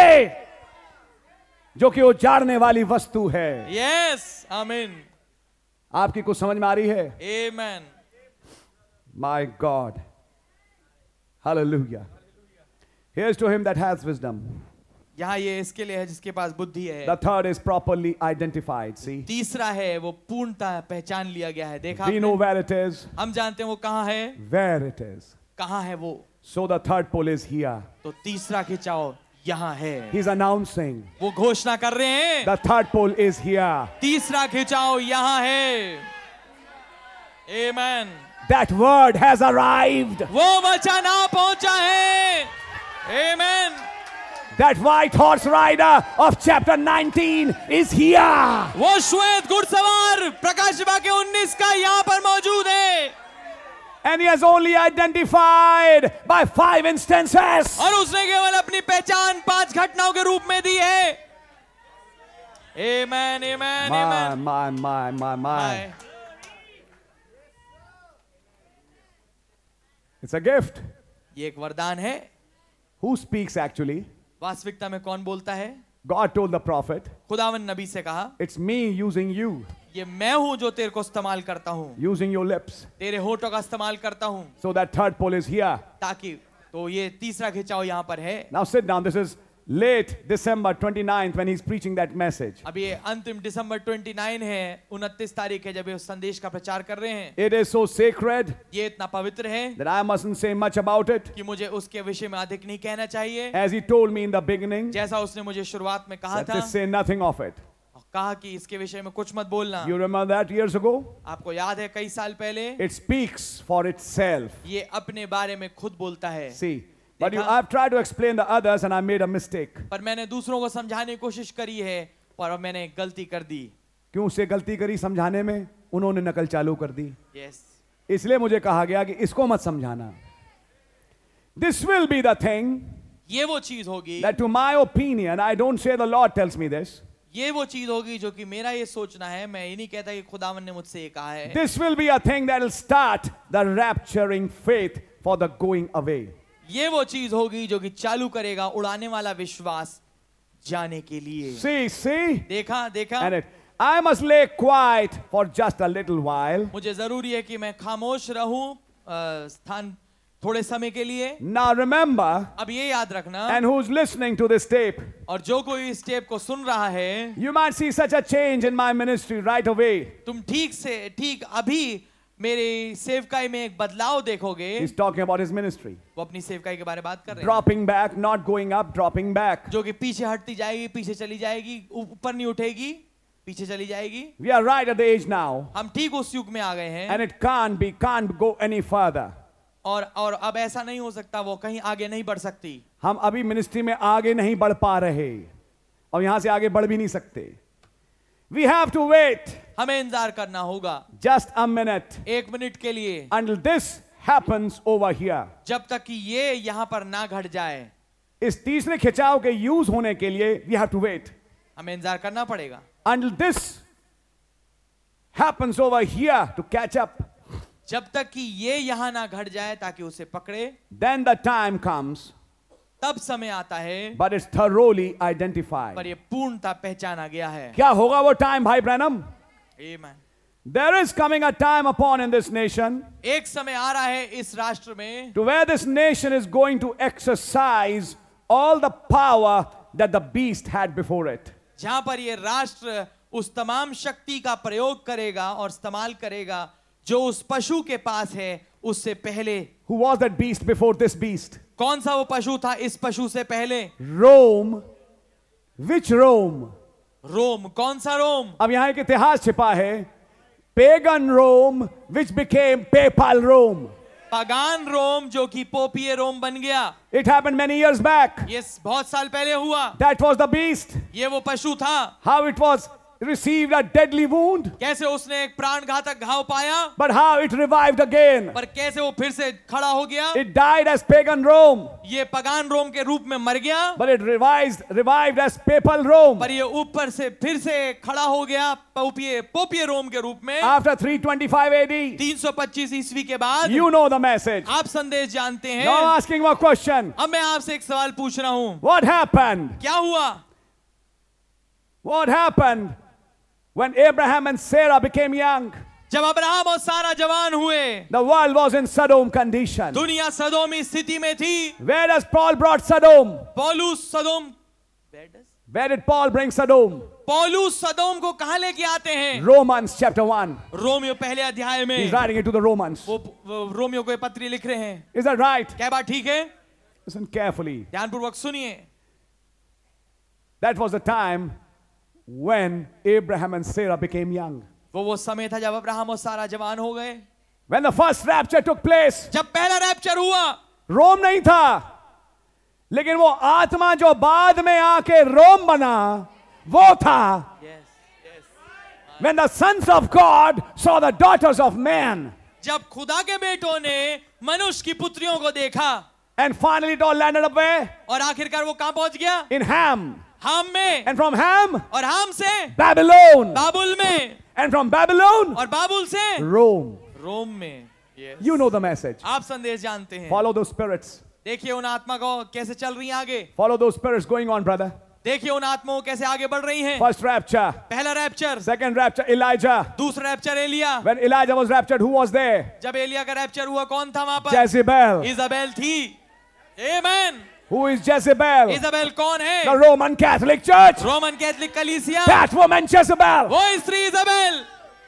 जो कि उजाड़ने वाली वस्तु है
यस आमीन
आपकी कुछ समझ में आ रही है
एमैन
My God. Hallelujah. Here's to him that has wisdom.
यहाँ ये इसके लिए है जिसके पास बुद्धि है
The third is properly identified. See,
तीसरा है वो पूर्णतः पहचान लिया गया है देखा
we know
आपने?
where it is,
हम जानते हैं वो कहाँ है
where it is.
कहाँ है वो
So the third pole is here.
तो तीसरा खिंचाव यहाँ है
He's announcing
वो घोषणा कर रहे हैं
the third pole is here.
तीसरा खिंचाव यहाँ है एमैन
That word has arrived.
वो वचन आ पहुंचा है एमैन
That white horse rider of chapter 19 is here.
वो श्वेत घुड़सवार प्रकाश विभाग के 19 का यहाँ पर मौजूद है
And he has only identified by five instances.
और उसने केवल अपनी पहचान पांच घटनाओं के रूप में दी है amen amen
My,
amen
my, my, my, my. It's a gift.
ये एक वरदान है
Who speaks actually?
वास्तविकता में कौन बोलता है
God told the prophet,
खुदावन नबी से कहा
It's me using you,
ये मैं हूं जो तेरे को इस्तेमाल करता हूँ
using your lips.
तेरे होठों का इस्तेमाल करता हूँ
So that third pole is here.
ताकि तो ये तीसरा खिंचाव यहाँ पर है
Now sit down. This is late December 29th when he's preaching that message.
अब ये अंतिम दिसंबर 29 है 29 तारीख है जब ये उस संदेश का प्रचार कर रहे हैं
It is so sacred
ये इतना पवित्र है
that I mustn't say much about it.
कि मुझे उसके विषय में अधिक नहीं कहना चाहिए
As he told me in the beginning,
जैसा उसने मुझे शुरुआत में कहा
let
था
us say nothing of it.
और कहा कि इसके विषय में कुछ मत बोलना
You remember that years ago?
आपको याद है कई साल पहले
It speaks for itself.
ये अपने बारे में खुद बोलता है
See, but you,
देखा?
I've tried to explain the others and I made a mistake.
पर मैंने दूसरों को समझाने की कोशिश करी है पर मैंने गलती कर दी
क्यों उससे गलती करी समझाने में उन्होंने नकल चालू कर दी
यस
इसलिए मुझे कहा गया कि इसको मत समझाना this will be the thing
ये वो चीज होगी
that to my opinion i don't say the lord tells me this
ये वो चीज होगी जो कि मेरा ये सोचना है मैं ये नहीं कहता कि खुदावन ने मुझसे ये कहा है
this will be a thing that will start the rapturing faith for the going away
ये वो चीज होगी जो कि चालू करेगा उड़ाने वाला विश्वास जाने के लिए
see see
देखा देखा
and it i must lay quiet for just a little while
मुझे जरूरी है कि मैं खामोश रहूं अ, स्थान थोड़े समय के लिए
Now remember,
अब ये याद रखना
and who's listening to this tape,
और जो कोई इस टेप को सुन रहा है
you might see such a change in my ministry right away.
तुम ठीक से ठीक अभी मेरे सेवकाई में एक बदलाव देखोगे
He's talking about his ministry.
वो अपनी सेवकाई के बारे में बात कर रहे हैं
Dropping back, not going up, dropping back.
जो कि पीछे हटती जाएगी पीछे चली जाएगी ऊ- ऊपर नहीं उठेगी पीछे चली जाएगी
We are right at the age now,
हम ठीक उस युग में आ गए हैं
and it can't be, can't go any further.
और और अब ऐसा नहीं हो सकता वो कहीं आगे नहीं बढ़ सकती
हम अभी मिनिस्ट्री में आगे नहीं बढ़ पा रहे और यहां से आगे बढ़ भी नहीं सकते वी हैव टू वेट
हमें इंतजार करना होगा
जस्ट अ मिनट
एक मिनट के लिए
until this happens over here
जब तक कि ये यहाँ पर ना घट जाए
इस तीसरे खिंचाव के यूज होने के लिए वी हैव टू वेट
हमें इंतजार करना पड़ेगा
until this happens over here to catch up
जब तक कि ये यहाँ ना घट जाए ताकि उसे पकड़े
देन द टाइम कम्स
तब समय आता है
बट इट्स थरोली
पर
आइडेंटिफाइड
ये पूर्णता पहचाना गया है
क्या होगा वो टाइम भाई Branham
Amen.
There is coming a time upon in this nation
एक समय आ रहा है इस राष्ट्र में
to where this nation is going to exercise all the power that the beast had before it.
जहां पर ये राष्ट्र उस तमाम शक्ति का प्रयोग करेगा और इस्तेमाल करेगा जो उस पशु के पास है उससे पहले
Who was that beast before this beast?
कौन सा वो पशु था इस पशु से पहले
Rome. Which Rome?
रोम कौन सा रोम
अब यहां एक इतिहास छिपा है pagan Rome which became papal Rome
pagan Rome जो कि पोपिय रोम बन गया
it happen many years back
ये बहुत साल पहले हुआ
दैट वॉज द बीस्ट
ये वो पशु था
how it was received a deadly wound
कैसे उसने एक प्राण घातक घाव पाया
but how it revived again
पर कैसे वो फिर से खड़ा हो गया
it died as pagan rome
ये पगान रोम के रूप में मर गया
but it revised revived as papal rome
पर ये ऊपर से फिर से खड़ा हो गया पोपिय पोपिय रोम के रूप में
after 325 AD.
325 ईसवी के बाद
You know the message.
आप संदेश जानते हैं
Now I'm asking one question.
अब मैं आपसे एक सवाल पूछ रहा हूं
What happened?
क्या हुआ
What happened when Abraham and Sarah became young?
जब अब्राहम और सारा जवान हुए
The world was in Sodom condition.
दुनिया सदोमी स्थिति में थी
Whereas Paul brought Sodom.
पौलुस सदोम
Where did Paul bring Sodom?
पौलुस सदोम को कहा लेके आते हैं
Romans chapter 1.
रोमियो पहले अध्याय में
He's writing it to the Romans.
वो वो रोमियो को ये पत्री लिख रहे हैं
Is that right?
क्या बात ठीक है
Listen carefully.
ध्यानपूर्वक सुनिए
That was the time when Abraham and Sarah became young.
वो वो समय था जब अब्राहम और सारा जवान हो गए
When the first rapture took place,
जब पहला रैप्चर हुआ
रोम नहीं था लेकिन वो आत्मा जो बाद में आके रोम बना वो था when the sons of god saw the daughters of man
जब खुदा के बेटों ने मनुष्य की पुत्रियों को देखा
and finally it all landed up where
और आखिरकार वो कहां पहुंच गया
in ham
हाम में
and from ham
और हाम से
babylon
बाबुल में
and from babylon
और बाबुल से
rome
रोम में
you know the message
आप संदेश जानते हैं
follow those spirits
देखिए उन आत्मा को कैसे चल रही हैं आगे
follow those spirits going on brother
देखिए उन आत्माओं को कैसे आगे बढ़ रही हैं
first rapture
पहला रैप्चर
second rapture elijah
दूसरा रैप्चर एलिया
when elijah was raptured who was there
जब एलिया का रैप्चर हुआ कौन था वहां पर
jezebel
इजाबेल थी amen
who is jezebel
Isabel कौन
The
है
Roman Catholic Church.
Roman Catholic कलीसिया
That woman Jezebel.
वो स्त्री Isabel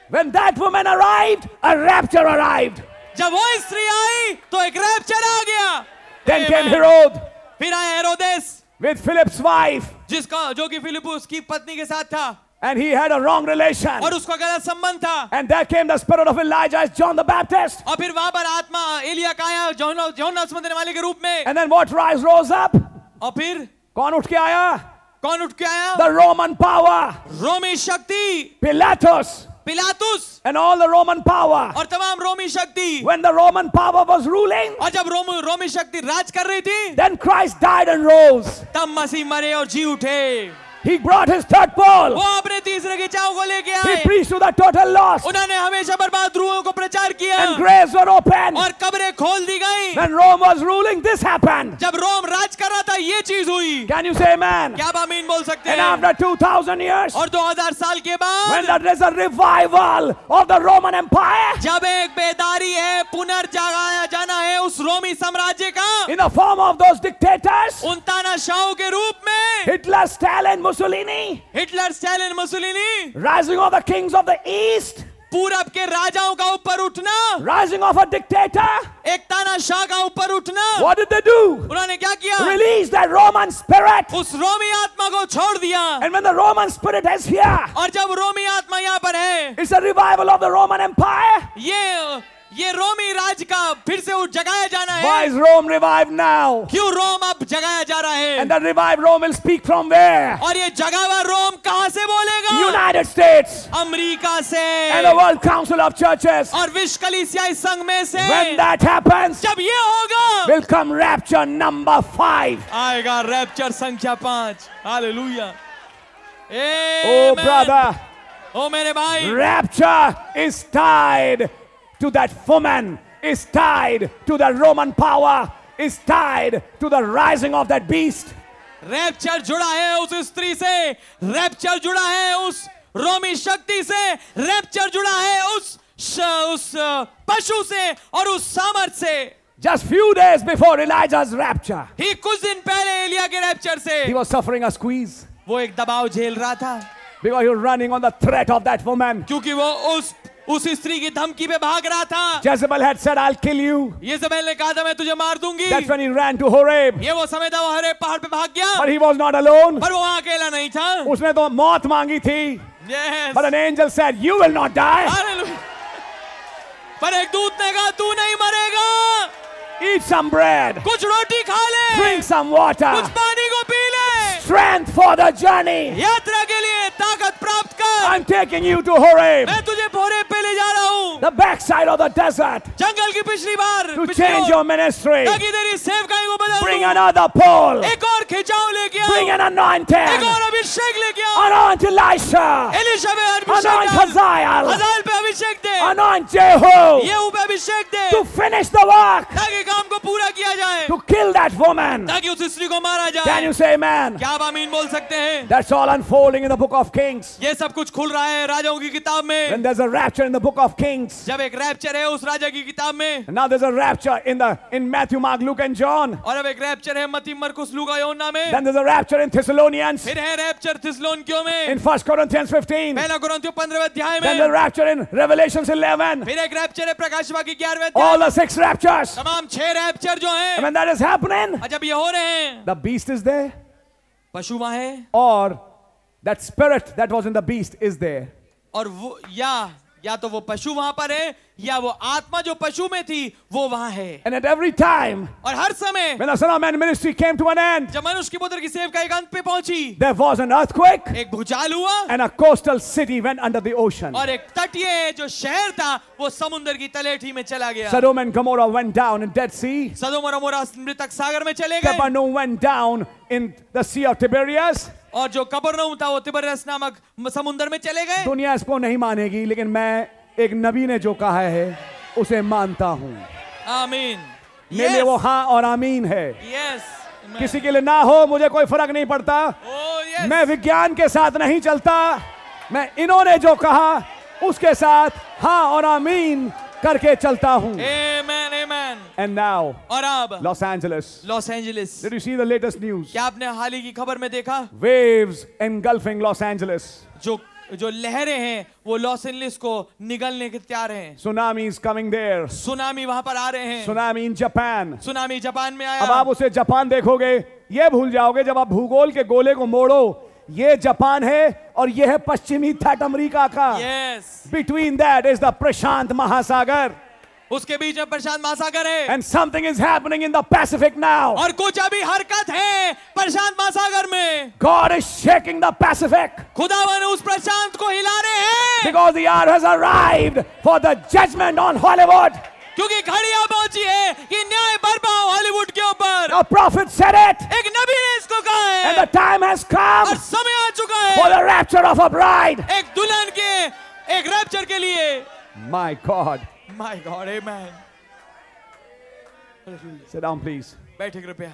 When that woman arrived, a rapture arrived.
जब वो स्त्री आई तो एक रैप्चर आ गया
Then
Amen.
came Herod
फिर आया हेरोदेस
with Philip's wife,
जिसका जो कि फिलिपुस की पत्नी के साथ था
and he had a wrong relation.
और उसका गलत संबंध था
And there came the spirit of Elijah as John the Baptist.
और फिर वहां पर आत्मा एलिया का आया जौहना जौहना स्मरण देने वाले के रूप में
And then what rise rose up?
और फिर
कौन उठ के आया?
कौन उठ के आया
The Roman power,
रोमी शक्ति
Pilatus,
पिलातुस
and all the Roman power.
और तमाम रोमी शक्ति
When the Roman power was ruling,
और जब रोम रोमी शक्ति राज कर रही थी
then Christ died and rose.
तब मसीह मरे और जी उठे
He brought his third
वो
pole.
अपने तीसरे के चाव को लेके
He
आए
preached to the total lost,
उन्होंने हमेशा बर्बाद रूहों को प्रचार किया
and graves were opened.
और कब्रें खोल दी गई
When Rome was ruling, this happened.
जब रोम राज कर रहा था ये चीज हुई
Can you say amen?
क्या आप अमीन बोल सकते
And
हैं
after 2,000 years,
और 2000 साल के
when
बाद
there is a revival of the Roman Empire,
जब एक बेदारी है पुनर्जगाया जाना है उस रोमी साम्राज्य का
in the form of those dictators,
उन तानाशाहों के रूप में
Hitler, Stalin, Mussolini,
Hitler Stalin Mussolini
rising of the kings of the east,
पूरब के राजाओं का ऊपर उठना
rising of a dictator.
एक तानाशाह का ऊपर उठना
What did they do?
उन्होंने क्या किया
Release that Roman spirit.
उस रोमी आत्मा को छोड़ दिया
And when the Roman spirit is here,
और जब रोमी आत्मा यहाँ पर है
it's a revival of the Roman Empire.
ये ये रोमी राज का फिर से उठ जगाया जाना
Why
है
is Rome revived now?
क्यों रोम अब जगाया जा रहा
And
है
that revived Rome will speak from where?
और ये जगावा रोम कहाँ से बोलेगा
United States
अमेरिका से
and the World Council of Churches.
और विश्व कलीसियाई संघ में से
When that happens,
जब ये होगा
will come rapture number five.
आएगा रैप्चर संख्या पांच हालेलुया
Oh, brother,
ओ Oh, मेरे भाई
rapture is tied to that woman, is tied to the Roman power, is tied to the rising of that beast.
Rapture जुड़ा है उस स्त्री से रैप्चर जुड़ा है उस रोमी शक्ति से रैप्चर जुड़ा है उस उस पशु से और उस सामर्थ से
Just few days before Elijah's rapture,
ही कुछ दिन पहले एलिया के रैप्चर से
he was suffering a squeeze
वो एक दबाव झेल रहा था
because he was running on the threat of that woman.
क्योंकि वो उस उस स्त्री की धमकी पे भाग रहा था
Jezebel had said, I'll kill you.
ये सब ने कहा था मैं तुझे मार दूंगी
That's when he ran to Horeb.
ये वो समय था वो हरे पहाड़ पे भाग गया
But he was not alone.
पर वो वहां अकेला नहीं था
उसने तो मौत मांगी थी
Yes.
But an angel said, You will not die.
Hallelujah. पर एक दूत ने कहा तू नहीं मरेगा
Eat some bread,
कुछ रोटी खा ले
drink some water,
कुछ पानी को पी ले
strength for the journey.
यात्रा के लिए ताकत प्राप्त कर
I'm taking you to Horeb,
मैं तुझे भोरे पे ले जा रहा हूँ
the backside of the desert,
जंगल की पिछली बार
to
पिछली
change
ओर,
your ministry.
ताकि तेरी सेवकाई को बदल
Bring
दूं।
another pole,
एक और खिंचाव लेके
bring
आओ
an
एक
anointing,
और अभिषेक लेके आओ
anoint Elisha,
एलिशा
anoint
पे अभिषेक डाल।
Hazael,
हजाल पे अभिषेक दे
anoint Jehu
यहू पे अभिषेक दे
to finish the work,
ताकि काम को पूरा किया जाए
to kill that woman.
ताकि उस स्त्री को मारा
Can
जाए
you say amen?
क्या आप आमीन बोल सकते हैं
That's all unfolding in the book of Kings.
ये सब कुछ खुल रहा है राजाओं की किताब
When
में
there's a rapture in the book of Kings,
जब एक रैप्चर है उस राजा की किताब में
And now there's a rapture in the in Matthew, Mark, Luke, and John.
और अब एक रैप्चर है मती मरकुस लूका योना में
Then there's a rapture in Thessalonians,
फिर है रैप्चर थिस्लोनकियो
in
में
1 Corinthians 15. Then
पहला कुरंथियो 15वें अध्याय
the
में
rapture in Revelations 11.
फिर एक रैप्चर है प्रकाशवा की 11वें
All
अध्याय
the six raptures.
तमाम छह रैप्चर जो
And
हैं
when that is हappening,
और जब ये हो रहे हैं
the beast is there,
पशु वहां है
or that spirit that was in the beast is there.
और वो या या तो वो पशु वहां पर है या वो आत्मा जो पशु में थी वो वहां है
And at every time
और हर समय
when the Son of Man ministry came to an end,
जब मनुष्य की पुत्र की सेवकाई एक अंत पे पहुंची
there was an earthquake,
एक भूचाल हुआ
and a coastal city went under the ocean.
और एक तटीय जो शहर था वो समुंदर की तलेठी में चला गया
Sodom and Gomorrah went down in Dead Sea.
सदोम और अमोरा मृतक सागर में चले गए
Capernaum went down in the Sea of Tiberias.
और जो कबरनूम था वो तिबरस नामक म- समुंदर में चले गए
दुनिया इसको नहीं मानेगी लेकिन मैं एक नबी ने जो कहा है उसे मानता हूँ
आमीन
मेरे लिए वो हाँ और आमीन है
यस
किसी के लिए ना हो मुझे कोई फर्क नहीं पड़ता
ओ यस
मैं विज्ञान के साथ नहीं चलता मैं इन्होंने जो कहा उसके साथ हाँ और आमीन करके चलता हूँ
आमेन आमेन
एंड नाउ
और अब
Los Angeles
Los Angeles
did you see the latest news
क्या आपने हाल ही की खबर में देखा
वेव्स engulfing लॉस एंजलिस
जो जो लहरें हैं वो लॉस एंजलिस को निगलने के तैयार हैं
tsunami is coming there
tsunami वहां पर आ रहे हैं
tsunami in Japan
tsunami Japan में
अब
आया
आप उसे जापान देखोगे ये भूल जाओगे जब आप भूगोल के गोले को मोड़ो ये जापान है और ये है पश्चिमी थट अमेरिका का
yes
between that is the प्रशांत महासागर
उसके बीच में प्रशांत महासागर है
and something is happening in the Pacific now
और कुछ अभी हरकत है प्रशांत महासागर में
God is shaking the Pacific
खुदावन उस प्रशांत को हिला रहे हैं
because the hour has arrived for the judgement on Hollywood
क्योंकि घड़ी अब पहुंची है कि न्याय बरपा हो हॉलीवुड के ऊपर
A prophet said it,
एक नबी ने इसको कहा
and
है
the time has come
और समय आ चुका
for
है
the rapture of a bride.
एक दुल्हन के एक रैप्चर के लिए
My God.
My God amen
Sit down, please.
बैठे कृपया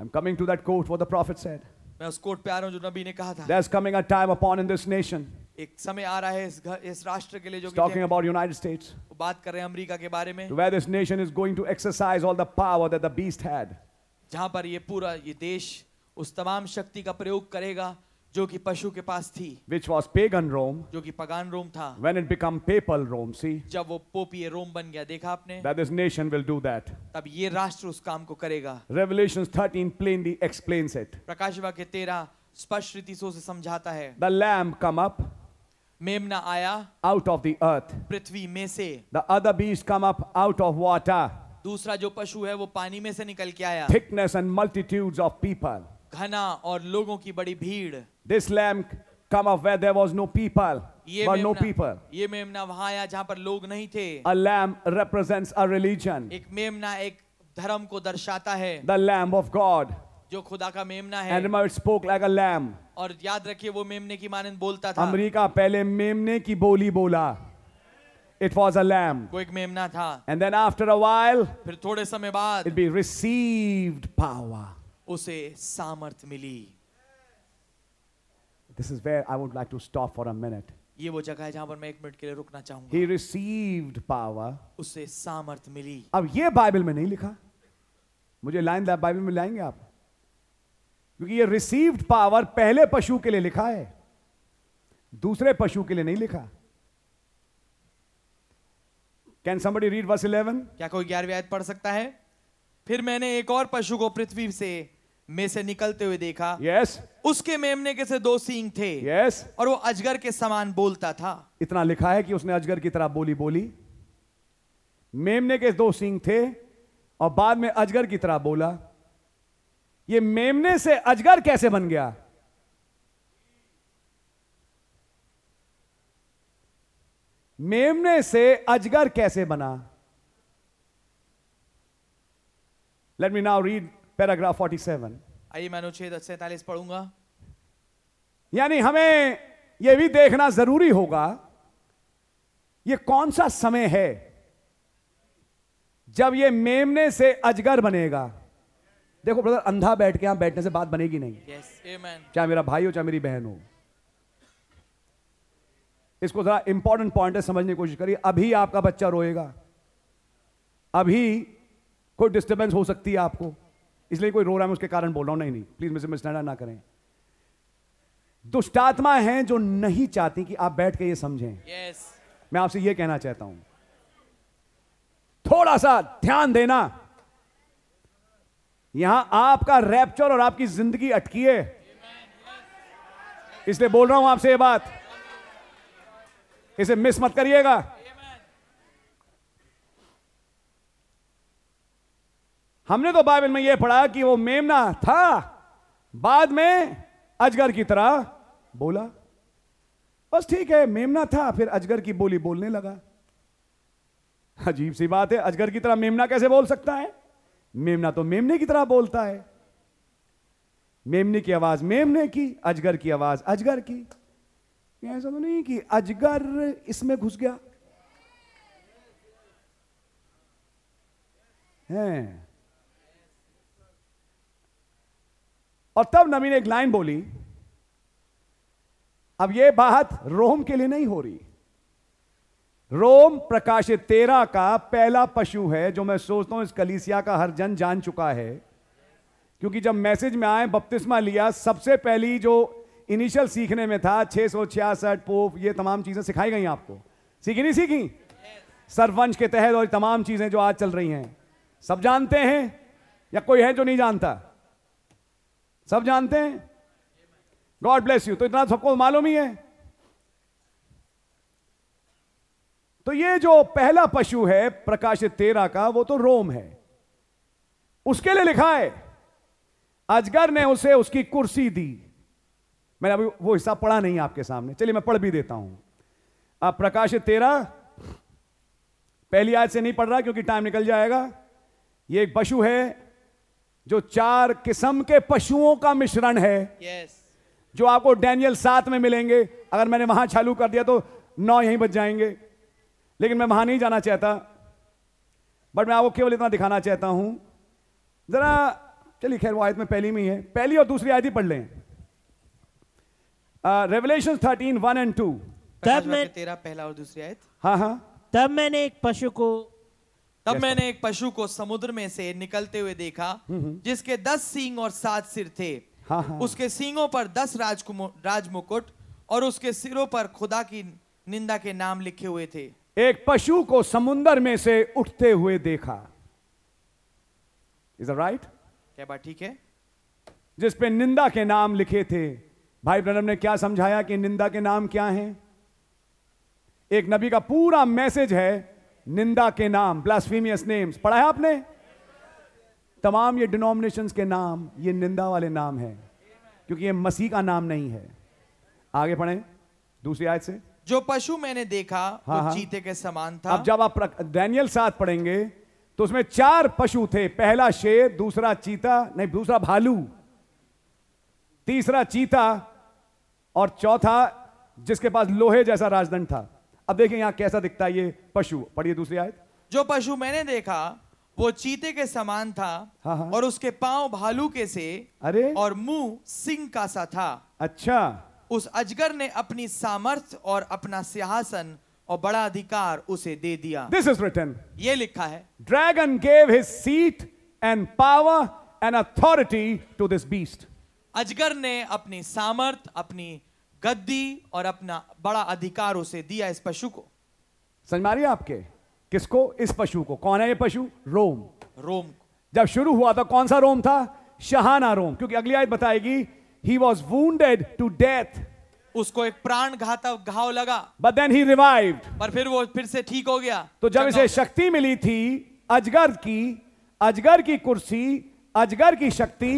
I'm coming to that quote what the prophet said.
मैं उस कोट पे आ रहा हूं जो नबी ने कहा था
There's coming a time upon in this nation
एक समय आ रहा है इस घर इस राष्ट्र के लिए जो
He's
कि
talking about United States,
वो बात कर रहे हैं अमेरिका के बारे में
where this nation is going to exercise all the power that the beast had.
जहां पर ये पूरा ये देश उस तमाम शक्ति का प्रयोग करेगा जो कि पशु के पास थी
which was pagan Rome,
जो कि पगान रोम था
when it become papal Rome, see,
जब वो पोपीय रोम बन गया देखा आपने
that this nation will do that.
तब ये राष्ट्र उस काम को करेगा
Revelations 13 plainly explains it.
प्रकाशवा के तेरह स्पष्ट रीति से उसे समझाता है
The lamb come up
मेमना आया
out of the earth.
पृथ्वी में से
The other beast come up out of water.
दूसरा जो पशु है वो पानी में से निकल के आया
Thickness and multitudes of people.
घना और लोगों की बड़ी भीड़
This lamb come up where there was no people,
ये
but no
मेमना-
people.
ये मेमना वहां आया जहां पर लोग नहीं थे
A lamb represents a religion,
एक मेमना एक धर्म को दर्शाता है
the lamb of God.
जो खुदा का मेमना है
And remember, it spoke like a lamb.
और याद रखिए वो मेमने की मानंद बोलता था
अमेरिका पहले मेमने की बोली बोला. It was a lamb.
वो एक मेमना था
And then after a while,
फिर थोड़े समय बाद
it be received power.
उसे सामर्थ मिली
This is where I would like to stop for a minute.
ये वो जगह है जहां पर मैं एक मिनट के लिए रुकना चाहूंगा
He received power.
उसे सामर्थ मिली
अब ये बाइबल में नहीं लिखा मुझे लाइन बाइबल में लाएंगे आप क्योंकि ये received power पहले पशु के लिए लिखा है दूसरे पशु के लिए नहीं लिखा कैन somebody रीड verse 11
क्या कोई ग्यारहवीं आयत पढ़ सकता है फिर मैंने एक और पशु को पृथ्वी से में से निकलते हुए देखा
यस
उसके मेमने के से दो सींग थे
यस
और वो अजगर के समान बोलता था
इतना लिखा है कि उसने अजगर की तरह बोली बोली मेमने के दो सींग थे और बाद में अजगर की तरह बोला ये मेमने से अजगर कैसे बन गया मेमने से अजगर कैसे बना let me now read paragraph 47
आइए मैं अनुच्छेद सैतालीस पढ़ूंगा
यानी हमें यह भी देखना जरूरी होगा यह कौन सा समय है जब यह मेमने से अजगर बनेगा देखो ब्रदर अंधा बैठ के यहां बैठने से बात बनेगी नहीं
यस आमेन
चाहे मेरा भाई हो चाहे मेरी बहन हो इसको जरा इंपॉर्टेंट पॉइंट है समझने की कोशिश करिए अभी आपका बच्चा रोएगा अभी कोई डिस्टर्बेंस हो सकती है आपको इसलिए कोई रो रहा है मैं उसके कारण बोल रहा हूं नहीं नहीं प्लीज मिस मिसअंडरस्टैंड ना करें दुष्टात्मा हैं जो नहीं चाहती कि आप बैठ के ये समझें
यस
मैं आपसे यह कहना चाहता हूं थोड़ा सा ध्यान देना यहां आपका रैप्चर और आपकी जिंदगी अटकी है इसलिए बोल रहा हूं आपसे ये बात इसे मिस मत करिएगा हमने तो बाइबल में यह पढ़ा कि वो मेमना था बाद में अजगर की तरह बोला बस ठीक है मेमना था फिर अजगर की बोली बोलने लगा अजीब सी बात है अजगर की तरह मेमना कैसे बोल सकता है मेमना तो मेमने की तरह बोलता है मेमने की आवाज मेमने की अजगर की आवाज अजगर की ऐसा तो नहीं कि अजगर इसमें घुस गया है और तब नबी ने एक लाइन बोली अब ये बात रोम के लिए नहीं हो रही रोम प्रकाशित तेरह का पहला पशु है जो मैं सोचता हूं इस कलीसिया का हर जन जान चुका है क्योंकि जब मैसेज में आए बपतिस्मा लिया सबसे पहली जो इनिशियल सीखने में था छह सौ छियासठ पोप ये तमाम चीजें सिखाई गई आपको सीखी नहीं सीखी सरपंच के तहत और ये तमाम चीजें जो आज चल रही हैं सब जानते हैं या कोई है जो नहीं जानता सब जानते हैं गॉड ब्लेस यू तो इतना सबको मालूम ही है तो ये जो पहला पशु है प्रकाशित तेरा का वो तो रोम है उसके लिए लिखा है अजगर ने उसे उसकी कुर्सी दी मैंने अभी वो हिस्सा पढ़ा नहीं आपके सामने चलिए मैं पढ़ भी देता हूं अब प्रकाशित तेरा पहली आज से नहीं पढ़ रहा क्योंकि टाइम निकल जाएगा ये एक पशु है जो चार किस्म के पशुओं का मिश्रण है
यस
जो आपको डैनियल सात में मिलेंगे अगर मैंने वहां चालू कर दिया तो नौ यहीं बच जाएंगे लेकिन मैं वहां नहीं जाना चाहता बट मैं आपको केवल इतना दिखाना चाहता हूं जरा चलिए खैर वो आयत में पहली में ही है पहली और दूसरी आयत ही पढ़ लें Uh, Revelation 13 1 and 2.
प्रकाश
तब मैं-
वाक्य तेरा पहला और दूसरी आयत
हाँ हाँ
तब मैंने एक पशु को
तब मैंने एक पशु को समुद्र में से निकलते हुए देखा जिसके दस सींग और सात सिर थे
हाँ, हाँ।
उसके सींगों पर दस राजकुमो- राजमुकुट और उसके सिरों पर खुदा की निंदा के नाम लिखे हुए थे
एक पशु को समुंदर में से उठते हुए देखा इज राइट
क्या बात ठीक है
जिस पे निंदा के नाम लिखे थे भाई ब्रनम ने क्या समझाया कि निंदा के नाम क्या हैं एक नबी का पूरा मैसेज है निंदा के नाम ब्लास्फीमियस नेम्स पढ़ा है आपने तमाम ये डिनोमिनेशंस के नाम ये निंदा वाले नाम हैं क्योंकि ये मसीह का नाम नहीं है आगे पढ़ें दूसरी आयत से
जो पशु मैंने देखा
हाँ,
वो
हाँ।
चीते के समान था
अब जब आप प्रक- डैनियल साथ पढ़ेंगे तो उसमें चार पशु थे पहला शेर दूसरा चीता नहीं दूसरा भालू तीसरा चीता और चौथा जिसके पास लोहे जैसा राजदंड था अब देखिए यहां कैसा दिखता है ये पशु पढ़िए दूसरी आयत
जो पशु मैंने देखा वो चीते के समान था
हाँ, हाँ।
और उसके पांव भालू के से
अरे
और मुंह सिंह का सा था
अच्छा
उस अजगर ने अपनी सामर्थ्य और अपना सिंहासन और बड़ा अधिकार उसे दे दिया
दिस इज रिटन
ये लिखा है
dragon gave his seat and power and authority to this beast
अजगर ने अपनी सामर्थ अपनी गद्दी और अपना बड़ा अधिकार उसे दिया इस पशु को
समझ मारिए आपके किसको इस पशु को कौन है ये पशु रोम
रोम को
जब शुरू हुआ था कौन सा रोम था शहाना रोम क्योंकि अगली आयत बताएगी he was wounded to death
उसको एक प्राण घातक घाव लगा
बट देन ही रिवाइव्ड
पर फिर वो फिर से ठीक हो गया
तो जब इसे शक्ति मिली थी अजगर की अजगर की कुर्सी अजगर की शक्ति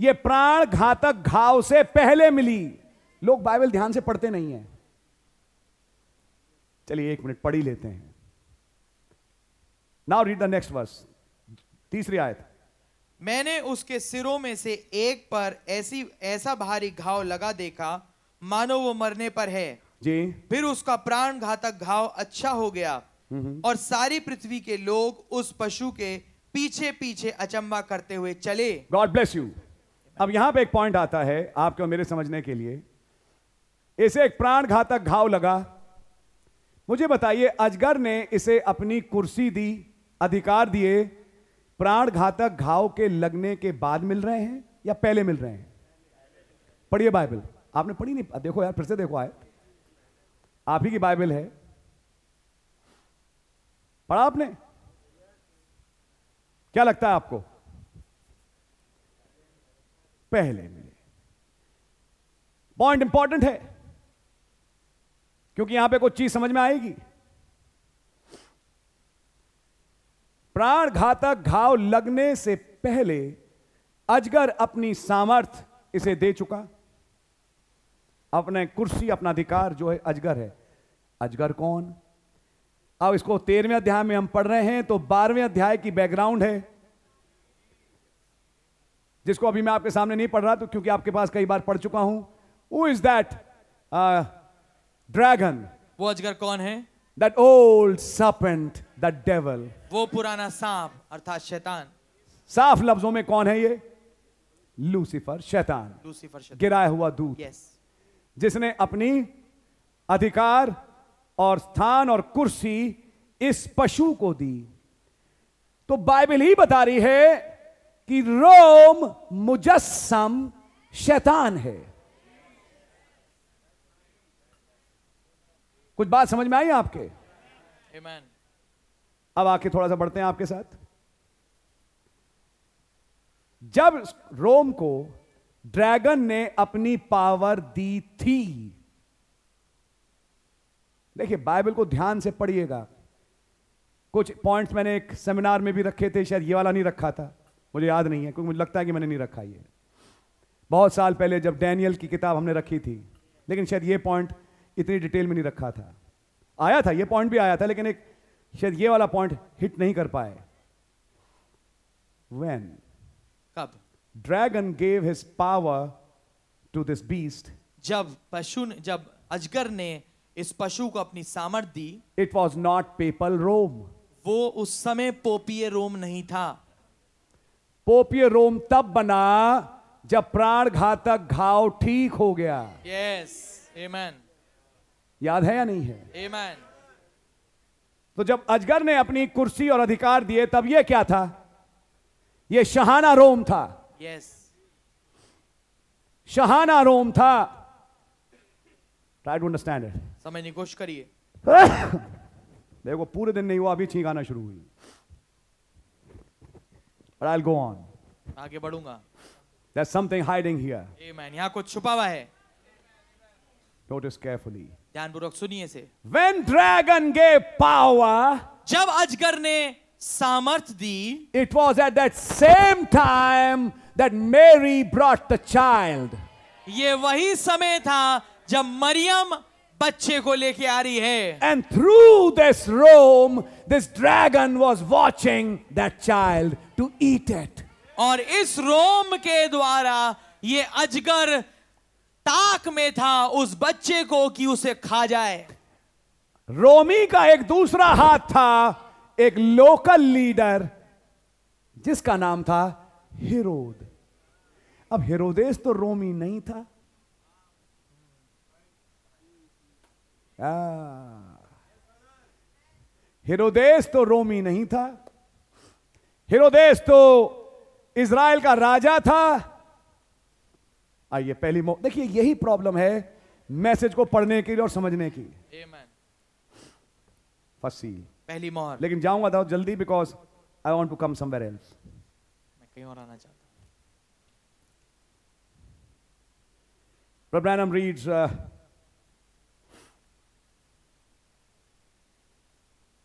ये प्राण घातक घाव से पहले मिली लोग बाइबल ध्यान से पढ़ते नहीं है चलिए एक मिनट पढ़ ही लेते हैं now read the next verse तीसरी आयत
मैंने उसके सिरों में से एक पर ऐसी ऐसा भारी घाव लगा देखा मानो वो मरने पर है
जी
फिर उसका प्राण घातक घाव अच्छा हो गया और सारी पृथ्वी के लोग उस पशु के पीछे पीछे अचंबा करते हुए चले
गॉड ब्लेस यू अब यहां पे एक पॉइंट आता है आपके और मेरे समझने के लिए इसे एक प्राण घातक घाव लगा मुझे बताइए अजगर ने इसे अपनी कुर्सी दी अधिकार दिए प्राण घातक घाव के लगने के बाद मिल रहे हैं या पहले मिल रहे हैं पढ़िए बाइबल आपने पढ़ी नहीं अब देखो यार फिर से देखो आए आप ही की बाइबल है पढ़ा आपने क्या लगता है आपको पहले मिले पॉइंट इंपॉर्टेंट है क्योंकि यहां पे कुछ चीज समझ में आएगी प्राण घातक घाव लगने से पहले अजगर अपनी सामर्थ इसे दे चुका अपने कुर्सी अपना अधिकार जो है अजगर है अजगर कौन अब इसको तेरहवें अध्याय में हम पढ़ रहे हैं तो बारहवें अध्याय की बैकग्राउंड है जिसको अभी मैं आपके सामने नहीं पढ़ रहा तो क्योंकि आपके पास कई बार पढ़ चुका हूं who is that uh, dragon
वो अजगर कौन है
that old serpent the devil
वो पुराना सांप अर्थात शैतान
साफ लफ्जों में कौन है ये लूसीफर शैतान
लूसीफर शैतान
गिराया हुआ दूध
यस
जिसने अपनी अधिकार और स्थान और कुर्सी इस पशु को दी तो बाइबल ही बता रही है कि रोम मुजस्सम शैतान है कुछ बात समझ में आई आपके
आमेन
अब आके थोड़ा सा बढ़ते हैं आपके साथ जब रोम को ड्रैगन ने अपनी पावर दी थी देखिए बाइबल को ध्यान से पढ़िएगा कुछ पॉइंट्स मैंने एक सेमिनार में भी रखे थे शायद ये वाला नहीं रखा था मुझे याद नहीं है क्योंकि मुझे लगता है कि मैंने नहीं रखा ये बहुत साल पहले जब डैनियल की किताब हमने रखी थी लेकिन शायद ये पॉइंट इतनी डिटेल में नहीं रखा था आया था ये पॉइंट भी आया था लेकिन एक शायद ये वाला पॉइंट हिट नहीं कर पाए वेन
कब
dragon gave his power to this beast
जब पशु ने- जब अजगर ने इस पशु को अपनी सामर्थ दी
it was not papal Rome
वो उस समय पोपिय रोम नहीं था
पोपिय रोम तब बना जब प्राण घातक घाव ठीक हो गया
Yes. Amen.
याद है या नहीं है
Amen.
तो जब अजगर ने अपनी कुर्सी और अधिकार दिए तब यह क्या था यह शहाना रोम था
Yes.
शहाना रोम था ट्राई टू अंडरस्टैंड इट
समझने की कोशिश करिए
देखो पूरे दिन नहीं हुआ अभी छींक आना शुरू हुई बट आई गो ऑन
आगे बढ़ूंगा
that something hiding here
Amen. यहाँ कुछ छुपा हुआ है
नोटिस केयरफुली
ध्यानपूर्वक सुनिए इसे
व्हेन ड्रैगन गेव पावर
जब अजगर ने सामर्थ दी
it was at that same time that Mary brought the child
ये वही समय था जब मरियम बच्चे को लेके आ रही है
And through this room, this dragon was watching that child to eat it.
और इस रोम के द्वारा ये अजगर ताक में था उस बच्चे को कि उसे खा जाए
रोमी का एक दूसरा हाथ था एक लोकल लीडर जिसका नाम था हिरोद अब हिरोदेस तो रोमी नहीं था आ, हिरोदेस तो रोमी नहीं था हिरोदेस तो इज़राइल का राजा था आइए पहली मौ देखिए यही प्रॉब्लम है मैसेज को पढ़ने की और समझने की फसील
पहली मोहर
लेकिन जाऊंगा था जल्दी because I want to come somewhere else
मैं कहीं और आना चाहता हूं।
Branham reads uh,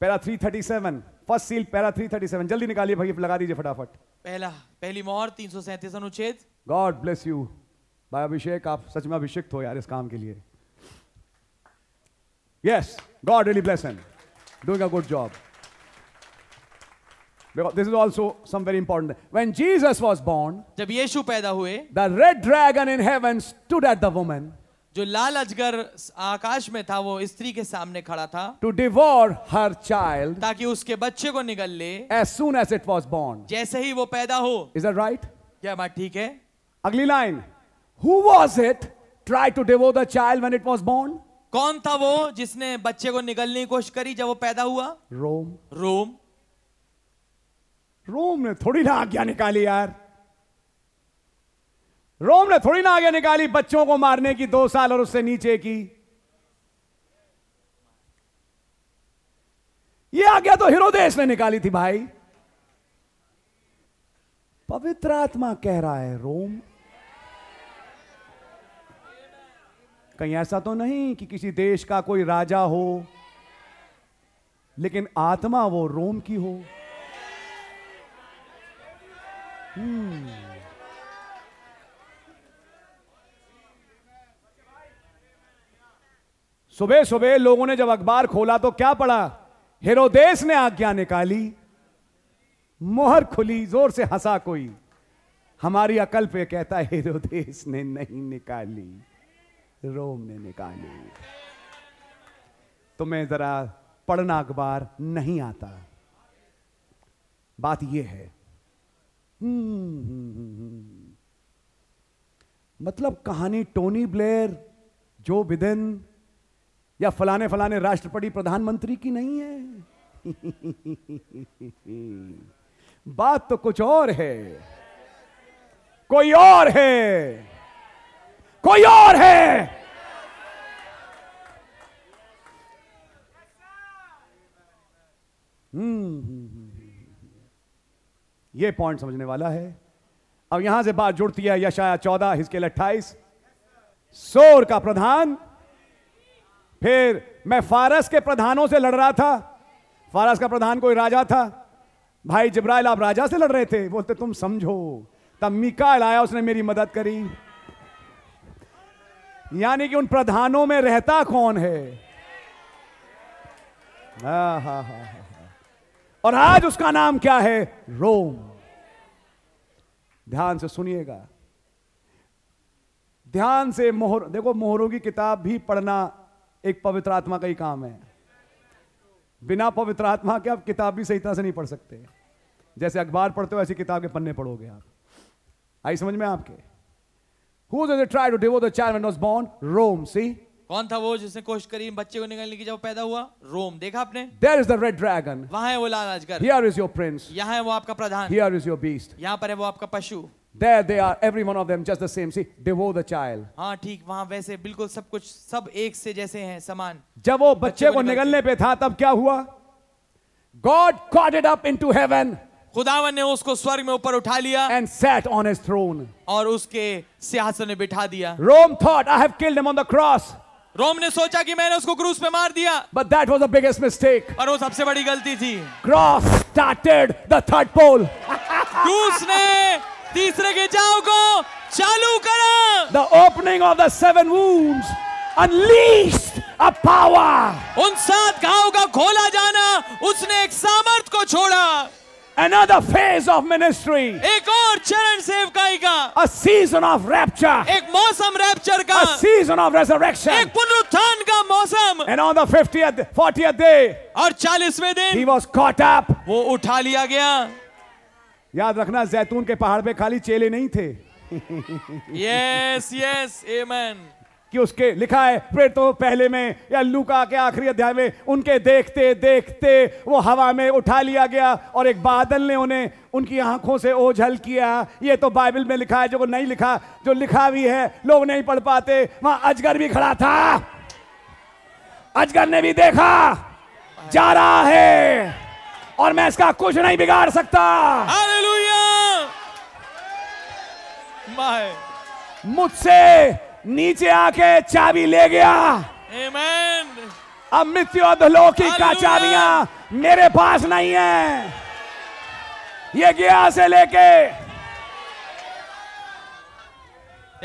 para 337 first seal para 337 जल्दी निकालिए भाई लगा दीजिए फटाफट
पहला पहली मोहर तीन सौ सैंतीस अनुच्छेद
गॉड ब्लेस यू भाई अभिषेक आप सच में अभिषेक हो यार इस काम के लिए yes God really bless him doing a good job this is also some very important when Jesus was born
जब यीशु पैदा हुए
The red dragon in heaven stood at the woman
जो लाल अजगर आकाश में था वो स्त्री के सामने खड़ा था
to devour her child
ताकि उसके बच्चे को निगल ले
as soon as it was born.
जैसे ही वो पैदा हो
Is that right?
क्या बात ठीक है
Ugly line. Who was it tried to devour the child when it was born?
कौन था वो जिसने बच्चे को निगलने की कोशिश करी जब वो पैदा हुआ
Rome.
रोम
रोम ने थोड़ी ना आज्ञा निकाली यार रोम ने थोड़ी ना आज्ञा निकाली बच्चों को मारने की दो साल और उससे नीचे की ये आज्ञा तो हिरोदेश ने निकाली थी भाई पवित्र आत्मा कह रहा है रोम कहीं ऐसा तो नहीं कि किसी देश का कोई राजा हो लेकिन आत्मा वो रोम की हो सुबह सुबह लोगों ने जब अखबार खोला तो क्या पढ़ा हेरोदेस ने आज्ञा निकाली मोहर खुली जोर से हंसा कोई हमारी अकल पे कहता है हेरोदेस ने नहीं निकाली रोम ने निकाली तुम्हें जरा पढ़ना अखबार नहीं आता बात यह है हम्म, हम्म, हम्म, हम्म। मतलब कहानी टोनी ब्लेयर जो बिदेन या फलाने फलाने राष्ट्रपति प्रधानमंत्री की नहीं है बात तो कुछ और है कोई और है कोई और है हम्म ये पॉइंट समझने वाला है अब यहां से बात जुड़ती है यशाया चौदह हिस्केल अट्ठाईस सोर का प्रधान फिर मैं फारस के प्रधानों से लड़ रहा था फारस का प्रधान कोई राजा था भाई जिब्राइल आप राजा से लड़ रहे थे बोलते तुम समझो तब मिकाइल आया उसने मेरी मदद करी यानी कि उन प्रधानों में रहता कौन है हा हा हा और आज उसका नाम क्या है रोम ध्यान से सुनिएगा ध्यान से मोहर देखो मोहरों की किताब भी पढ़ना एक पवित्र आत्मा का ही काम है बिना पवित्र आत्मा के आप किताब भी सही तरह से नहीं पढ़ सकते जैसे अखबार पढ़ते हो ऐसी किताब के पन्ने पढ़ोगे आप आई समझ में आपके Who did they try to devour the child when it was born? Rome, see?
कौन था वो जिसने कोशिश करी बच्चे को निकालने की जब वो पैदा हुआ रोम देखा आपने
There is the red dragon.
वहां है वो लाल अजगर
Here is your prince.
यहाँ है वो आपका प्रधान
Here is your beast.
यहाँ पर है वो आपका पशु
There they are, every one of them just the same. See, devour the child.
हाँ ठीक वहाँ वैसे बिल्कुल सब कुछ सब एक से जैसे हैं समान
जब वो बच्चे
बच्चे
को
को
निगलने पे था तब क्या हुआ God caught it up into heaven
खुदावन ने उसको स्वर्ग में ऊपर उठा लिया
and sat on his throne.
और उसके सिंहासन में बिठा दिया
Rome thought, I have killed him on the cross.
रोम ने सोचा कि मैंने उसको क्रूस पे मार दिया
But that was the biggest mistake.
और वो सबसे बड़ी गलती थी
Cross started the third pole.
क्रूस ने तीसरे के जाव को चालू करा
The opening of the seven wounds unleashed a power.
उन सात घाव का खोला जाना उसने एक सामर्थ को छोड़ा
Another phase of ministry.
एक और चरण सेवकाई का
A season of rapture.
एक मौसम रैप्चर का
A season of
एक
resurrection.
पुनरुत्थान का मौसम
And on the 50th, 40th day,
और चालीसवें दिन
he was caught up.
वो उठा लिया गया
याद रखना जैतून के पहाड़ पे खाली चेले नहीं थे
यस यस एमेन
कि उसके लिखा है प्रेतों पहले में या लूका के आखिरी अध्याय में उनके देखते देखते वो हवा में उठा लिया गया और एक बादल ने उन्हें उनकी आंखों से ओझल किया ये तो बाइबल में लिखा है जो नहीं लिखा जो लिखा भी है लोग नहीं पढ़ पाते वहां अजगर भी खड़ा था अजगर ने भी देखा जा रहा है और मैं इसका कुछ नहीं बिगाड़ सकता
हालेलुया माय
मुझसे नीचे आके चाबी ले गया
एमेन
अब मृत्यु और लौकिक का
Hallelujah!
चाबियां मेरे पास नहीं है ये गया से लेके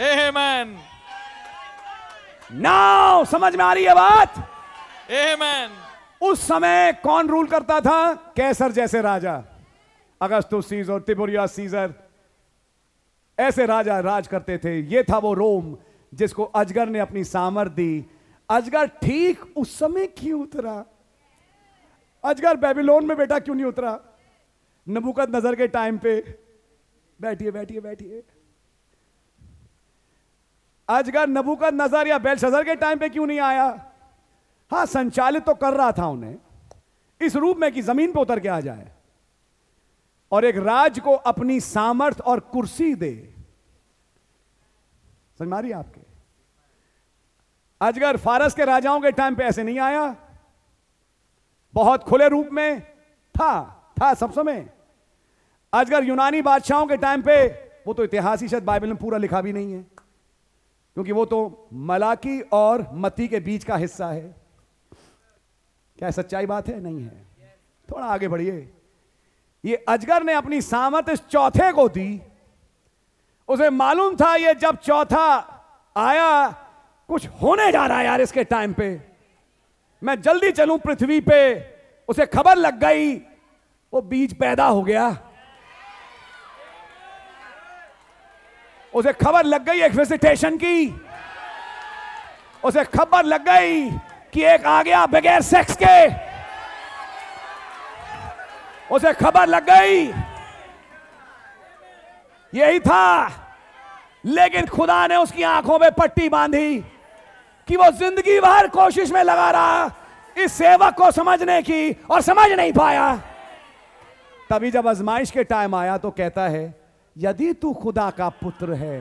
एमेन
नाउ समझ में आ रही है बात
एमेन
उस समय कौन रूल करता था कैसर जैसे राजा अगस्तुस सीजर तिबुरिया सीजर ऐसे राजा राज करते थे ये था वो रोम जिसको अजगर ने अपनी सामर दी अजगर ठीक उस समय क्यों उतरा अजगर बेबीलोन में बेटा क्यों नहीं उतरा नबुकद नजर के टाइम पे बैठिए बैठिए बैठिए अजगर नबुकद नजर या बेलशजर के टाइम पे क्यों नहीं आया हाँ संचालित तो कर रहा था उन्हें इस रूप में कि जमीन पर उतर के आ जाए और एक राज को अपनी सामर्थ और कुर्सी दे समझ मारी आपके अजगर फारस के राजाओं के टाइम पे ऐसे नहीं आया बहुत खुले रूप में था था सब समय अजगर यूनानी बादशाहों के टाइम पे वो तो इतिहास ही शायद बाइबल में पूरा लिखा भी नहीं है क्योंकि वो तो मलाकी और मती के बीच का हिस्सा है क्या ये सच्चाई बात है नहीं है थोड़ा आगे बढ़िए ये अजगर ने अपनी सामर्थ इस चौथे को दी उसे मालूम था ये जब चौथा आया कुछ होने जा रहा है यार इसके टाइम पे मैं जल्दी चलूं पृथ्वी पे उसे खबर लग गई वो बीज पैदा हो गया उसे खबर लग गई एक विजिटेशन की उसे खबर लग गई कि एक आ गया बगैर सेक्स के उसे खबर लग गई यही था लेकिन खुदा ने उसकी आंखों में पट्टी बांधी कि वो जिंदगी भर कोशिश में लगा रहा इस सेवक को समझने की और समझ नहीं पाया तभी जब आजमाइश के टाइम आया तो कहता है यदि तू खुदा का पुत्र है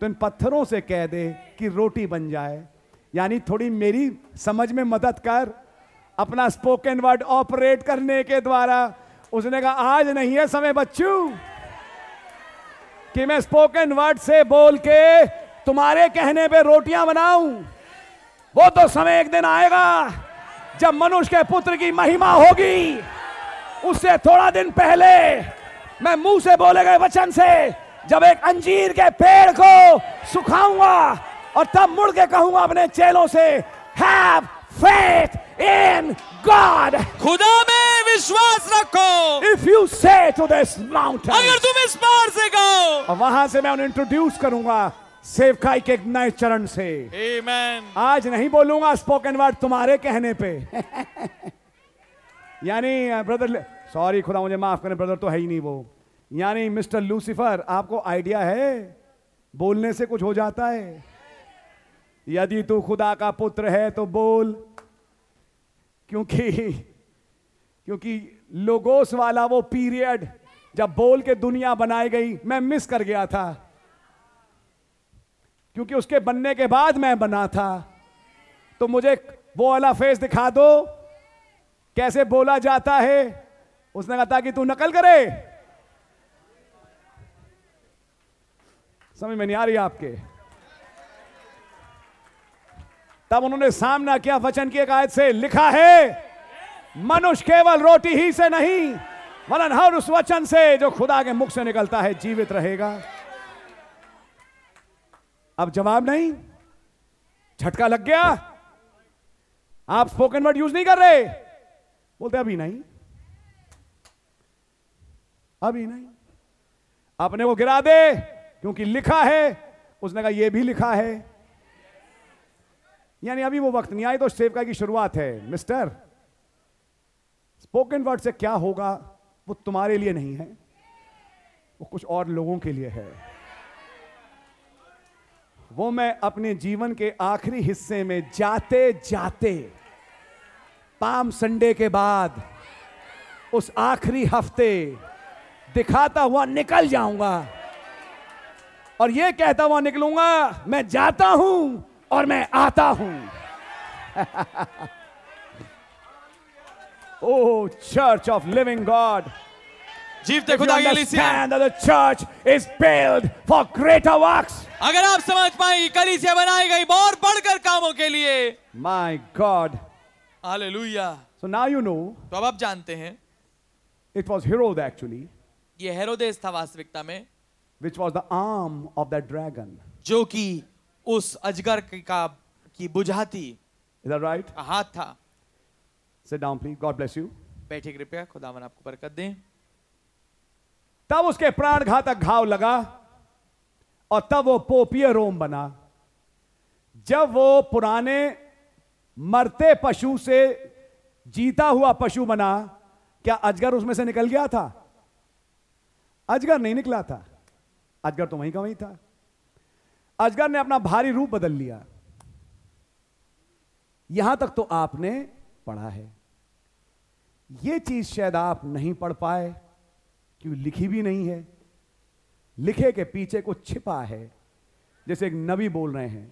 तो इन पत्थरों से कह दे कि रोटी बन जाए यानी थोड़ी मेरी समझ में मदद कर अपना स्पोकन वर्ड ऑपरेट करने के द्वारा उसने कहा आज नहीं है समय बच्चू कि मैं स्पोकन वर्ड से बोल के तुम्हारे कहने पे रोटियां बनाऊं वो तो समय एक दिन आएगा जब मनुष्य के पुत्र की महिमा होगी उससे थोड़ा दिन पहले मैं मुंह से बोले गए वचन से जब एक अंजीर के पेड़ को सुखाऊंगा और तब मुड़ के कहूंगा अपने चेलों से हैव फेथ इन गॉड
खुदा में विश्वास रखो
if you say to this
अगर
माउंटेन
तुम इस पार से गाओ
और वहां से मैं उन्हें इंट्रोड्यूस करूंगा सेवकाई के एक नए चरण से
आमेन
आज नहीं बोलूंगा स्पोकन वर्ड तुम्हारे कहने पे यानी ब्रदर सॉरी खुदा मुझे माफ करें ब्रदर तो है ही नहीं वो यानी मिस्टर लूसीफर आपको आइडिया है बोलने से कुछ हो जाता है यदि तू खुदा का पुत्र है तो बोल क्योंकि क्योंकि लोगोस वाला वो पीरियड जब बोल के दुनिया बनाई गई मैं मिस कर गया था क्योंकि उसके बनने के बाद मैं बना था तो मुझे वो वाला फेस दिखा दो कैसे बोला जाता है उसने कहा था कि तू नकल करे समझ में नहीं आ रही आपके तब उन्होंने सामना किया वचन की एक आयत से लिखा है मनुष्य केवल रोटी ही से नहीं वरन हर उस वचन से जो खुदा के मुख से निकलता है जीवित रहेगा अब जवाब नहीं झटका लग गया आप स्पोकन वर्ड यूज नहीं कर रहे बोलते अभी नहीं अभी नहीं अपने को गिरा दे क्योंकि लिखा है उसने कहा यह भी लिखा है यानी अभी वो वक्त नहीं आई तो सेवकाई की शुरुआत है मिस्टर स्पोकन वर्ड से क्या होगा वो तुम्हारे लिए नहीं है वो कुछ और लोगों के लिए है वो मैं अपने जीवन के आखिरी हिस्से में जाते जाते पाम संडे के बाद उस आखिरी हफ्ते दिखाता हुआ निकल जाऊंगा और ये कहता हुआ निकलूंगा मैं जाता हूं और मैं आता हूं ओ चर्च ऑफ लिविंग गॉड
जीवते खुदा के कलीसिया
the church is build for greater works
अगर आप समझ पाए कि कलीसिया बनाई गई और बढ़कर कामों के लिए
My God.
Hallelujah
So now you know
तो अब आप जानते हैं
it was Herod actually,
ये हेरोदेस था वास्तविकता में
which was the arm of that dragon.
जो कि उस अजगर की- का की बुझाती
Is that right?
का हाथ था
Sit down, please. God bless you.
बैठे कृपया खुदावन आपको बरकत दें
तब उसके प्राण घातक घाव लगा और तब वो पोपिय रोम बना जब वो पुराने मरते पशु से जीता हुआ पशु बना क्या अजगर उसमें से निकल गया था अजगर नहीं निकला था अजगर तो वहीं का वहीं था अजगर ने अपना भारी रूप बदल लिया यहां तक तो आपने पढ़ा है यह चीज शायद आप नहीं पढ़ पाए क्यों लिखी भी नहीं है लिखे के पीछे कुछ छिपा है जैसे एक नबी बोल रहे हैं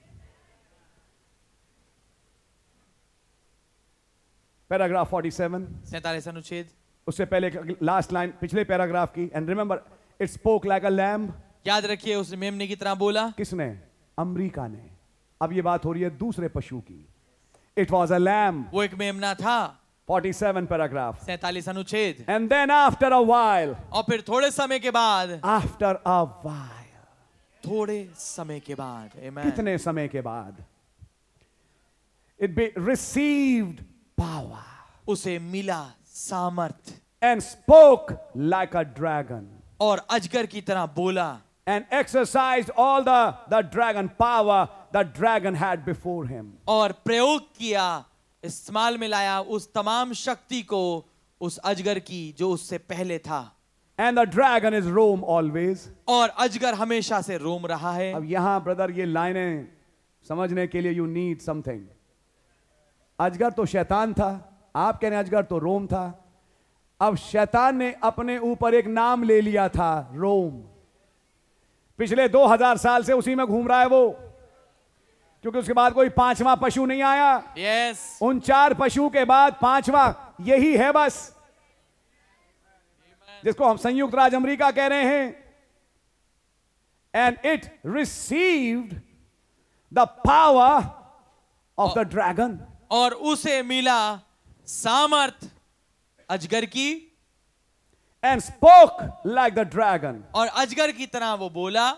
पैराग्राफ 47
सैतालीस अनुच्छेद
उससे पहले लास्ट लाइन पिछले पैराग्राफ की and remember it spoke like a lamb
याद रखिए उसने मेमने की तरह बोला
किसने अमेरिका ने अब ये बात हो रही है दूसरे पशु की इट वॉज अ लैम
वो एक मेमना था
47 पैराग्राफ
सैतालीस अनुच्छेद
and then after a while
और फिर थोड़े समय के बाद
आफ्टर अ वाइल
थोड़े समय के बाद amen,
कितने समय के बाद इट बी रिसीव्ड पावर
उसे मिला सामर्थ
and spoke like a dragon
और अजगर की तरह बोला
and exercise all the the dragon power the dragon had before him
और प्रयोग किया इस्तेमाल में लाया उस तमाम शक्ति को उस अजगर की जो उससे पहले था
and the dragon is Rome always
और अजगर हमेशा से रोम रहा है
अब यहां ब्रदर ये लाइनें समझने के लिए यू नीड समथिंग अजगर तो शैतान था आप कह रहे हैं अजगर तो रोम था अब शैतान ने अपने ऊपर एक नाम ले लिया था रोम पिछले 2000 साल से उसी में घूम रहा है वो क्योंकि उसके बाद कोई पांचवा पशु नहीं आया
यस
उन चार पशु के बाद पांचवा यही है बस जिसको हम संयुक्त राज्य अमेरिका कह रहे हैं and it received the power of the dragon
और उसे मिला सामर्थ अजगर की
and spoke like the dragon
और अजगर की तरह वो बोला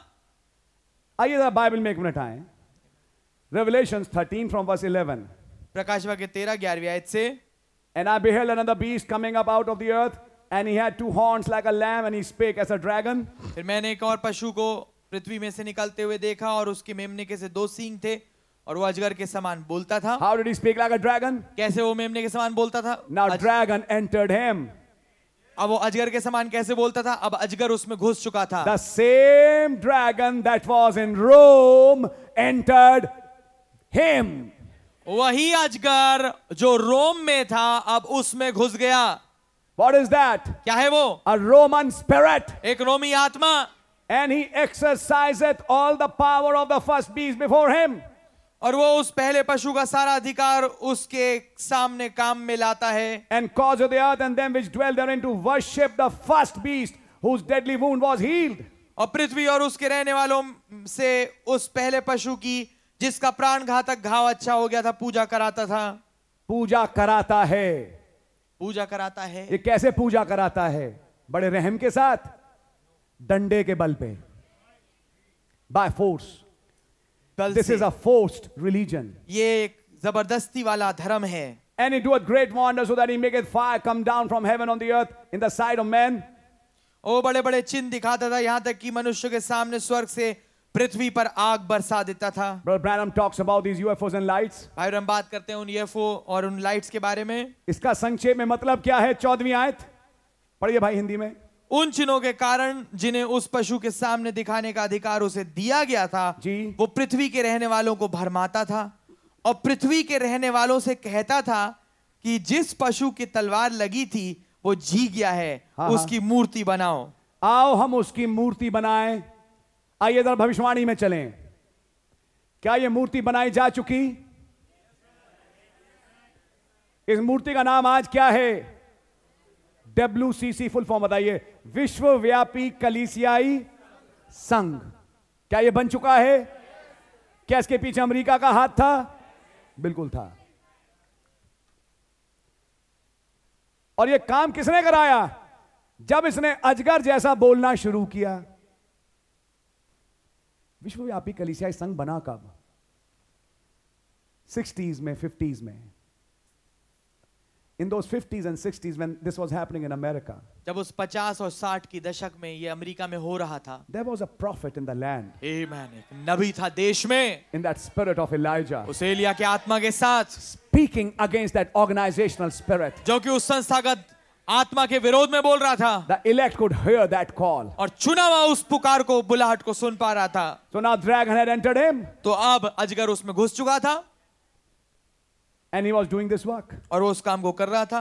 आइए जरा बाइबल में एक मिनट आए Revelation thirteen from verse eleven
प्रकाशवा के तेरह ग्यारहवीं आयत से
And I beheld another beast coming up out of the earth, and he had two horns like a lamb, and he spake as a dragon.
फिर मैंने एक और पशु को पृथ्वी में से निकलते हुए देखा और उसके मेमने के से दो सींग थे और वो अजगर के समान बोलता था
How did he speak like a dragon?
कैसे वो मेमने के समान बोलता था
Now
अज-
dragon entered him.
अब वो अजगर के समान कैसे बोलता था अब अजगर उसमें घुस चुका था
The same dragon that was in Rome entered him.
वही अजगर जो रोम में था अब उसमें घुस गया
What is that?
क्या है वो
A Roman spirit.
एक रोमी आत्मा
And he exerciseth all the power of the first beast before him.
और वो उस पहले पशु का सारा अधिकार उसके सामने काम में लाता है
and cause of the earth and them which dwell therein to worship the first beast whose deadly wound was healed.
और पृथ्वी और उसके रहने वालों से उस पहले पशु की जिसका प्राण घातक घाव अच्छा हो गया था पूजा कराता था
पूजा कराता है
पूजा कराता है
ये कैसे पूजा कराता है बड़े रहम के साथ डंडे के बल पे बाय फोर्स
बल
दिस
से।
इज अ फोर्स्ड रिलीजन
ये एक जबरदस्ती वाला धर्म है
and he doeth great wonders so that he maketh fire come down from heaven on the earth in the sight of men
वो बड़े बड़े चिन्ह दिखाता था यहाँ तक कि मनुष्य के सामने स्वर्ग से पृथ्वी पर आग बरसा देता था
brother branham talks about these ufos and lights
भाई और हम बात करते हैं उन यूएफओ और उन लाइट्स के बारे में
इसका संक्षेप में मतलब क्या है चौदहवीं आयत पढ़िए भाई हिंदी में
उन चिन्हों के कारण जिन्हें उस पशु के सामने दिखाने का अधिकार उसे दिया गया था
जी।
वो पृथ्वी के रहने वालों को भरमाता था और पृथ्वी के रहने वालों से कहता था कि जिस पशु की तलवार लगी थी वो जी गया है
हाँ, हाँ।
उसकी मूर्ति बनाओ
आओ हम उसकी मूर्ति बनाएं आइए जरा भविष्यवाणी में चलें क्या यह मूर्ति बनाई जा चुकी इस मूर्ति का नाम आज क्या है W C C full form बताइए विश्वव्यापी कलीसियाई संघ क्या यह बन चुका है क्या इसके पीछे अमेरिका का हाथ था बिल्कुल था और यह काम किसने कराया जब इसने अजगर जैसा बोलना शुरू किया विश्वव्यापी कलीसियाई संघ बना कब सिक्सटीज में फिफ्टीज में in those 50s and 60s when this was happening in america
जब उस 50 और 60 की दशक में ये अमेरिका में हो रहा था
there was a prophet in the land
Amen. एक नबी था देश में
in that spirit of elijah
उस एलिया के आत्मा के साथ
speaking against that organizational spirit
जो कि उस संस्थागत आत्मा के विरोध में बोल रहा था
the elect could hear that call
और चुना हुआ उस पुकार को बुलाहट को सुन पा रहा था
so now dragon had entered him
तो अब अजगर उसमें घुस चुका था
and he was doing this work
और वो उस काम को कर रहा था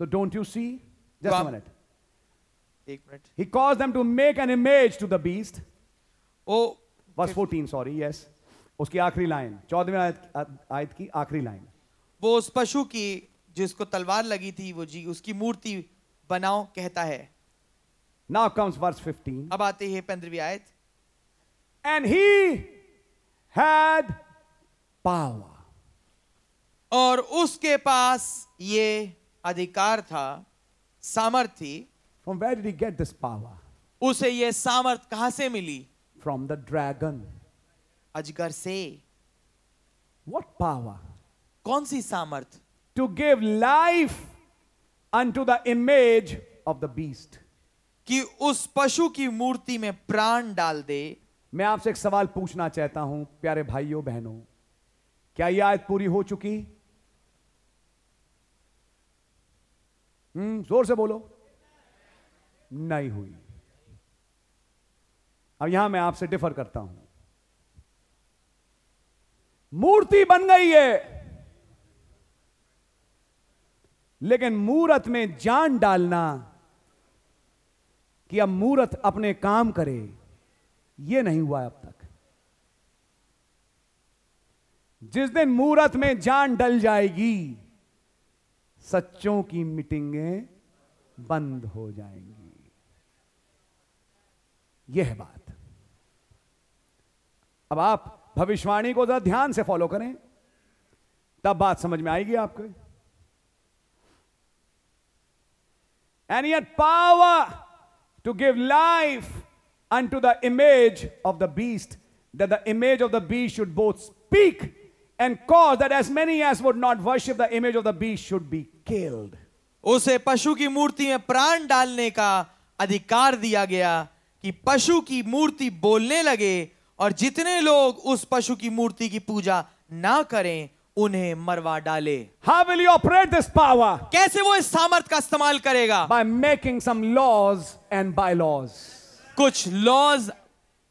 so don't you see just a
Wow.
minute
एक minute
He caused them to make an image to the beast.
वो
Verse 14, sorry, yes. उसकी आखिरी लाइन चौदहवीं आयत, आयत की आखिरी लाइन
वो उस पशु की जिसको तलवार लगी थी वो जी उसकी मूर्ति बनाओ कहता है
नाउ कम्स वर्स 15
अब आते हैं पंद्रहवीं आयत
एंड ही हैड पावर
और उसके पास ये अधिकार था सामर्थ थी
from where did he get this power
उसे ये सामर्थ कहाँ से मिली
फ्रॉम द ड्रैगन
अजगर से
व्हाट पावर
कौन सी सामर्थ
to give life unto the image of the beast
कि उस पशु की मूर्ति में प्राण डाल दे
मैं आपसे एक सवाल पूछना चाहता हूं प्यारे भाइयों बहनों क्या यह आयत पूरी हो चुकी हम्म जोर से बोलो नहीं हुई अब यहां मैं आपसे डिफर करता हूं मूर्ति बन गई है लेकिन मूर्त में जान डालना कि अब मूर्त अपने काम करे ये नहीं हुआ है अब तक जिस दिन मूरत में जान डल जाएगी सच्चों की मीटिंगें बंद हो जाएंगी यह है बात अब आप भविष्यवाणी को जरा ध्यान से फॉलो करें तब बात समझ में आएगी आपको and he had power to give life unto the image of the beast, that the image of the beast should both speak and cause that as many as would not worship the image of the beast should be killed.
उसे पशु की मूर्ति में प्राण डालने का अधिकार दिया गया कि पशु की मूर्ति बोलने लगे और जितने लोग उस पशु की मूर्ति की पूजा ना करें उन्हें मरवा डाले
How will you operate this power?
कैसे वो इस सामर्थ का इस्तेमाल करेगा
By making some laws and bylaws.
कुछ लॉज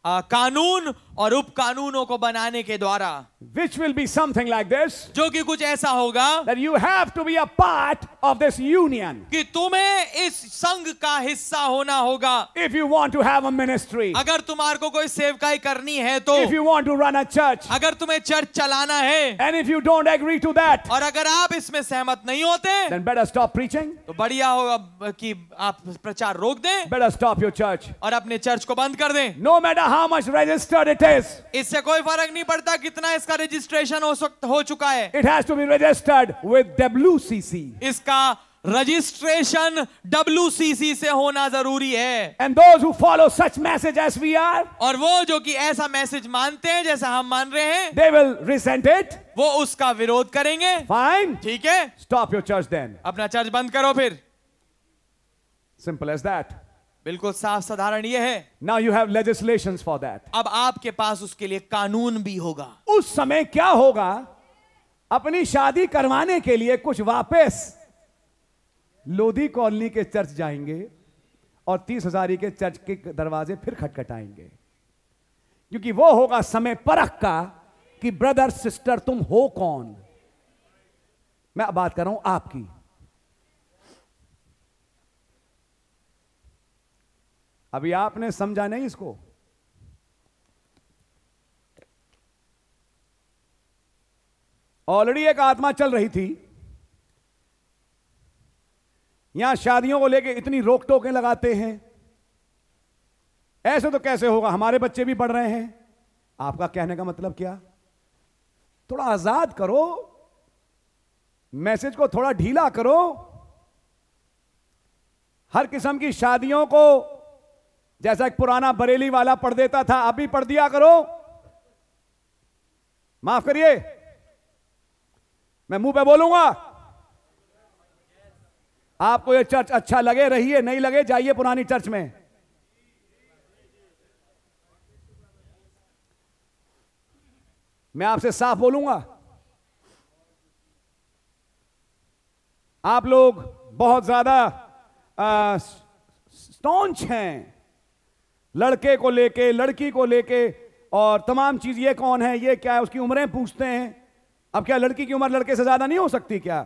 कानून और उप कानूनों को बनाने के द्वारा
Which will be something like this
जो कि कुछ ऐसा होगा
that you have to be a part of this union
कि तुम्हें इस संघ का हिस्सा होना होगा
if you want to have a ministry,
अगर तुम्हारे को कोई सेवकाई करनी है तो
if you want to run a church,
अगर तुम्हें चर्च चलाना है
and if you don't agree to that,
और अगर आप इसमें सहमत नहीं होते
then better stop preaching,
तो बढ़िया होगा कि आप प्रचार रोक दें
better stop your church.
और अपने चर्च को बंद कर दें
No matter how much registered it is,
इससे कोई फर्क नहीं पड़ता कितना इसका रजिस्ट्रेशन हो सक, हो चुका है
it has to be registered with WCC.
इसका रजिस्ट्रेशन डब्ल्यू से होना जरूरी है
And those who follow such message as we are,
और वो जो कि ऐसा मैसेज मानते हैं जैसा हम मान रहे हैं
they will resent it.
वो उसका विरोध करेंगे
Fine.
ठीक है
Stop your church then.
अपना चर्च बंद करो फिर
Simple as that.
बिल्कुल साफ साधारण ये है
Now you have legislations for that.
अब आपके पास उसके लिए कानून भी होगा
उस समय क्या होगा अपनी शादी करवाने के लिए कुछ वापस लोधी कॉलोनी के चर्च जाएंगे और तीस हजारी के चर्च के दरवाजे फिर खटखटाएंगे क्योंकि वो होगा समय परख का कि ब्रदर सिस्टर तुम हो कौन मैं बात कर रहा हूं आपकी अभी आपने समझा नहीं इसको ऑलरेडी एक आत्मा चल रही थी यहां शादियों को लेके इतनी रोक टोकें लगाते हैं ऐसे तो कैसे होगा हमारे बच्चे भी पढ़ रहे हैं आपका कहने का मतलब क्या थोड़ा आजाद करो मैसेज को थोड़ा ढीला करो हर किस्म की शादियों को जैसा एक पुराना बरेली वाला पढ़ देता था अब भी पढ़ दिया करो माफ करिए मैं मुंह पे बोलूंगा आपको ये चर्च अच्छा लगे रहिए नहीं लगे जाइए पुरानी चर्च में मैं आपसे साफ बोलूंगा आप लोग बहुत ज्यादा स्टॉन्च हैं लड़के को लेके लड़की को लेके और तमाम चीज ये कौन है ये क्या है उसकी उम्रें पूछते हैं अब क्या लड़की की उम्र लड़के से ज्यादा नहीं हो सकती क्या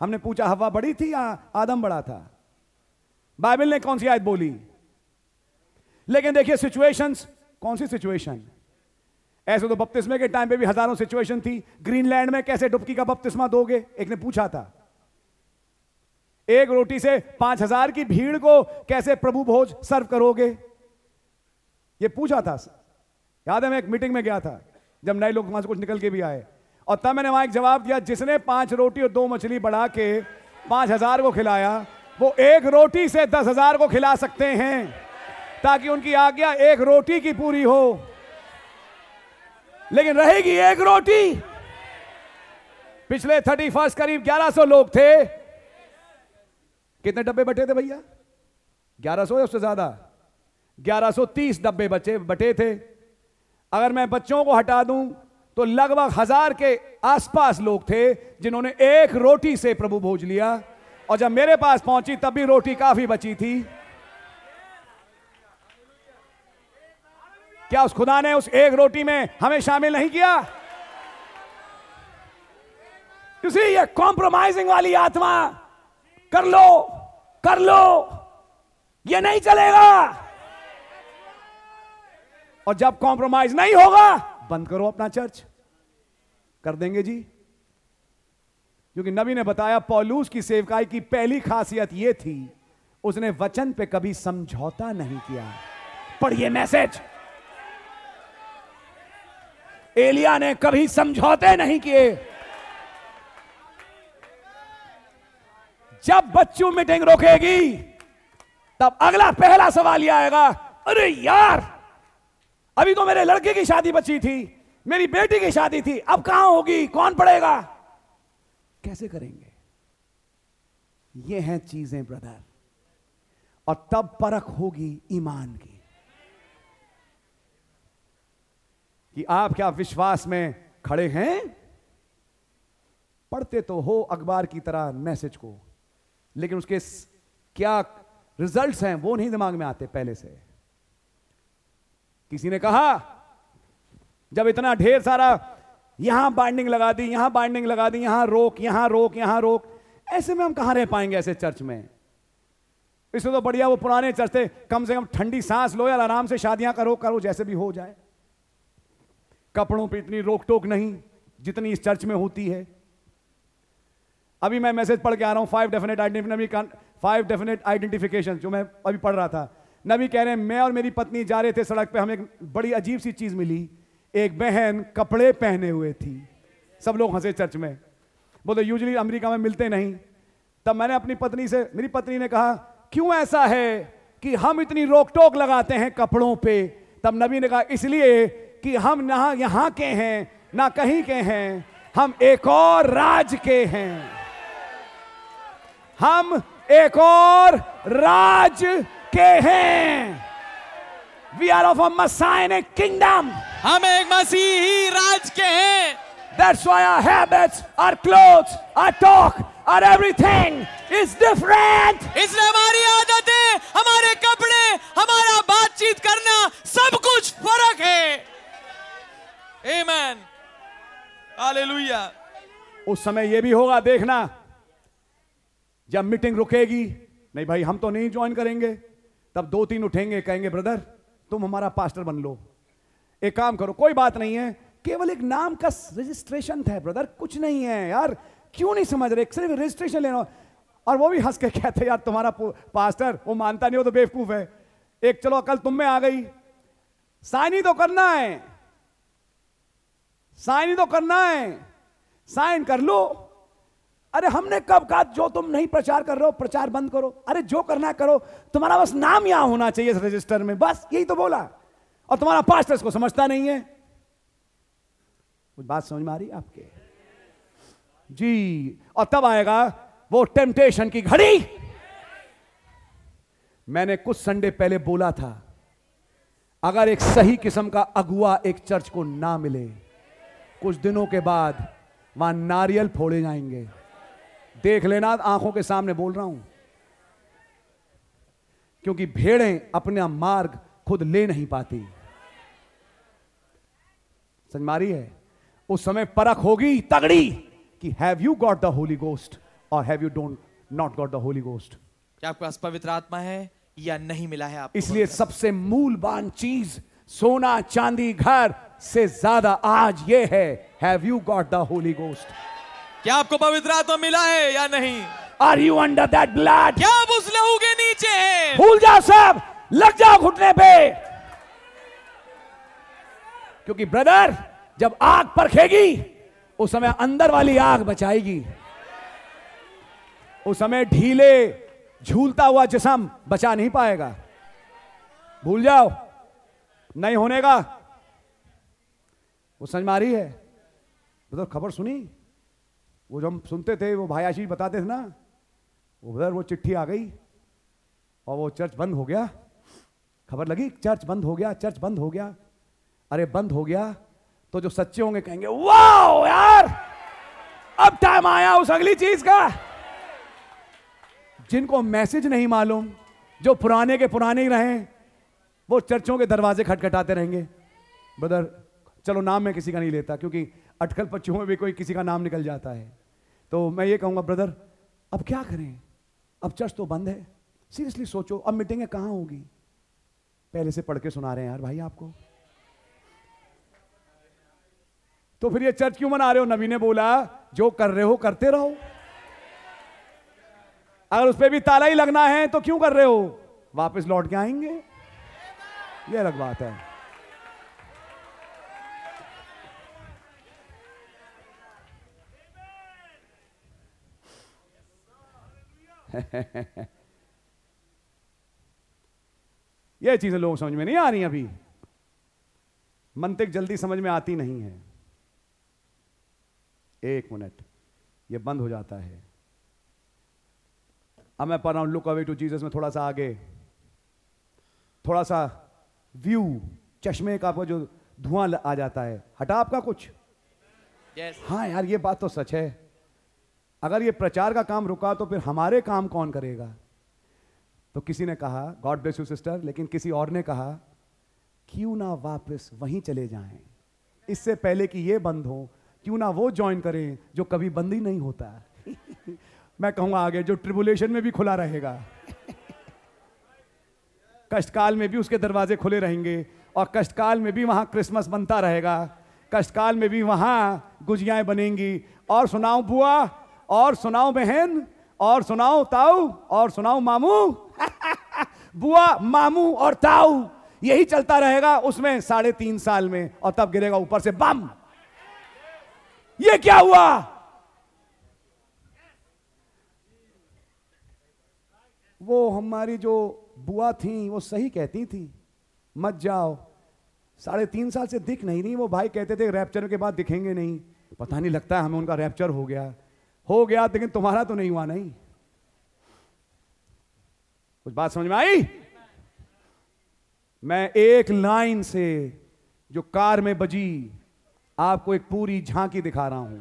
हमने पूछा हवा बड़ी थी या आदम बड़ा था बाइबल ने कौन सी आयत बोली लेकिन देखिए सिचुएशंस कौन सी सिचुएशन ऐसे तो बपतिस्मे के टाइम पे भी हजारों सिचुएशन थी ग्रीनलैंड में कैसे डुबकी का बपतिस्मा दोगे एक ने पूछा था एक रोटी से पांच हजार की भीड़ को कैसे प्रभु भोज सर्व करोगे ये पूछा था याद है मैं एक मीटिंग में गया था जब नए लोग वहां से कुछ निकल के भी आए और तब मैंने वहां एक जवाब दिया जिसने पांच रोटी और दो मछली बढ़ा के पांच हजार को खिलाया वो एक रोटी से दस हजार को खिला सकते हैं ताकि उनकी आज्ञा एक रोटी की पूरी हो लेकिन रहेगी एक रोटी पिछले थर्टी फर्स्ट करीब ग्यारह सौ लोग थे कितने डब्बे बटे थे भैया ग्यारह सौ या उससे ज्यादा 1130 डब्बे बचे बटे थे अगर मैं बच्चों को हटा दूं तो लगभग हजार के आसपास लोग थे जिन्होंने एक रोटी से प्रभु भोज लिया और जब मेरे पास पहुंची तब भी रोटी काफी बची थी क्या उस खुदा ने उस एक रोटी में हमें शामिल नहीं किया किसी ये कॉम्प्रोमाइजिंग वाली आत्मा कर लो कर लो ये नहीं चलेगा और जब कॉम्प्रोमाइज नहीं होगा बंद करो अपना चर्च कर देंगे जी क्योंकि नबी ने बताया पौलूस की सेवकाई की पहली खासियत यह थी उसने वचन पे कभी समझौता नहीं किया पढ़िए मैसेज एलिया ने कभी समझौते नहीं किए जब बच्चों मीटिंग रोकेगी तब अगला पहला सवाल यह आएगा अरे यार अभी तो मेरे लड़के की शादी बची थी मेरी बेटी की शादी थी अब कहां होगी कौन पढ़ेगा कैसे करेंगे ये हैं चीजें ब्रदर और तब परख होगी ईमान की कि आप क्या विश्वास में खड़े हैं पढ़ते तो हो अखबार की तरह मैसेज को लेकिन उसके स- क्या रिजल्ट्स हैं वो नहीं दिमाग में आते पहले से किसी ने कहा जब इतना ढेर सारा यहां बाइंडिंग लगा दी यहां बाइंडिंग लगा दी यहां रोक यहां रोक यहां रोक ऐसे में हम कहां रह पाएंगे ऐसे चर्च में इससे तो बढ़िया वो पुराने चर्च थे कम से कम ठंडी सांस लो यार आराम से शादियां करो करो जैसे भी हो जाए कपड़ों पे इतनी रोक टोक नहीं जितनी इस चर्च में होती है अभी मैं मैसेज पढ़ के आ रहा हूं five definite identification five definite identification जो मैं अभी पढ़ रहा था नबी कह रहे हैं मैं और मेरी पत्नी जा रहे थे सड़क पे हमें एक बड़ी अजीब सी चीज मिली एक बहन कपड़े पहने हुए थी सब लोग हंसे चर्च में बोले यूजली अमेरिका में मिलते नहीं तब मैंने अपनी पत्नी से मेरी पत्नी ने कहा क्यों ऐसा है कि हम इतनी रोक टोक लगाते हैं कपड़ों पे तब नबी ने कहा इसलिए कि हम ना यहाँ के हैं ना कहीं के हैं हम एक और राज के हैं हम एक और राज के हैं we are of a Messianic kingdom
हम एक मसीही राज के हैं
that's why our habits our cloth our talk our everything is different
इसलिए हमारी आदतें हमारे कपड़े हमारा बातचीत करना सब कुछ फर्क है आमेन हालेलुया
उस समय यह भी होगा देखना जब मीटिंग रुकेगी नहीं भाई हम तो नहीं ज्वाइन करेंगे तब दो तीन उठेंगे कहेंगे ब्रदर तुम हमारा पास्टर बन लो एक काम करो कोई बात नहीं है केवल एक नाम का रजिस्ट्रेशन था ब्रदर कुछ नहीं है यार क्यों नहीं समझ रहे सिर्फ रजिस्ट्रेशन लेना और वो भी हंस के कहते यार तुम्हारा पो- पास्टर वो मानता नहीं हो तो बेवकूफ है एक चलो अकल तुम में आ गई साइन ही तो करना है साइन ही तो करना है साइन कर लो अरे हमने कब कहा जो तुम नहीं प्रचार कर रहे हो प्रचार बंद करो अरे जो करना है करो तुम्हारा बस नाम यहां होना चाहिए इस रजिस्टर में बस यही तो बोला और तुम्हारा पास्टर इसको समझता नहीं है कुछ बात समझ में आ रही है आपके जी और तब आएगा वो टेम्पटेशन की घड़ी मैंने कुछ संडे पहले बोला था अगर एक सही किस्म का अगुआ एक चर्च को ना मिले कुछ दिनों के बाद वहां नारियल फोड़े जाएंगे देख लेना आंखों के सामने बोल रहा हूं क्योंकि भेड़ें अपना मार्ग खुद ले नहीं पाती समझ मारी है उस समय परख होगी तगड़ी कि have you got the Holy Ghost और have you don't not got the Holy Ghost
क्या आपके पास पवित्र आत्मा है या नहीं मिला है आपको
इसलिए सबसे मूलबान चीज सोना चांदी घर से ज्यादा आज ये है have you got the Holy Ghost
क्या आपको पवित्र आत्मा मिला है या नहीं
are you under that blood
क्या आप उस लहू के नीचे हैं
भूल जाओ सब लग जाओ घुटने पे क्योंकि ब्रदर जब आग परखेगी उस समय अंदर वाली आग बचाएगी उस समय ढीले झूलता हुआ जिसम बचा नहीं पाएगा भूल जाओ नहीं होने का वो समझ मारी है ब्रदर खबर सुनी वो जो हम सुनते थे वो भाई आशीष बताते थे ना वो ब्रदर वो चिट्ठी आ गई और वो चर्च बंद हो गया खबर लगी चर्च बंद हो गया चर्च बंद हो गया अरे बंद हो गया तो जो सच्चे होंगे कहेंगे वाह यार अब टाइम आया उस अगली चीज का जिनको मैसेज नहीं मालूम जो पुराने के पुराने ही रहे वो चर्चों के दरवाजे खटखटाते रहेंगे ब्रदर चलो नाम मैं किसी का नहीं लेता क्योंकि अटकल पच्चों में भी कोई किसी का नाम निकल जाता है तो मैं ये कहूँगा ब्रदर अब क्या करें अब चर्च तो बंद है सीरियसली सोचो अब मीटिंगें कहाँ होगी पहले से पढ़ के सुना रहे हैं यार भाई आपको तो फिर ये चर्च क्यों मना रहे हो नबी ने बोला जो कर रहे हो करते रहो अगर उस पर भी ताला ही लगना है तो क्यों कर रहे हो वापस लौट के आएंगे ये अलग बात है ये चीजें लोगों को समझ में नहीं आ रही अभी मंतिक जल्दी समझ में आती नहीं है एक मिनट ये बंद हो जाता है अब मैं पढ़ रहा हूं लुक अवे टू जीसस में थोड़ा सा आगे थोड़ा सा व्यू चश्मे का आपका जो धुआं ल- आ जाता है हटा आपका कुछ
यस
हाँ यार ये बात तो सच है अगर ये प्रचार का काम रुका तो फिर हमारे काम कौन करेगा तो किसी ने कहा गॉड ब्लेस यू सिस्टर लेकिन किसी और ने कहा क्यों ना वापस वहीं चले जाएं इससे पहले कि ये बंद हो क्यों ना वो ज्वाइन करें जो कभी बंद ही नहीं होता मैं कहूंगा आगे जो ट्रिबुलेशन में भी खुला रहेगा कष्टकाल में भी उसके दरवाजे खुले रहेंगे और कष्टकाल में भी वहाँ क्रिसमस बनता रहेगा कष्टकाल में भी वहाँ गुजियाएं बनेंगी और सुनाओ बुआ और सुनाओ बहन और सुनाओ ताऊ और सुनाओ मामू बुआ मामू और ताऊ यही चलता रहेगा उसमें साढ़े तीन साल में और तब गिरेगा ऊपर से बम ये क्या हुआ वो हमारी जो बुआ थी वो सही कहती थी मत जाओ साढ़े तीन साल से दिख नहीं रही वो भाई कहते थे रैप्चर के बाद दिखेंगे नहीं पता नहीं लगता है हमें उनका रैप्चर हो गया हो गया लेकिन तुम्हारा तो नहीं हुआ नहीं कुछ बात समझ में आई मैं एक लाइन से जो कार में बजी आपको एक पूरी झांकी दिखा रहा हूं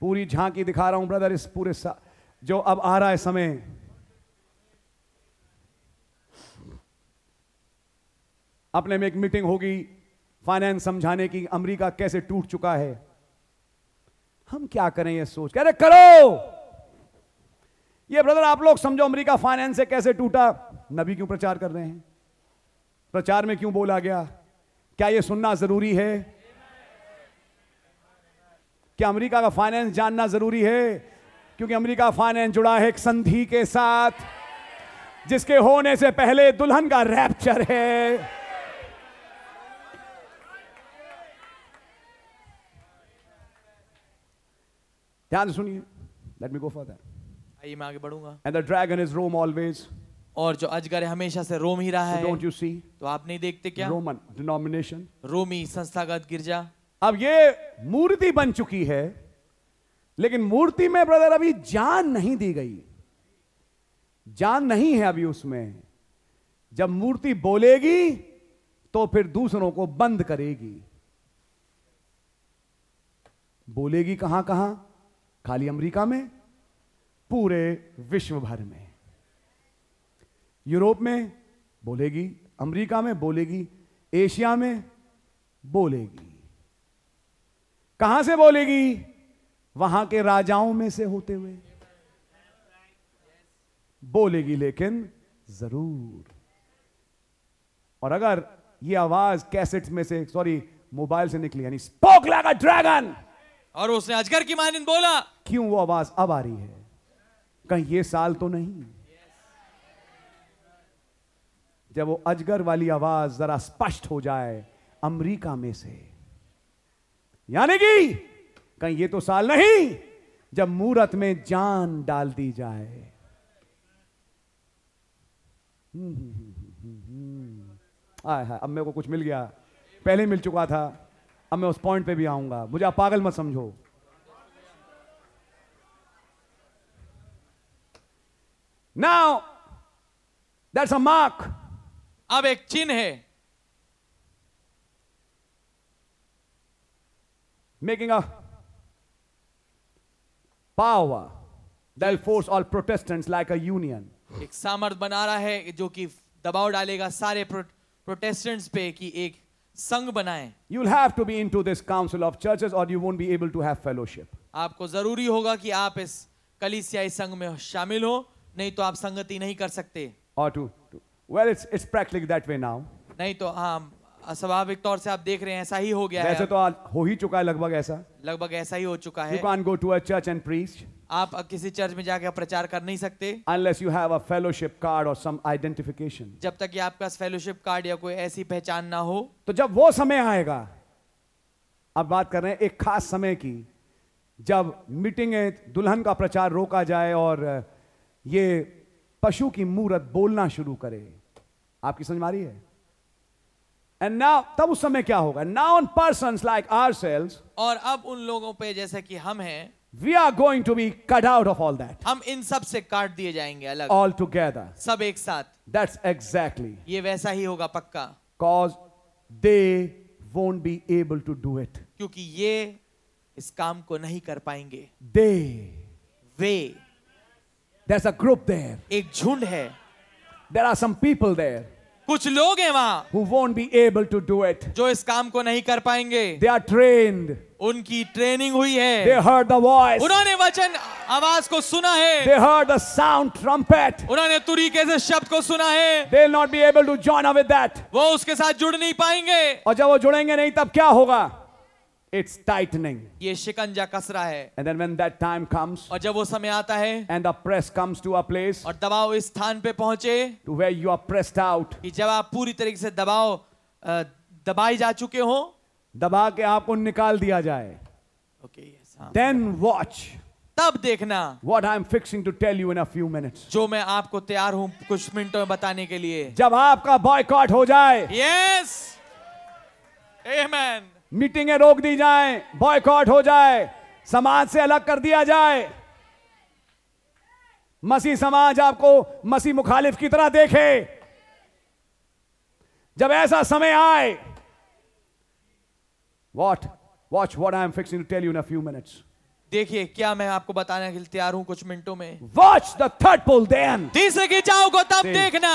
पूरी झांकी दिखा रहा हूं ब्रदर इस पूरे सा, जो अब आ रहा है समय अपने में एक मीटिंग होगी फाइनेंस समझाने की अमेरिका कैसे टूट चुका है हम क्या करें ये सोच अरे करो ये ब्रदर आप लोग समझो अमेरिका फाइनेंस से कैसे टूटा नबी क्यों प्रचार कर रहे हैं प्रचार में क्यों बोला गया क्या ये सुनना जरूरी है क्या अमेरिका का फाइनेंस जानना जरूरी है क्योंकि अमेरिका फाइनेंस जुड़ा है एक संधि के साथ जिसके होने से पहले दुल्हन का रैप्चर है ध्यान से सुनिए let me go for that
आइए मैं आगे बढ़ूंगा
and the dragon is Rome always
और जो अजगर है हमेशा से रोम ही रहा है
डोंट यू सी
तो आप नहीं देखते क्या
रोमन डिनोमिनेशन
रोमी संस्थागत गिरजा
अब ये मूर्ति बन चुकी है लेकिन मूर्ति में ब्रदर अभी जान नहीं दी गई जान नहीं है अभी उसमें जब मूर्ति बोलेगी तो फिर दूसरों को बंद करेगी बोलेगी कहां कहां खाली अमेरिका में पूरे विश्व भर में यूरोप में बोलेगी अमेरिका में बोलेगी एशिया में बोलेगी कहां से बोलेगी वहां के राजाओं में से होते हुए बोलेगी लेकिन जरूर और अगर ये आवाज कैसेट में से सॉरी मोबाइल से निकली यानी स्पोक लागा ड्रैगन
और उसने अजगर की मानिंद बोला
क्यों वो आवाज अब आ रही है कहीं ये साल तो नहीं जब वो अजगर वाली आवाज जरा स्पष्ट हो जाए अमेरिका में से यानी कि कहीं ये तो साल नहीं जब मूरत में जान डाल दी जाए हम्म, हम्म, हम्म, हम्म। आय हाय अब मेरे को कुछ मिल गया पहले मिल चुका था अब मैं उस पॉइंट पे भी आऊंगा मुझे आप पागल मत समझो नाउ दैट्स अ मार्क
अब एक चिन्ह है
making a power that will force all Protestants like a union.
एक सामर्थ बना रहा है जो कि दबाव डालेगा सारे प्रो, प्रोटेस्टेंट्स पे कि एक संघ बनाए
You'll have to be into this council of churches or you won't be able to have fellowship.
आपको जरूरी होगा कि आप इस कलीसियाई संघ में शामिल हो नहीं तो आप संगति नहीं कर सकते
Or to, to well, it's, it's practically that way now.
नहीं तो हाँ स्वाभाविक तौर से आप देख रहे हैं ऐसा ही हो गया
वैसे
है
तो आज हो ही चुका है लगभग ऐसा
लगभग ऐसा ही हो चुका
You
है
can't go to a church and preach
आप किसी चर्च में जाकर प्रचार कर नहीं सकते
unless you have a fellowship card or some identification.
जब तक कि आपका फेलोशिप कार्ड या कोई ऐसी पहचान ना हो
तो जब वो समय आएगा अब बात कर रहे हैं एक खास समय की जब मीटिंगें दुल्हन का प्रचार रोका जाए और ये पशु की मूरत बोलना शुरू करे आपकी समझ में आ रही है एंड नाउ तब उस समय क्या होगा now on person like our sales
और अब उन लोगों पे जैसा कि हम हैं
we are going to be cut out of all that
हम इन सब से काट दिए जाएंगे अलग
ऑल टूगेदर
सब एक साथ
दैट्स एग्जैक्टली
ये वैसा ही होगा पक्का
cause they won't be able to do it
क्योंकि ये इस काम को नहीं कर पाएंगे
They.
Way
There's a group there.
एक झुंड है
There are some people there
कुछ लोग हैं वहां
who won't be able to do it.
जो इस काम को नहीं कर पाएंगे
They are trained.
उनकी ट्रेनिंग हुई
They
है
heard the voice.
उन्होंने वचन आवाज को सुना है
They heard the sound trumpet.
उन्होंने तुरीके से शब्द को सुना है
They'll not be able to join up with that.
वो उसके साथ जुड़ नहीं पाएंगे
और जब वो जुड़ेंगे नहीं तब क्या होगा इट्स टाइटनिंग
ये शिकंजा कसरा है
and then when that time comes
और जब वो समय आता है
and the press comes to a place
और दबाव इस स्थान पे पहुंचे
to where you are pressed out
कि जब आप पूरी तरीके से दबाव अ, दबाए जा चुके हो
दबा के आपको निकाल दिया जाए
ओके यस हाँ
देन वॉच
तब देखना
what I am fixing to tell you in a few minutes
जो मैं आपको तैयार हूं कुछ मिनटों में बताने के लिए
जब आपका बॉयकॉट हो जाए
यस आमेन
मीटिंगें रोक दी जाए बॉयकॉट हो जाए समाज से अलग कर दिया जाए मसीह समाज आपको मसीह मुखालिफ की तरह देखे जब ऐसा समय आए what watch what I am fixing to tell you in few minutes
देखिए क्या मैं आपको बताने के लिए तैयार हूं कुछ मिनटों में
watch the third pull then
तीसरे खिंचाव को तब
जी।
देखना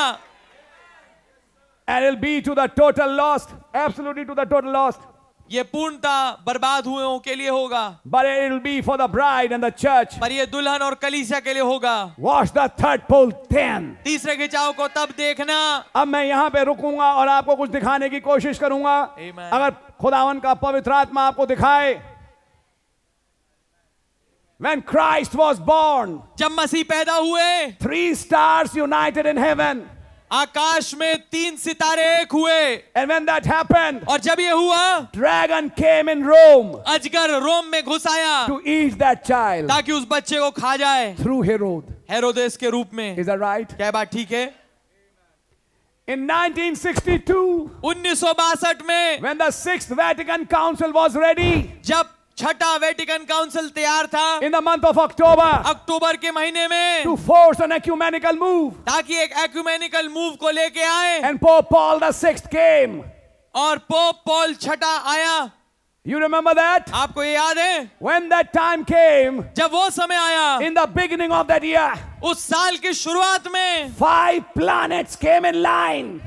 and be to the total lost absolutely to the total lost
ये पूर्णता बर्बाद हुए के लिए होगा
but it will be for the bride and the church
पर ये दुल्हन और कलीसिया के लिए होगा
watch the third pull then
तीसरे खिंचाव को तब देखना
अब मैं यहाँ पे रुकूंगा और आपको कुछ दिखाने की कोशिश करूंगा
Amen.
अगर खुदावन का पवित्र आत्मा आपको दिखाए When Christ was born,
जब मसीह पैदा हुए
three stars united in heaven.
आकाश में तीन सितारे एक हुए
And when that happened,
और जब ये हुआ
dragon came in Rome
अजगर रोम में घुस आया
to eat that child
ताकि उस बच्चे को खा जाए
through Herod.
हेरोदेस के रूप में
Is that right?
क्या बात ठीक है
In 1962,
उन्नीस में
when the Sixth Vatican Council was ready,
जब छठा वेटिकन काउंसिल तैयार था
in the month of October,
अक्टूबर के महीने में
to force an ecumenical move,
ताकि एक एक्यूमेनिकल मूव को लेके आए
and Pope Paul VI came.
और पोप पॉल छठा आया
You remember that?
आपको ये याद है
When that time came,
जब वो समय आया
in the beginning of that year,
उस साल की शुरुआत में
five planets came in line.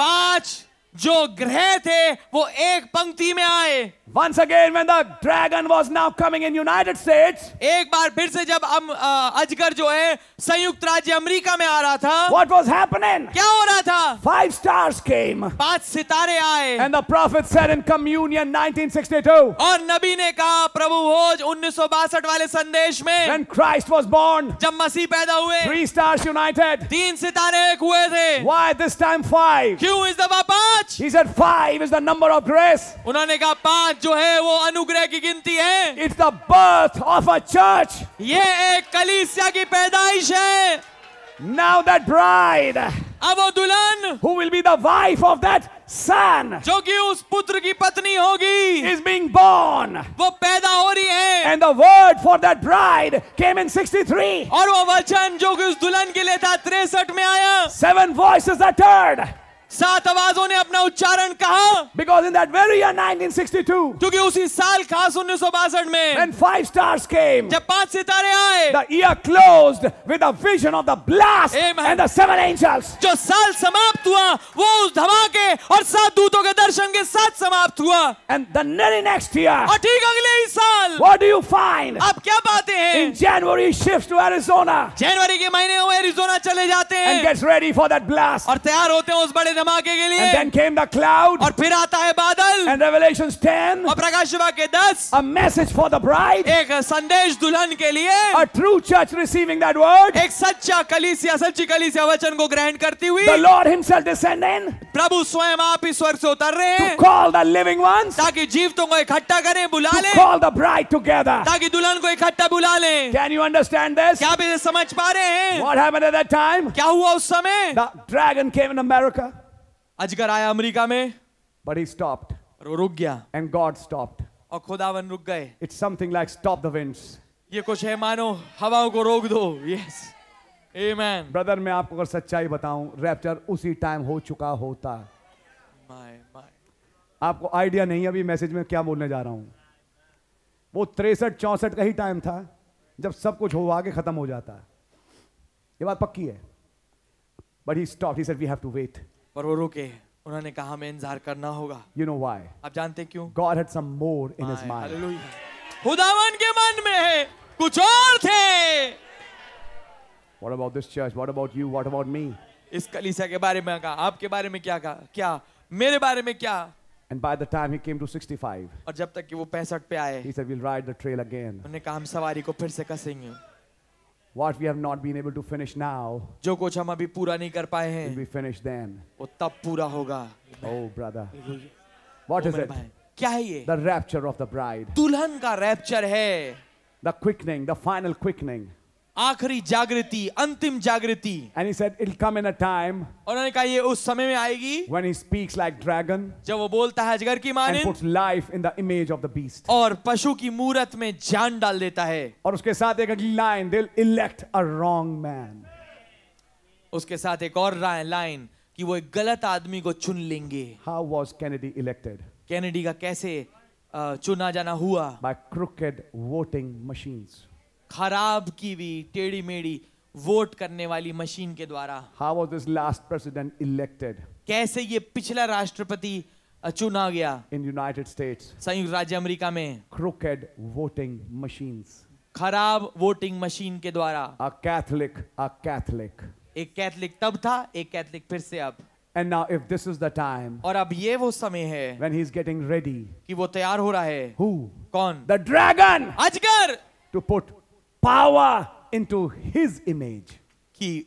पांच जो ग्रह थे वो एक पंक्ति में आए
Once again, when the dragon was now coming in United States,
एक बार फिर से जब अम, अ, अजगर जो है संयुक्त राज्य अमेरिका में आ रहा था
what was happening?
क्या हो रहा था
Five stars came.
पांच सितारे आए
And the prophet said in Communion 1962,
और नबी ने कहा प्रभु भोज उन्नीस वाले संदेश में
when Christ was born,
जब मसीह पैदा हुए
three stars united.
तीन सितारे एक हुए थे
Why this time five?
क्यों इस दफा पांच
He said five is the number of grace.
उन्होंने कहा पांच जो है वो अनुग्रह की गिनती है
It's the birth of a church.
ये एक कलीसिया की पैदाइश है
Now that bride
अब वो दुल्हन
who will be the wife of that son
जो कि उस पुत्र की पत्नी होगी
is being born.
वो पैदा हो रही है
And the word for that bride came in 63.
और वो वचन जो कि उस दुल्हन के लिए था तिरसठ में आया
Seven voices are heard
सात आवाजों ने अपना उच्चारण कहा
because in that very year 1962,
क्योंकि उसी साल खास उन्नीस में
when five stars came,
जब पांच सितारे आए
the year closed with a vision of the blast
Amen.
and the seven angels.
जो साल समाप्त हुआ वो उस धमाके और सात दूतों के दर्शन के साथ समाप्त हुआ
And the very next year,
और ठीक अगले ही साल
what do you find?
आप क्या पाते
In
हैं
January, he shifts to Arizona
जनवरी के महीने में वो एरिजोना चले जाते
and
हैं
gets ready for that blast.
और तैयार होते हैं उस बड़े धमाके के
And then
लिए
came the cloud
और फिर आता है बादल
and Ah. Revelations 10,
और प्रकाश विभाग के दस
a message for the bride.
एक संदेश दुल्हन के लिए
A true church receiving that word.
एक सच्चा कलीसिया सच्ची कलीसिया वचन को ग्रहण करती हुई
The Lord Himself descending
प्रभु स्वयं आप इस स्वर्ग से उतर रहे
to
हैं
call the living ones,
ताकि जीवतों को इकट्ठा करें बुला
to
लें
call the bride together.
ताकि दुल्हन को इकट्ठा बुला लें
Can you understand this?
क्या आप इसे समझ पा रहे हैं
What happened at that time?
क्या हुआ उस समय
The dragon came in America,
अजगर आया अमेरिका में
but he stopped,
और वो रुक गया
and God stopped.
और खुदावन रुक गए
It's something like stop the winds.
ये कुछ है मानो हवाओं को रोक दो यस आमेन
ब्रदर मैं आपको अगर सच्चाई बताऊं रैप्चर उसी टाइम हो चुका होता
माय माय
आपको आइडिया नहीं है अभी मैसेज में क्या बोलने जा रहा हूँ वो तिरसठ चौंसठ का ही टाइम था जब सब कुछ हो आगे खत्म हो जाता है ये बात पक्की है but he stop he said we have to wait
पर वो रुके उन्होंने कहा हमें इंतजार करना होगा
यू नो व्हाई
आप जानते हैं क्यों
God had some more in his mind
hallelujah खुदावन के मन में है कुछ और थे
what about this church what about you what about me
इस कलीसिया के बारे में कहा आपके बारे में क्या कहा क्या मेरे बारे में क्या
and by the time he came to 65
और जब तक कि वो पैंसठ पे आए
he said we'll ride the trail again
उन्होंने कहा हम सवारी को फिर से कसेंगे
what we have not been able to finish now
जो कुछ हम अभी पूरा नहीं कर पाए
will
हैं
be finished then
वो तब पूरा होगा
oh brother what
O
is
मेरे
it
भाई, क्या है ये
the rapture of the bride
दुल्हन का रैप्चर है
the quickening the final quickening
आखिरी जागृति अंतिम जागृति
and he said it'll come in a time
और उन्होंने कहा ये उस समय में आएगी
when he speaks like dragon
जब वो बोलता है अजगर की
and
माने
puts life in the image of the beast
और पशु की मूरत में जान डाल देता है
और उसके साथ एक अगली line they elect a wrong man
उसके साथ एक और लाइन कि वो एक गलत आदमी को चुन लेंगे
how was Kennedy elected
Kennedy का कैसे अ, चुना जाना हुआ
बाय क्रुकेड वोटिंग मशीन्स
खराब की भी टेढ़ी मेढ़ी वोट करने वाली मशीन के द्वारा
how was this last president elected
कैसे ये पिछला राष्ट्रपति अ, चुना गया
इन यूनाइटेड स्टेट्स
संयुक्त राज्य अमेरिका में
crooked voting machines.
खराब वोटिंग मशीन के द्वारा
A Catholic, a Catholic.
एक कैथलिक तब था एक कैथलिक फिर से अब
And now, if this is the time
और अब ये वो समय है
when he's getting ready,
कि वो तैयार हो रहा है
who?
कौन
The dragon
अजगर
to put power into his image.
कि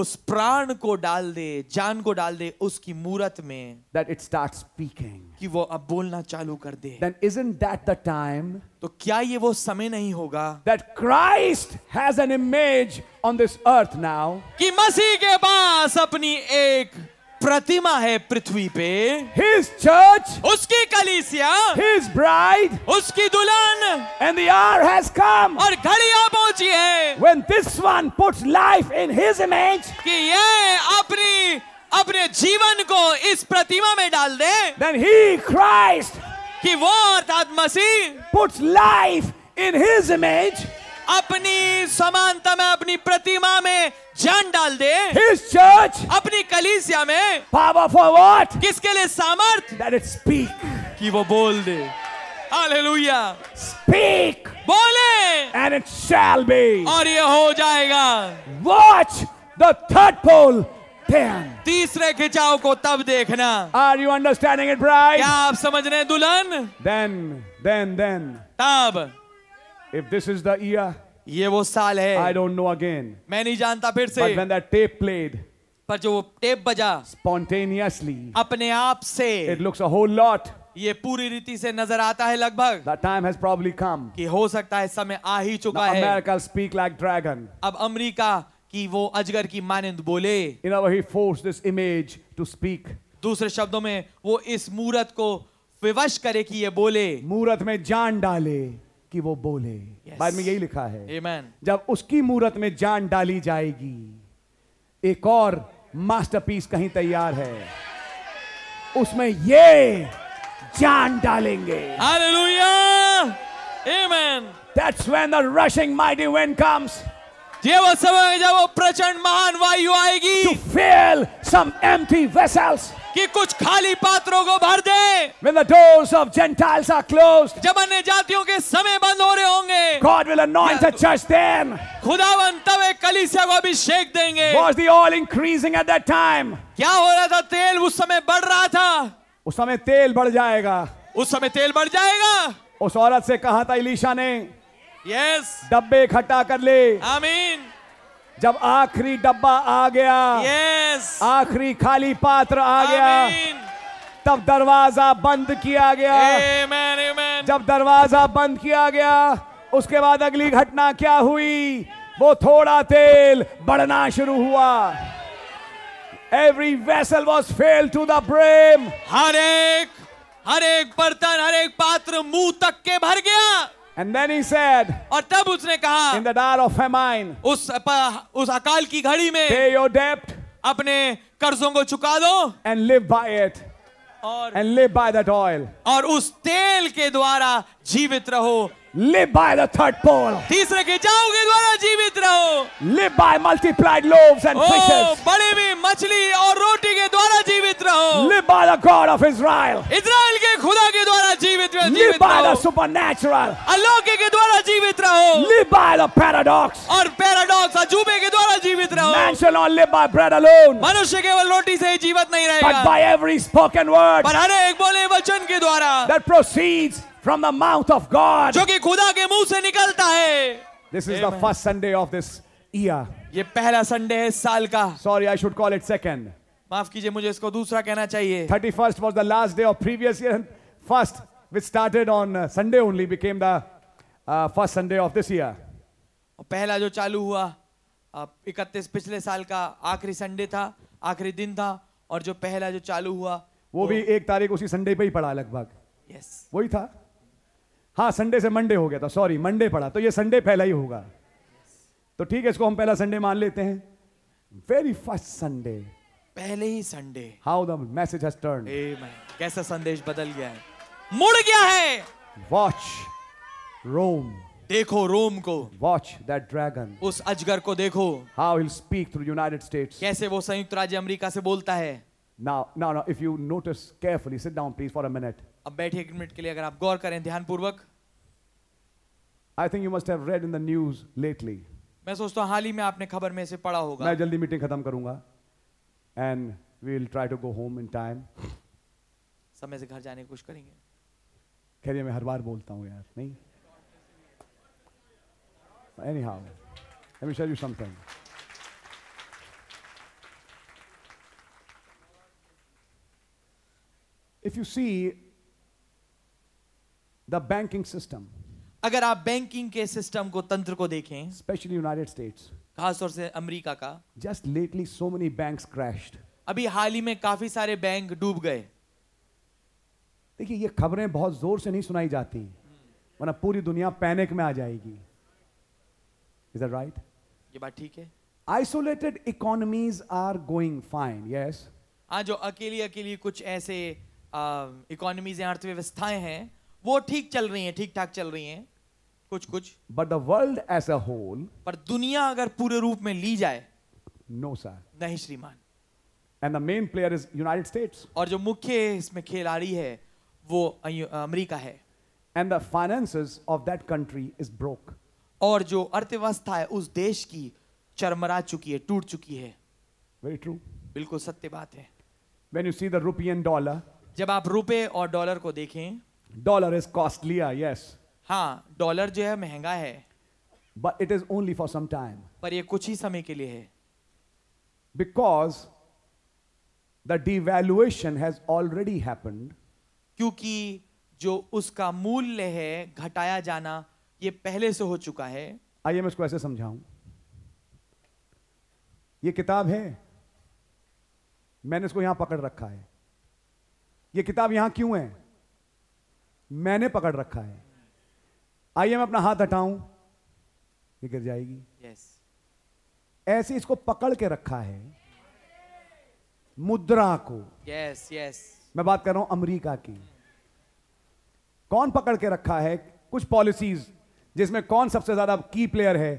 उस प्राण को डाल दे जान को डाल दे उसकी मूरत में
That it starts speaking.
कि वो अब बोलना चालू कर दे
Then, isn't that the time
तो क्या ये वो समय नहीं होगा
that Christ has an image on this earth now?
कि मसीह के पास अपनी एक प्रतिमा है पृथ्वी पे
His church,
उसकी कलीसिया
his bride,
उसकी दुल्हन
and the hour has come
और घड़ी आ पहुंची है
when this one puts life in his image.
कि ये अपनी अपने जीवन को इस प्रतिमा में डाल दे
Then he, Christ,
कि वो अर्थात मसीह
puts life in his image,
अपनी समानता में अपनी प्रतिमा में जान डाल दे
his church,
अपनी कलीसिया में
power for what?
किसके लिए सामर्थ
That it speak,
कि वो बोल दे हालेलुया
speak,
बोले
and it shall be.
और ये हो जाएगा
Watch the third pole then.
तीसरे खिंचाव को तब देखना
Are you understanding it, bride?
क्या आप समझ रहे हैं दुल्हन
Then, then, then.
तब
If this is the year,
ये वो साल
I
है
don't know again.
मैं नहीं जानता फिर से
But when that tape played
पर जो वो टेप बजा
spontaneously,
अपने आप से
it looks a whole lot.
ये पूरी रीति से नजर आता है लगभग
The time has probably come.
कि हो सकता है समय आ ही
Now
चुका है
America will speak like dragon.
अब अमेरिका की वो अजगर की मानंद बोले
You know, he forced this image to speak.
दूसरे शब्दों में वो इस मूरत को विवश करे कि ये बोले
मूरत में जान डाले कि वो बोले
Yes.
बाद में यही लिखा है
Amen.
जब उसकी मूरत में जान डाली जाएगी एक और मास्टरपीस कहीं तैयार है उसमें ये जान डालेंगे
hallelujah amen
that's when the rushing mighty wind comes
ये वो समय है जब वो प्रचंड महान वायु आएगी
to fill some empty vessels
कि कुछ खाली पात्रों को भर दे
when the doors of gentiles are closed
जब अन्य जातियों के समय बंद हो रहे होंगे
god will anoint the church then
खुदावन तब एक कलीसिया को अभिषेक देंगे
was the oil increasing at that time
क्या हो रहा था तेल उस समय बढ़ रहा था
उस समय तेल बढ़ जाएगा
उस समय तेल बढ़ जाएगा
उस औरत से कहा था इलीशा ने
यस
डब्बे इकट्ठा कर ले
आमीन
जब आखिरी डब्बा आ गया
यस
आखिरी खाली पात्र आ गया
आमीन
तब दरवाजा बंद किया गया
आमीन आमीन
जब दरवाजा बंद किया गया उसके बाद अगली घटना क्या हुई वो थोड़ा तेल बढ़ना शुरू हुआ every vessel was full to the brim
हर एक हर एक बर्तन हर एक पात्र मुंह तक के भर गया
एंड देन ही सेड
और तब उसने
इन
कहा
द डार ऑफ फेमाइन
उस अप- उस अकाल की घड़ी में
पे योर डेप्ट
अपने कर्जों को चुका दो
and live by it.
और
and live by that oil.
और उस तेल के द्वारा जीवित रहो
Live by the third pole.
तीसरे खिंचाव के द्वारा जीवित रहो
Live by multiplied loaves and
O
fishes.
बड़े भी मछली और रोटी के द्वारा जीवित रहो
Live by the God of Israel.
Israel के खुदा के द्वारा जीवित
Live
जीवित
by the
रहो
supernatural.
अलौकिक के द्वारा जीवित रहो
Live by the paradox.
और पैराडॉक्स अजूबे के द्वारा जीवित रहो
Man shall not live by bread alone,
मनुष्य केवल रोटी से ही जीवित नहीं
but
रहेगा
by every spoken word
पर हर एक बोले वचन के द्वारा
that proceeds from the mouth of God.
जो कि खुदा के मुंह से निकलता है
This is the first Sunday of this year.
ये पहला संडे है इस साल का
Sorry, I should call it second.
माफ कीजिए मुझे इसको दूसरा कहना चाहिए
31st was the last day of previous year and first which started on uh, sunday only became the uh, first sunday of this year
और पहला जो चालू हुआ इकतीस पिछले साल का आखिरी संडे था आखिरी दिन था और जो पहला जो चालू हुआ
वो भी एक तारीख उसी संडे पे ही पड़ा लगभग
यस
वही था हाँ संडे से मंडे हो गया था सॉरी मंडे पड़ा तो ये संडे पहला ही होगा तो ठीक है इसको हम पहला संडे मान लेते हैं वेरी फर्स्ट संडे
पहले ही Sunday
how the message has turn
Amen. कैसा संदेश बदल गया है मुड़ गया है
वॉच रोम
देखो रोम को
वॉच दैट ड्रैगन
उस अजगर को देखो
how will speak through United States
कैसे वो संयुक्त राज्य अमेरिका से बोलता है
Now, now, now, if you notice carefully, sit down, please, for a minute.
अब बैठिए एक मिनट के लिए अगर आप गौर करें ध्यानपूर्वक
I think you must have read in the news lately.
मैं सोचता हूँ हाल ही में आपने खबर में से पढ़ा होगा
मैं जल्दी मीटिंग खत्म करूंगा and we'll try to go home in time.
समय से घर जाने की कोशिश करेंगे
खैर ये मैं हर बार बोलता हूँ यार नहीं Anyhow, let me show you something. If you see the banking system,
अगर आप बैंकिंग के सिस्टम को तंत्र को देखें
especially United States,
खासतौर से अमेरिका का
Just lately, so many banks crashed.
अभी हाल ही में काफी सारे बैंक डूब गए
देखिए ये खबरें बहुत जोर से नहीं सुनाई जाती वरना पूरी दुनिया पैनिक में आ जाएगी इज दैट राइट
ये बात ठीक है
isolated economies are going fine yes
हाँ जो अकेली अकेली कुछ ऐसे इकोनॉमीज या अर्थव्यवस्थाएं हैं वो ठीक चल रही हैं ठीक ठाक चल रही हैं कुछ कुछ
but the world as a whole
पर दुनिया अगर पूरे रूप में ली जाए
नो सर
नहीं श्रीमान
and the main player is United States
और जो मुख्य इसमें खिलाड़ी है वो अयो- अमेरिका है
and the finances of that country is broke
और जो अर्थव्यवस्था है उस देश की चरमरा चुकी है टूट चुकी है
वेरी ट्रू
बिल्कुल सत्य बात है
when you see the rupee and dollar
जब आप रुपए और डॉलर को देखें
डॉलर इज कॉस्टलियर यस
हाँ डॉलर जो है महंगा है
but it is only for some time
पर ये कुछ ही समय के लिए है
because the devaluation has already happened
क्योंकि जो उसका मूल्य है घटाया जाना ये पहले से हो चुका है
आइए मैं इसको ऐसे समझाऊं ये किताब है मैंने इसको यहां पकड़ रखा है ये किताब यहां क्यों है मैंने पकड़ रखा है आइए मैं अपना हाथ हटाऊं ये गिर जाएगी
यस
ऐसे इसको पकड़ के रखा है मुद्रा को
यस यस
मैं बात कर रहा हूं अमेरिका की कौन पकड़ के रखा है कुछ पॉलिसीज जिसमें कौन सबसे ज्यादा की प्लेयर है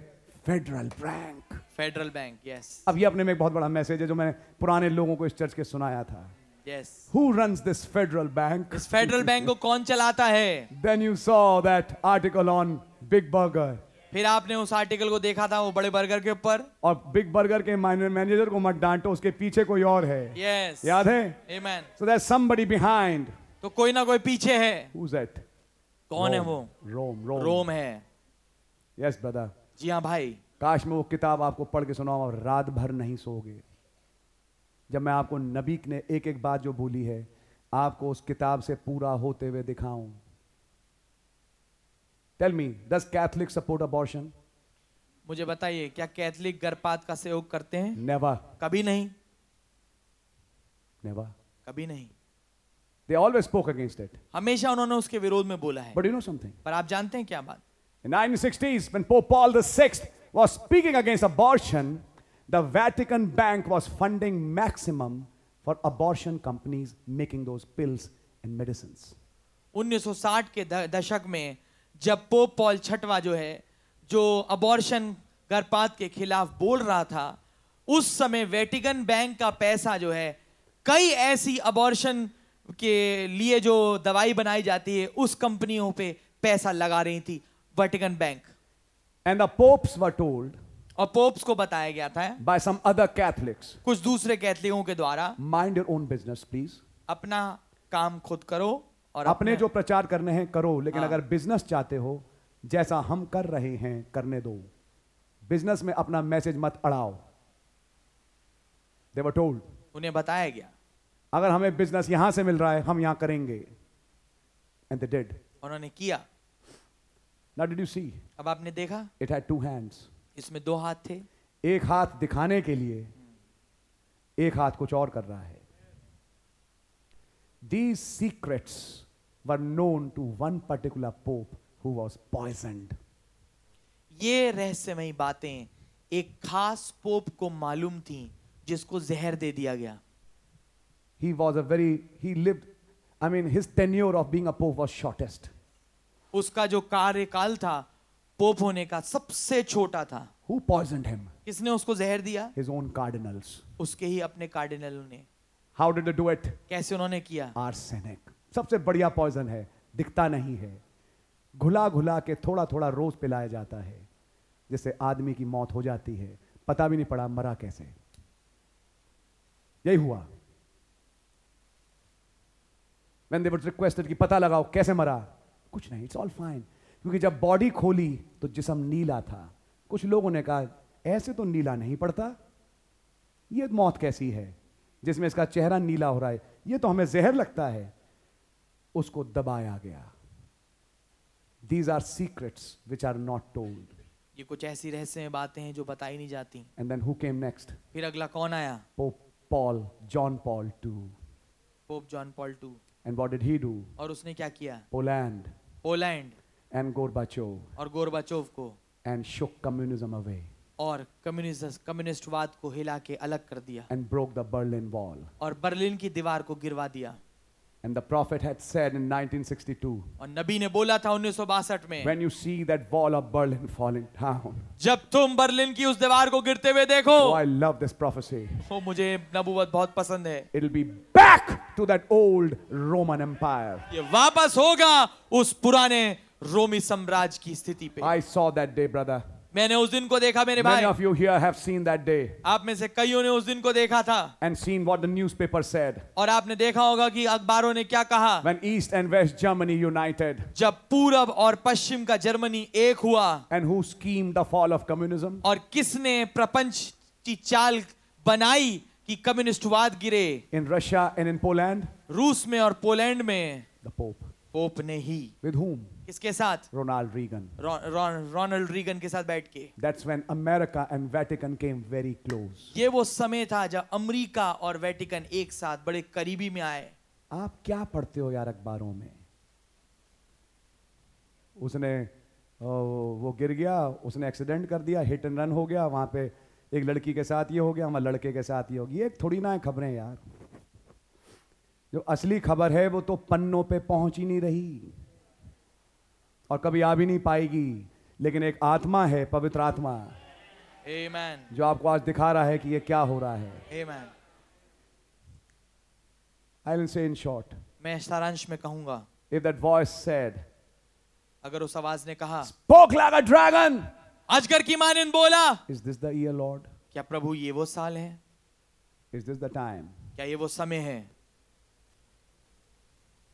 federal bank
federal bank yes
अब ये अपने में एक बहुत बड़ा मैसेज है जो मैंने पुराने लोगों को इस चर्च के सुनाया था
yes
who run this federal bank
इस फेडरल बैंक को कौन चलाता है
then you saw that article on big burger
फिर आपने उस आर्टिकल को देखा था वो बड़े बर्गर के ऊपर
और बिग बर्गर के मैनेजर को मत डांटो उसके पीछे कोई और है
यस
याद है
Amen.
So that somebody behind
तो कोई ना कोई पीछे है
who's that
कौन है वो
रोम रोम
रोम है
यस ब्रदर
जी हाँ भाई
काश मैं वो किताब आपको पढ़ के सुनाऊं और रात भर नहीं सोगे जब मैं आपको नबी ने एक एक बात जो बोली है आपको उस किताब से पूरा होते हुए दिखाऊं tell me does Catholic support abortion
मुझे बताइए क्या कैथलिक गर्भपात का सहयोग करते हैं
नेवर
कभी नहीं
नेवर
कभी नहीं
they always spoke against it
हमेशा उन्होंने उसके विरोध में बोला है
बट यू नो समथिंग
पर आप जानते हैं क्या बात
In 1960s, when Pope Paul VI was speaking against abortion, the Vatican Bank was funding maximum
for abortion companies making those pills and medicines.
1960 के द- दशक में जब पोप पॉल छठवा जो है जो अबॉर्शन गर्भपात के खिलाफ बोल रहा था उस समय वेटिकन बैंक का पैसा जो है कई ऐसी अबॉर्शन के लिए जो दवाई बनाई जाती है उस कंपनियों पे पैसा लगा रही थी Vatican bank
And the popes were told
और पोप्स को बताया गया था
by some other Catholics,
कुछ दूसरे कैथलिकों के द्वारा
mind your own business, please.
अपना काम खुद करो और
अपने जो प्रचार करने हैं करो लेकिन
हाँ।
अगर बिजनेस चाहते हो जैसा हम कर रहे हैं करने दो बिजनेस में अपना मैसेज मत अड़ाओ देवर टोल्ड
उन्हें बताया गया
अगर हमें बिजनेस यहां से मिल रहा है हम यहां करेंगे एंड दे डिड
उन्होंने किया
नाउ डिड यू सी
अब आपने देखा
इट हैड टू हैंड्स
इसमें दो हाथ थे
एक हाथ दिखाने के लिए एक हाथ कुछ और कर रहा है these secrets were known to one particular pope who was poisoned
ये रहस्यमयी बातें एक खास पोप को मालूम थी जिसको जहर दे दिया गया
he was a very he lived i mean his tenure of being a pope was shortest
उसका जो कार्यकाल था पोप होने का सबसे छोटा था
who poisoned him
किसने उसको जहर दिया
his own cardinals
उसके ही अपने कार्डिनलों ने
how did they do it
कैसे उन्होंने किया
आर्सेनिक सबसे बढ़िया पॉइजन है दिखता नहीं है घुला घुला के थोड़ा थोड़ा रोज पिलाया जाता है जिससे आदमी की मौत हो जाती है पता भी नहीं पड़ा मरा कैसे यही हुआ When they were requested कि पता लगाओ कैसे मरा कुछ नहीं इट्स ऑल फाइन क्योंकि जब बॉडी खोली तो जिसम नीला था कुछ लोगों ने कहा ऐसे तो नीला नहीं पड़ता ये मौत कैसी है जिसमें इसका चेहरा नीला हो रहा है ये तो हमें जहर लगता है उसको दबाया गया these are secrets which are not told
ये कुछ ऐसी रहस्यमय बातें हैं जो बताई नहीं जाती
and then who came next
फिर अगला कौन आया
pope Paul John Paul two
pope John Paul two
and what did he do
और उसने क्या किया
पोलैंड
पोलैंड
एंड गोरबाचोव
और गोरबाचोव को
एंड shook कम्युनिज्म अवे
और कम्युनिस्ट कम्युनिस्टवाद को हिला के अलग कर दिया
एंड broke the berlin wall
और बर्लिन की दीवार को गिरवा दिया
and the prophet had said in 1962
और नबी ने बोला था 1962 में
when you see that wall of berlin falling down
जब तुम बर्लिन की उस दीवार को गिरते हुए देखो
oh i love this prophecy
वो मुझे नबूवत बहुत पसंद है
it'll be back to that old Roman Empire.
ये वापस होगा उस पुराने रोमी साम्राज्य की स्थिति पे
I saw that day, brother.
मैंने उस दिन को देखा मेरे
Many
भाई
of you here have seen that day
आप में से कईयों ने उस दिन को देखा था
and seen what the newspaper said.
और आपने देखा होगा कि अखबारों ने क्या कहा
When East and West Germany united,
जब पूरब और पश्चिम का जर्मनी एक हुआ
and who schemed the fall of communism?
और किसने प्रपंच की चाल बनाई कि कम्युनिस्टवाद गिरे
In Russia and in Poland?
रूस में और पोलैंड में
The Pope.
पोप ने ही
With whom?
किसके साथ
Ronald Reagan.
रॉ- रॉ- रोनाल्ड रीगन के साथ बैठ के
That's when America and Vatican came very close.
ये वो समय था जब अमेरिका और वेटिकन एक साथ बड़े करीबी में आए
आप क्या पढ़ते हो यार अखबारों में उसने ओ, वो गिर गया उसने एक्सीडेंट कर दिया हिट एंड रन हो गया वहां पे एक लड़की के साथ ये हो गया वहां लड़के के साथ ये हो गया ये थोड़ी ना है खबरें यार जो असली खबर है वो तो पन्नों पे पहुंच ही नहीं रही और कभी आ भी नहीं पाएगी लेकिन एक आत्मा है पवित्र आत्मा
Amen.
जो आपको आज दिखा रहा है कि ये क्या हो रहा है
Amen.
I will say in short
मैं सारांश में कहूंगा
इफ दैट वॉइस सेड
अगर उस आवाज ने कहा
स्पोक लाइक अ ड्रैगन
अजगर की मां ने बोला
Is this the year, Lord?
क्या प्रभु ये वो साल है
Is this the time?
क्या ये वो समय है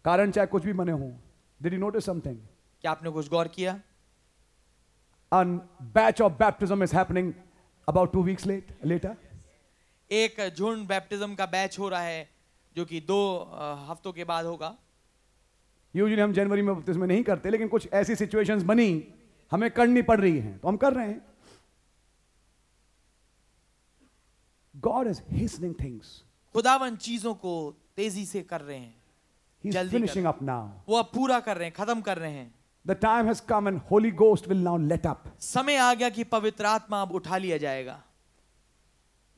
कारण चाहे कुछ भी बने हों Did you notice something?
क्या आपने कुछ गौर किया
A batch of baptism is happening about two weeks late, later.
एक झुंड बैप्टिज्म का बैच हो रहा है जो कि दो अ, हफ्तों के बाद होगा
यूजली हम जनवरी में बपतिस्मा नहीं करते लेकिन कुछ ऐसी सिचुएशंस बनी हमें करनी पड़ रही हैं तो हम कर रहे हैं गॉड इज हिस्निंग थिंग्स
खुदावन चीजों को तेजी से कर रहे हैं
ही इज
जल्दी कर।
फिनिशिंग अप नाउ
वो अब पूरा कर रहे हैं खत्म कर रहे हैं
the time has come and Holy Ghost will now let up
समय आ गया कि पवित्र आत्मा अब उठा लिया जाएगा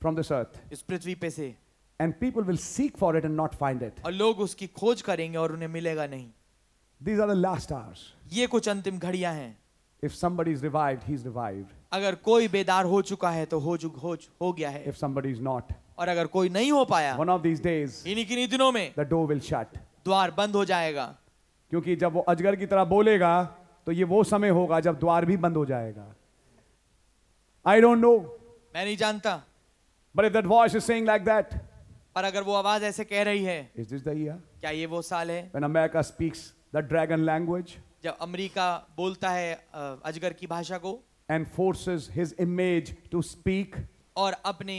फ्रॉम दिस अर्थ
इस पृथ्वी पे से
and people will seek for it and not find it.
और लोग उसकी खोज करेंगे और उन्हें मिलेगा नहीं
These are the last hours.
ये कुछ अंतिम घड़ियां हैं
If somebody is revived, he's revived.
अगर कोई बेदार हो चुका है तो हो चुक हो, हो गया है
If somebody is not,
और अगर कोई नहीं हो पाया
one of these days,
इन्हीं किन्हीं दिनों में
the door will shut.
द्वार बंद हो जाएगा
क्योंकि जब वो अजगर की तरह बोलेगा तो ये वो समय होगा जब द्वार भी बंद हो जाएगा आई डोंट नो
मैं नहीं जानता
but if that voice is saying like that
पर अगर वो आवाज ऐसे कह रही है
इज दिस द ईयर
क्या ये वो साल है
when America speaks the dragon language
जब अमेरिका बोलता है अ, अजगर की भाषा को
and forces his image to speak
और अपने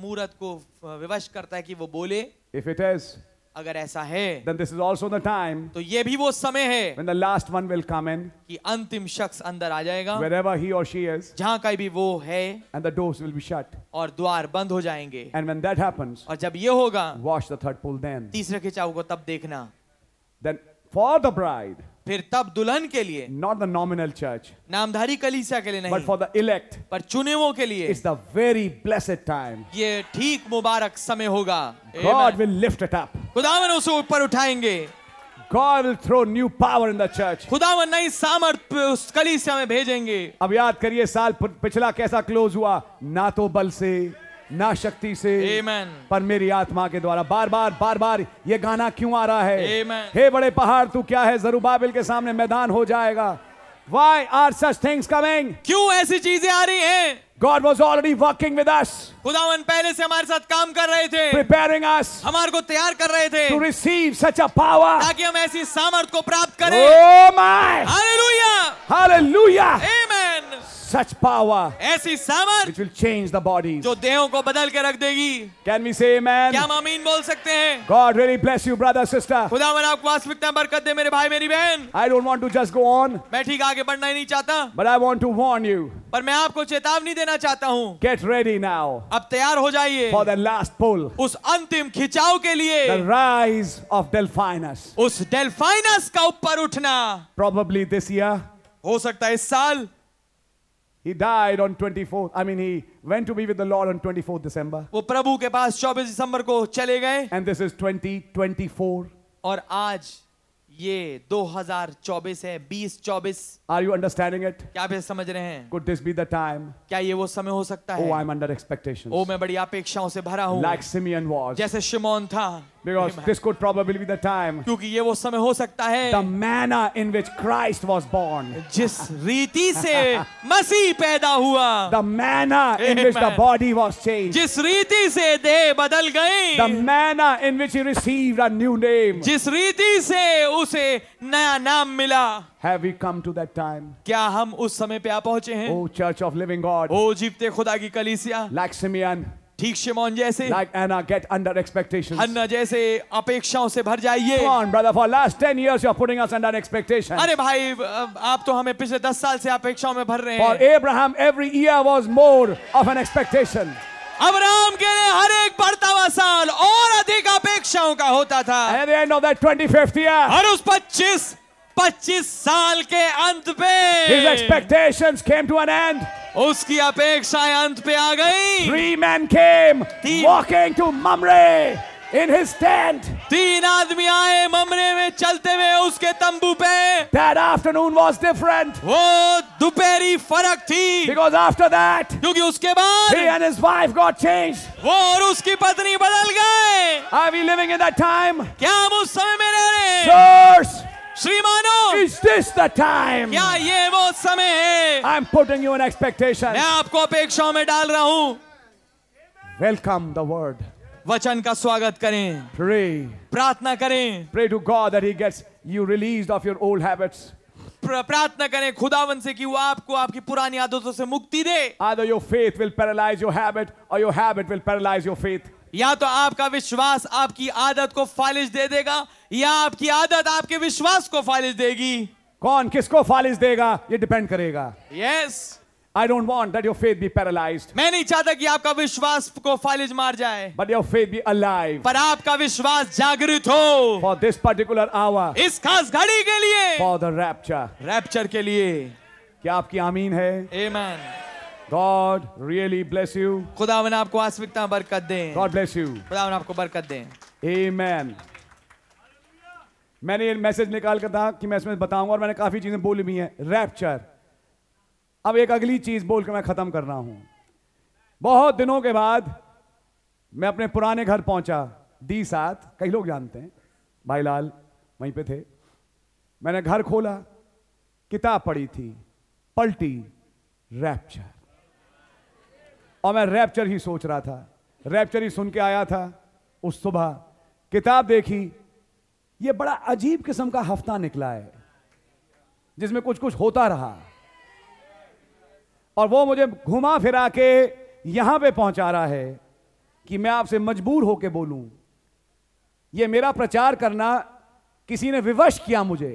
मूरत को अ, विवश करता है कि वो बोले
इफ इट इज
अगर ऐसा है
then this is also the time
तो ये भी वो समय है
when the last one will come in
कि अंतिम शख्स अंदर आ जाएगा
wherever he or she is
जहां का भी वो है
and the doors will be shut
और द्वार बंद हो जाएंगे
and when that happens
और जब ये होगा
wash the third pool then
तीसरे खिंचाव को तब देखना
then for the bride
फिर तब दुल्हन के लिए
not the nominal church
नामधारी कलीसिया के लिए
but
नहीं
for the elect
पर चुनेवों के लिए
it's the very blessed time
ये ठीक मुबारक समय होगा
God
Amen.
will lift it up.
खुदावन उसे ऊपर उठाएंगे
God will throw new power in the church.
खुदावन नई सामर्थ उस कलीसिया में भेजेंगे
अब याद करिए साल प- पिछला कैसा क्लोज हुआ ना तो बल से ना शक्ति से
Amen.
पर मेरी आत्मा के द्वारा बार बार बार बार ये गाना क्यों आ रहा है
Amen.
हे बड़े पहाड़ तू क्या है जरूबाबिल के सामने मैदान हो जाएगा why are such things coming
क्यों ऐसी चीजें आ रही हैं
God was already working with us
खुदावन पहले से हमारे साथ काम कर रहे थे
प्रिपेयरिंग अस
हमारे को तैयार कर रहे थे
to receive such a power
ताकि हम ऐसी सामर्थ को प्राप्त करें
oh my
hallelujah
hallelujah
amen
such power
ऐसी सामर्थ
which will change the bodies
जो देहों को बदल के रख देगी
Can we say amen?
क्या हम आमीन बोल सकते हैं
God really bless you, brother, sister.
खुदावन आपको वास्तविकता में बरकत दे मेरे भाई मेरी बहन
I don't want to just go on,
मैं ठीक आगे बढ़ना ही नहीं चाहता
but I want to warn you
पर मैं आपको चेतावनी देना चाहता हूँ
get ready now
अब तैयार हो जाइए
for the last pull,
उस अंतिम खिंचाव के
the
लिए
rise of Delphinus.
उस डेल्फाइनस का ऊपर उठना
Probably this year.
हो सकता है इस साल
He died on 24th. I mean, he went to be with the Lord on 24th December.
वो प्रभु के पास 24 दिसंबर को चले गए
And this is 2024.
और आज ये 2024 है 20 24
Are you understanding it?
क्या आप ये समझ रहे हैं
Could this be the time?
क्या ये वो समय हो सकता
Oh,
है
I'm under expectations.
ओ मैं बड़ी अपेक्षाओं से भरा हूँ
Like Simeon was.
जैसे शिमोन था
Because this could probably be the time.
क्योंकि ये वो समय हो सकता
The
है
manner in which Christ was born.
जिस रीति से मसीह पैदा हुआ
The manner in which the
Amen.
body was changed.
जिस रीति से देह बदल
The
गई
manner in which he received a new name.
जिस रीति से उसे नया नाम मिला
Have we come to that time?
क्या हम उस समय पे आ पहुंचे हैं
Oh, Church of Living God.
ओ जीवते खुदा की कलीसिया
Like Simeon,
ठीक शिमोन जैसे
like Anna, get under expectations. Come
हन्ना जैसे अपेक्षाओं से भर जाइए
on, brother. For last 10 years, you're putting us under expectation.
अरे भाई अब आप तो हमें पिछले दस साल से अपेक्षाओं में भर रहे
For
हैं
Abraham, every year was more of an expectation.
Abraham के लिए हर एक बढ़ता हुआ साल और अधिक अपेक्षाओं का होता था
And at the end of that 25th year,
और उस 25 25 साल के अंत पे
his expectations came to an end.
उसकी अपेक्षाएं अंत पे आ गई
Three men came
Team.
walking to Mamre in his tent.
तीन आदमी आए ममरे में चलते हुए उसके तंबू पे
That afternoon was different
वो दोपहरी फर्क थी
because after that,
क्योंकि उसके
he
बाद
and his wife got changed.
वो और उसकी पत्नी बदल गए
Are we living in that time?
क्या हम उस समय में रह रहे हैं
Sirs,
श्रीमानो
is this the time?
क्या ये वो समय है
I'm putting you in expectation.
मैं आपको अपेक्षाओं में डाल रहा हूँ
Welcome the word.
वचन का स्वागत करें
Pray.
प्रार्थना करें
Pray to God that he gets you released of your old habits.
प्र- प्रार्थना करें खुदावन से कि वो आपको आपकी पुरानी आदतों से मुक्ति दे
Either your faith will paralyze your habit or your habit will paralyze your faith.
या तो आपका विश्वास आपकी आदत को फालिश दे देगा या आपकी आदत आपके विश्वास को फालिश देगी
कौन किसको फालिज देगा ये डिपेंड करेगा
yes
I don't want that your faith be paralyzed,
मैं नहीं चाहता कि आपका विश्वास को फालिश मार जाए
but your faith be alive.
पर आपका विश्वास जागृत हो
For this particular hour,
इस खास घड़ी के लिए
for the rapture.
रैप्चर के लिए
क्या आपकी आमीन है
Amen.
God really bless you.
खुदावन आपको आस्विकता बरकत दें
God bless you.
खुदावन आपको बरकत दें
Amen.
मैंने ये मैसेज निकाल कर था कि मैं इसमें बताऊंगा और मैंने काफी चीजें बोली भी हैं रैप्चर अब एक अगली चीज बोल के मैं खत्म कर रहा हूं बहुत दिनों के बाद मैं अपने पुराने घर पहुंचा दी साथ कई लोग जानते हैं भाई लाल वहीं पे थे मैंने घर खोला किताब पढ़ी थी पलटी रैप्चर और मैं रैप्चर ही सोच रहा था रैप्चर ही सुन के आया था उस सुबह किताब देखी ये बड़ा अजीब किस्म का हफ्ता निकला है जिसमें कुछ कुछ होता रहा और वो मुझे घुमा फिरा के यहां पे पहुंचा रहा है कि मैं आपसे मजबूर होके बोलूं ये मेरा प्रचार करना किसी ने विवश किया मुझे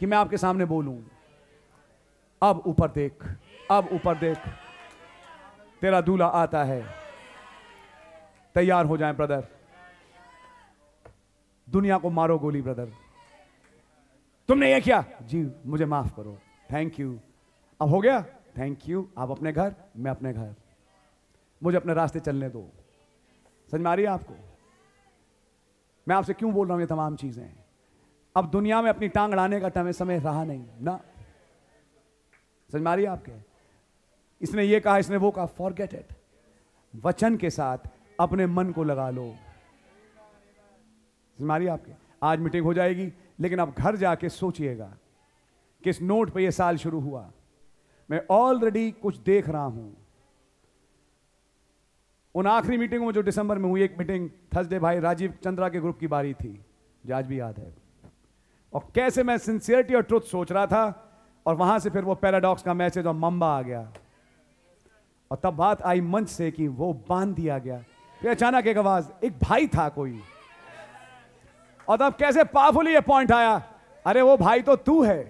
कि मैं आपके सामने बोलूं अब ऊपर देख अब ऊपर देख तेरा दूल्हा आता है तैयार हो जाए ब्रदर दुनिया को मारो गोली ब्रदर तुमने ये किया जी मुझे माफ करो थैंक यू अब हो गया थैंक यू आप अपने घर मैं अपने घर मुझे अपने रास्ते चलने दो समझ में आ रही है आपको मैं आपसे क्यों बोल रहा हूं ये तमाम चीजें अब दुनिया में अपनी टांग अड़ाने का टमे समय रहा नहीं ना समझ में आ रही है आपके इसने ये कहा इसने वो कहा फॉरगेट इट वचन के साथ अपने मन को लगा लो मारी आपके आज मीटिंग हो जाएगी लेकिन आप घर जाके सोचिएगा कि इस नोट पे ये साल शुरू हुआ मैं ऑलरेडी कुछ देख रहा हूं उन आखिरी मीटिंगों में जो दिसंबर में हुई एक मीटिंग थर्सडे भाई राजीव चंद्रा के ग्रुप की बारी थी जो आज भी याद है और कैसे मैं सिंसियरिटी और ट्रुथ सोच रहा था और वहां से फिर वो पैराडॉक्स का मैसेज और मम्बा आ गया और तब बात आई मंच से कि वो बांध दिया गया फिर अचानक एक आवाज एक भाई था कोई और तब कैसे पावरफुली ये पॉइंट आया अरे वो भाई तो तू है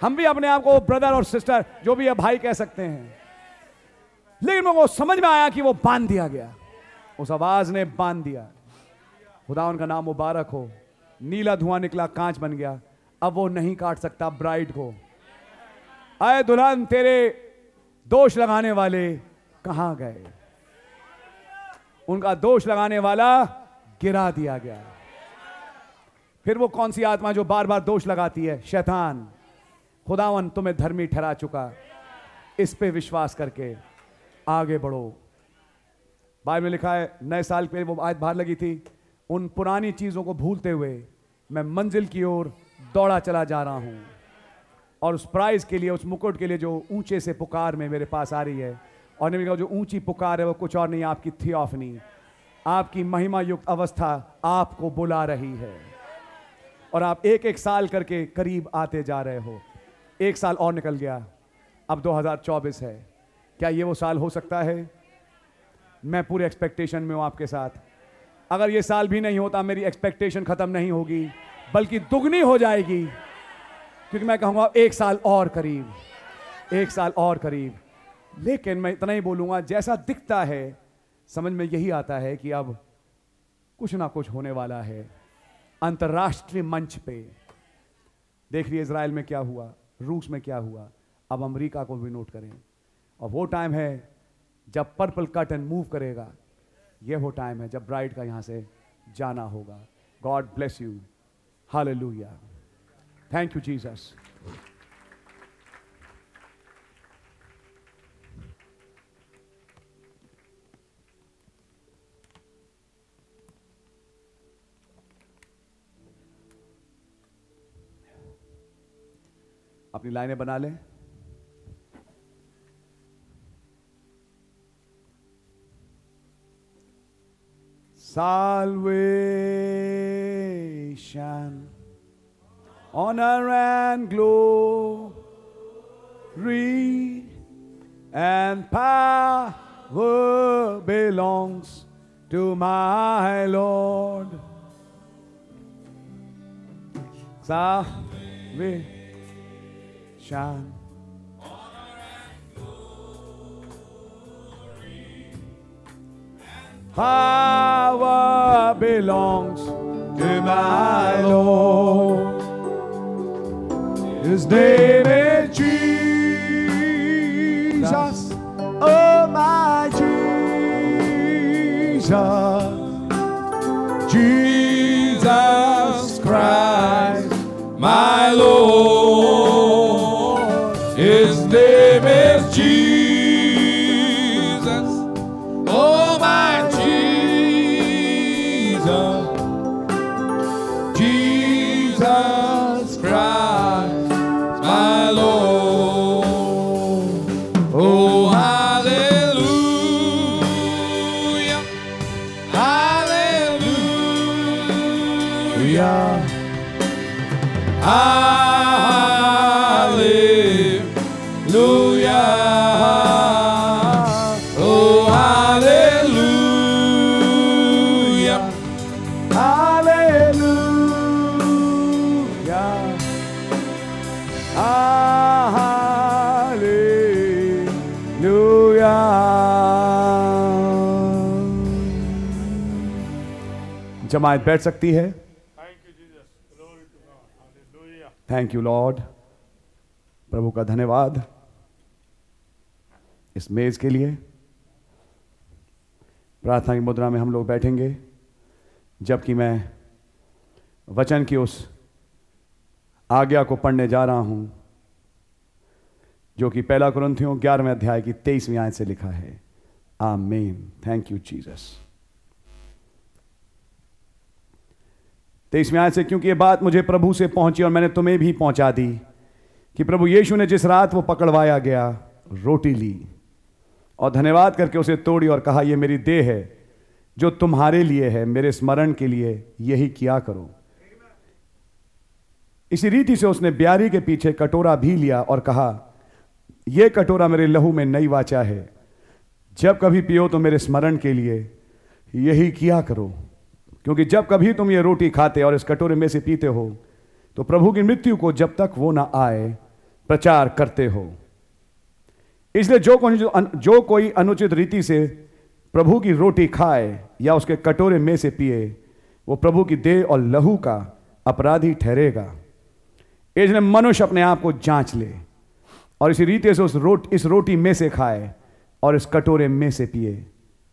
हम भी अपने आप को ब्रदर और सिस्टर जो भी है भाई कह सकते हैं लेकिन मेरे को समझ में आया कि वो बांध दिया गया उस आवाज ने बांध दिया खुदा उनका नाम मुबारक हो नीला धुआं निकला कांच बन गया अब वो नहीं काट सकता ब्राइड को आए दुल्हन तेरे दोष लगाने वाले कहां गए उनका दोष लगाने वाला गिरा दिया गया फिर वो कौन सी आत्मा जो बार बार दोष लगाती है शैतान खुदावन तुम्हें धर्मी ठहरा चुका इस पे विश्वास करके आगे बढ़ो बाइबल में लिखा है नए साल पे वो आज बाहर लगी थी उन पुरानी चीजों को भूलते हुए मैं मंजिल की ओर दौड़ा चला जा रहा हूं और उस प्राइज के लिए उस मुकुट के लिए जो ऊंचे से पुकार में मेरे पास आ रही है और ने कहा जो ऊंची पुकार है वो कुछ और नहीं आपकी थियोफनी आपकी महिमा युक्त अवस्था आपको बुला रही है और आप एक एक साल करके करीब आते जा रहे हो एक साल और निकल गया अब 2024 है क्या ये वो साल हो सकता है मैं पूरे एक्सपेक्टेशन में हूँ आपके साथ अगर ये साल भी नहीं होता मेरी एक्सपेक्टेशन ख़त्म नहीं होगी बल्कि दुगनी हो जाएगी क्योंकि मैं कहूँगा एक साल और करीब एक साल और करीब लेकिन मैं इतना ही बोलूँगा जैसा दिखता है समझ में यही आता है कि अब कुछ ना कुछ होने वाला है अंतर्राष्ट्रीय मंच पे देख लिए इसराइल में क्या हुआ रूस में क्या हुआ अब अमेरिका को भी नोट करें और वो टाइम है जब पर्पल कट एंड मूव करेगा ये वो टाइम है जब ब्राइड का यहाँ से जाना होगा god bless you hallelujah thank you Jesus अपनी लाइनें बना लें Salvation, honor and glory and power belongs to my Lord. Salvation. shine. Power belongs to my Lord. His name is Jesus.
oh Jesus Christ, my Lord. His name is Jesus. Oh, my Jesus. Jesus Christ, my Lord. Oh, hallelujah. Hallelujah. Hallelujah. Oh, hallelujah.
Hallelujah. Hallelujah. जमायत बैठ सकती है thank you lord प्रभु का धन्यवाद इस मेज के लिए प्रार्थना की मुद्रा में हम लोग बैठेंगे जबकि मैं वचन की उस आज्ञा को पढ़ने जा रहा हूं जो कि पहला कुरंथियों ग्यारहवें अध्याय की तेईसवीं आयत से लिखा है आमीन थैंक यू जीसस तेईसवीं आयत से क्योंकि ये बात मुझे प्रभु से पहुंची और मैंने तुम्हें भी पहुंचा दी कि प्रभु यीशु ने जिस रात वो पकड़वाया गया रोटी ली और धन्यवाद करके उसे तोड़ी और कहा यह मेरी देह है जो तुम्हारे लिए है मेरे स्मरण के लिए यही किया करो इसी रीति से उसने ब्यारी के पीछे कटोरा भी लिया और कहा यह कटोरा मेरे लहू में नई वाचा है जब कभी पियो तो मेरे स्मरण के लिए यही किया करो क्योंकि जब कभी तुम ये रोटी खाते और इस कटोरे में से पीते हो तो प्रभु की मृत्यु को जब तक वो ना आए प्रचार करते हो इसलिए जो कोई जो कोई अनुचित रीति से प्रभु की रोटी खाए या उसके कटोरे में से पिए वो प्रभु की देह और लहू का अपराधी ठहरेगा इसलिए मनुष्य अपने आप को जांच ले और इसी रीति से उस रोट इस रोटी में से खाए और इस कटोरे में से पिए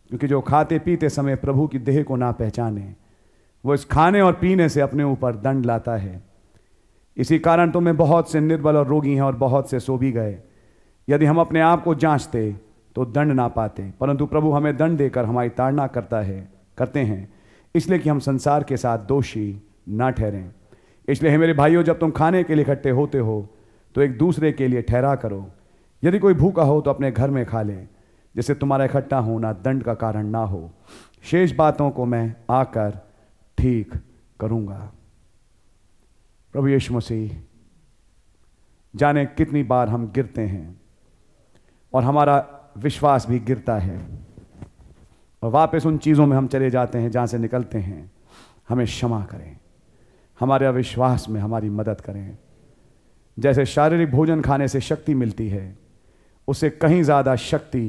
क्योंकि जो खाते पीते समय प्रभु की देह को ना पहचाने वो इस खाने और पीने से अपने ऊपर दंड लाता है इसी कारण तो मैं बहुत से निर्बल और रोगी हैं और बहुत से सो भी गए यदि हम अपने आप को जांचते तो दंड ना पाते परंतु प्रभु हमें दंड देकर हमारी ताड़ना करता है करते हैं इसलिए कि हम संसार के साथ दोषी ना ठहरें इसलिए हे मेरे भाइयों जब तुम खाने के लिए इकट्ठे होते हो तो एक दूसरे के लिए ठहरा करो यदि कोई भूखा हो तो अपने घर में खा ले जिससे तुम्हारा इकट्ठा होना दंड का कारण ना हो शेष बातों को मैं आकर ठीक करूंगा प्रभु यीशु मसीह जाने कितनी बार हम गिरते हैं और हमारा विश्वास भी गिरता है और वापस उन चीज़ों में हम चले जाते हैं जहाँ से निकलते हैं हमें क्षमा करें हमारे अविश्वास में हमारी मदद करें जैसे शारीरिक भोजन खाने से शक्ति मिलती है उससे कहीं ज़्यादा शक्ति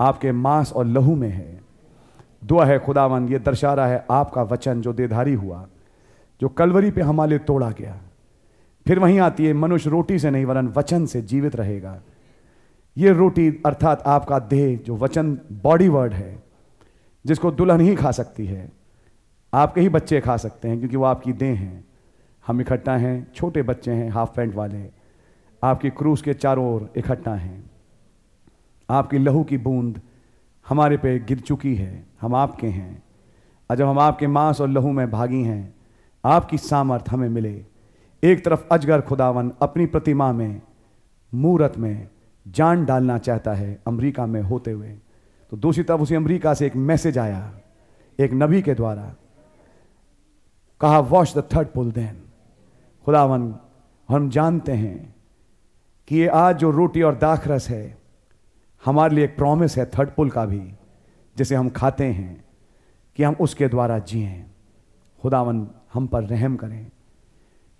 आपके मांस और लहू में है दुआ है खुदावन ये दर्शा रहा है आपका वचन जो देधारी हुआ जो कलवरी पे हमारे लिए तोड़ा गया फिर वहीं आती है मनुष्य रोटी से नहीं वरन वचन से जीवित रहेगा ये रोटी अर्थात आपका देह जो वचन बॉडी वर्ड है जिसको दुल्हन ही खा सकती है आपके ही बच्चे खा सकते हैं क्योंकि वो आपकी देह हैं हम इकट्ठा हैं छोटे बच्चे हैं हाफ पैंट वाले आपकी क्रूस के चारों ओर इकट्ठा हैं आपकी लहू की बूंद हमारे पे गिर चुकी है हम आपके हैं और जब हम आपके मांस और लहू में भागी हैं आपकी सामर्थ हमें मिले एक तरफ अजगर खुदावन अपनी प्रतिमा में मूरत में जान डालना चाहता है अमेरिका में होते हुए तो दूसरी तरफ उसी अमेरिका से एक मैसेज आया एक नबी के द्वारा कहा wash the third pull then खुदावन हम जानते हैं कि ये आज जो रोटी और दाखरस है हमारे लिए एक प्रॉमिस है थर्ड पुल का भी जिसे हम खाते हैं कि हम उसके द्वारा जिएं खुदावन हम पर रहम करें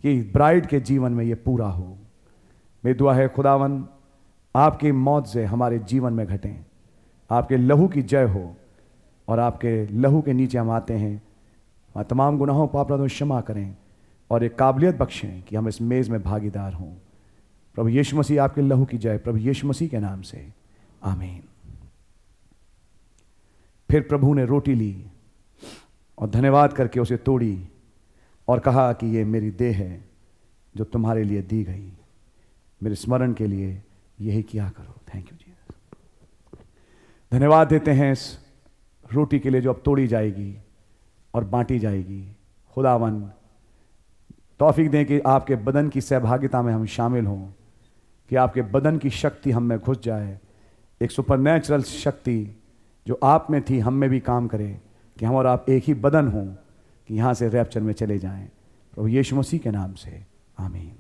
कि ब्राइड के जीवन में ये पूरा हो मेरी दुआ है खुदावन आपकी मौत से हमारे जीवन में घटें आपके लहू की जय हो और आपके लहू के नीचे हम आते हैं हमारे तमाम गुनाहों को अपराधों क्षमा करें और एक काबिलियत बख्शें कि हम इस मेज़ में भागीदार हों प्रभु यीशु मसीह आपके लहू की जय प्रभु यीशु मसीह के नाम से आमीन फिर प्रभु ने रोटी ली और धन्यवाद करके उसे तोड़ी और कहा कि ये मेरी देह है जो तुम्हारे लिए दी गई मेरे स्मरण के लिए यही किया करो थैंक यू जी धन्यवाद देते हैं इस रोटी के लिए जो अब तोड़ी जाएगी और बांटी जाएगी खुदावन तौफीक दें कि आपके बदन की सहभागिता में हम शामिल हों कि आपके बदन की शक्ति हम में घुस जाए एक सुपरनेचुरल शक्ति जो आप में थी हम में भी काम करे कि हम और आप एक ही बदन हों कि यहाँ से रैप्चर में चले जाएं प्रभु यीशु मसीह के नाम से आमीन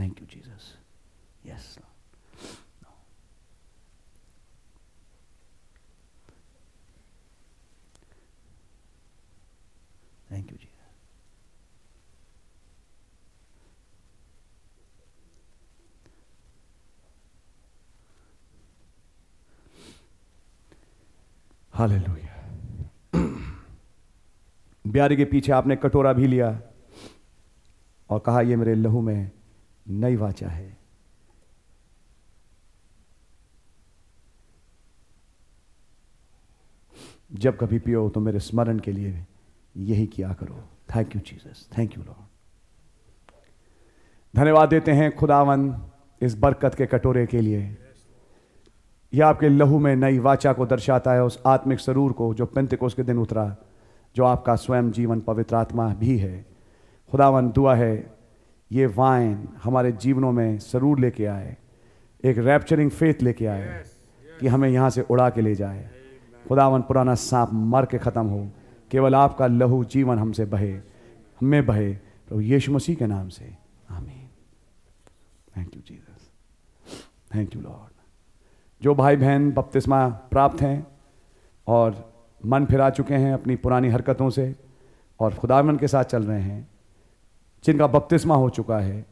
thank you Jesus yes thank you Jesus hallelujah ब्यारी के पीछे आपने कटोरा भी लिया और कहा यह मेरे लहू में नई वाचा है जब कभी पियो तो मेरे स्मरण के लिए यही किया करो thank you Jesus thank you lord धन्यवाद देते हैं खुदावन इस बरकत के कटोरे के लिए यह आपके लहू में नई वाचा को दर्शाता है उस आत्मिक सरूर को जो पेंतिकोस के दिन उतरा जो आपका स्वयं जीवन पवित्र आत्मा भी है खुदावन दुआ है ये वाइन हमारे जीवनों में सरूर लेके आए एक रैप्चरिंग फेथ लेके आए कि हमें यहाँ से उड़ा के ले जाए खुदावन पुराना सांप मर के ख़त्म हो केवल आपका लहू जीवन हमसे बहे हमें बहे प्रभु यीशु मसीह के नाम से आमीन thank you Jesus thank you lord जो भाई बहन बपतिस्मा प्राप्त हैं और मन फिरा चुके हैं अपनी पुरानी हरकतों से और खुदावन के साथ चल रहे हैं जिनका बपतिस्मा हो चुका है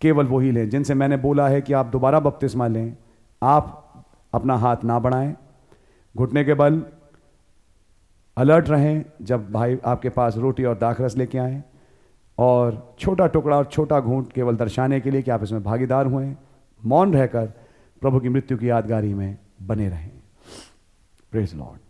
केवल वही लें जिनसे मैंने बोला है कि आप दोबारा बपतिस्मा लें आप अपना हाथ ना बढ़ाएं घुटने के बल अलर्ट रहें जब भाई आपके पास रोटी और दाखरस लेके आएं और छोटा टुकड़ा और छोटा घूंट केवल दर्शाने के लिए कि आप इसमें भागीदार हुए मौन रहकर प्रभु की मृत्यु की यादगारी में बने रहें प्रेज लॉर्ड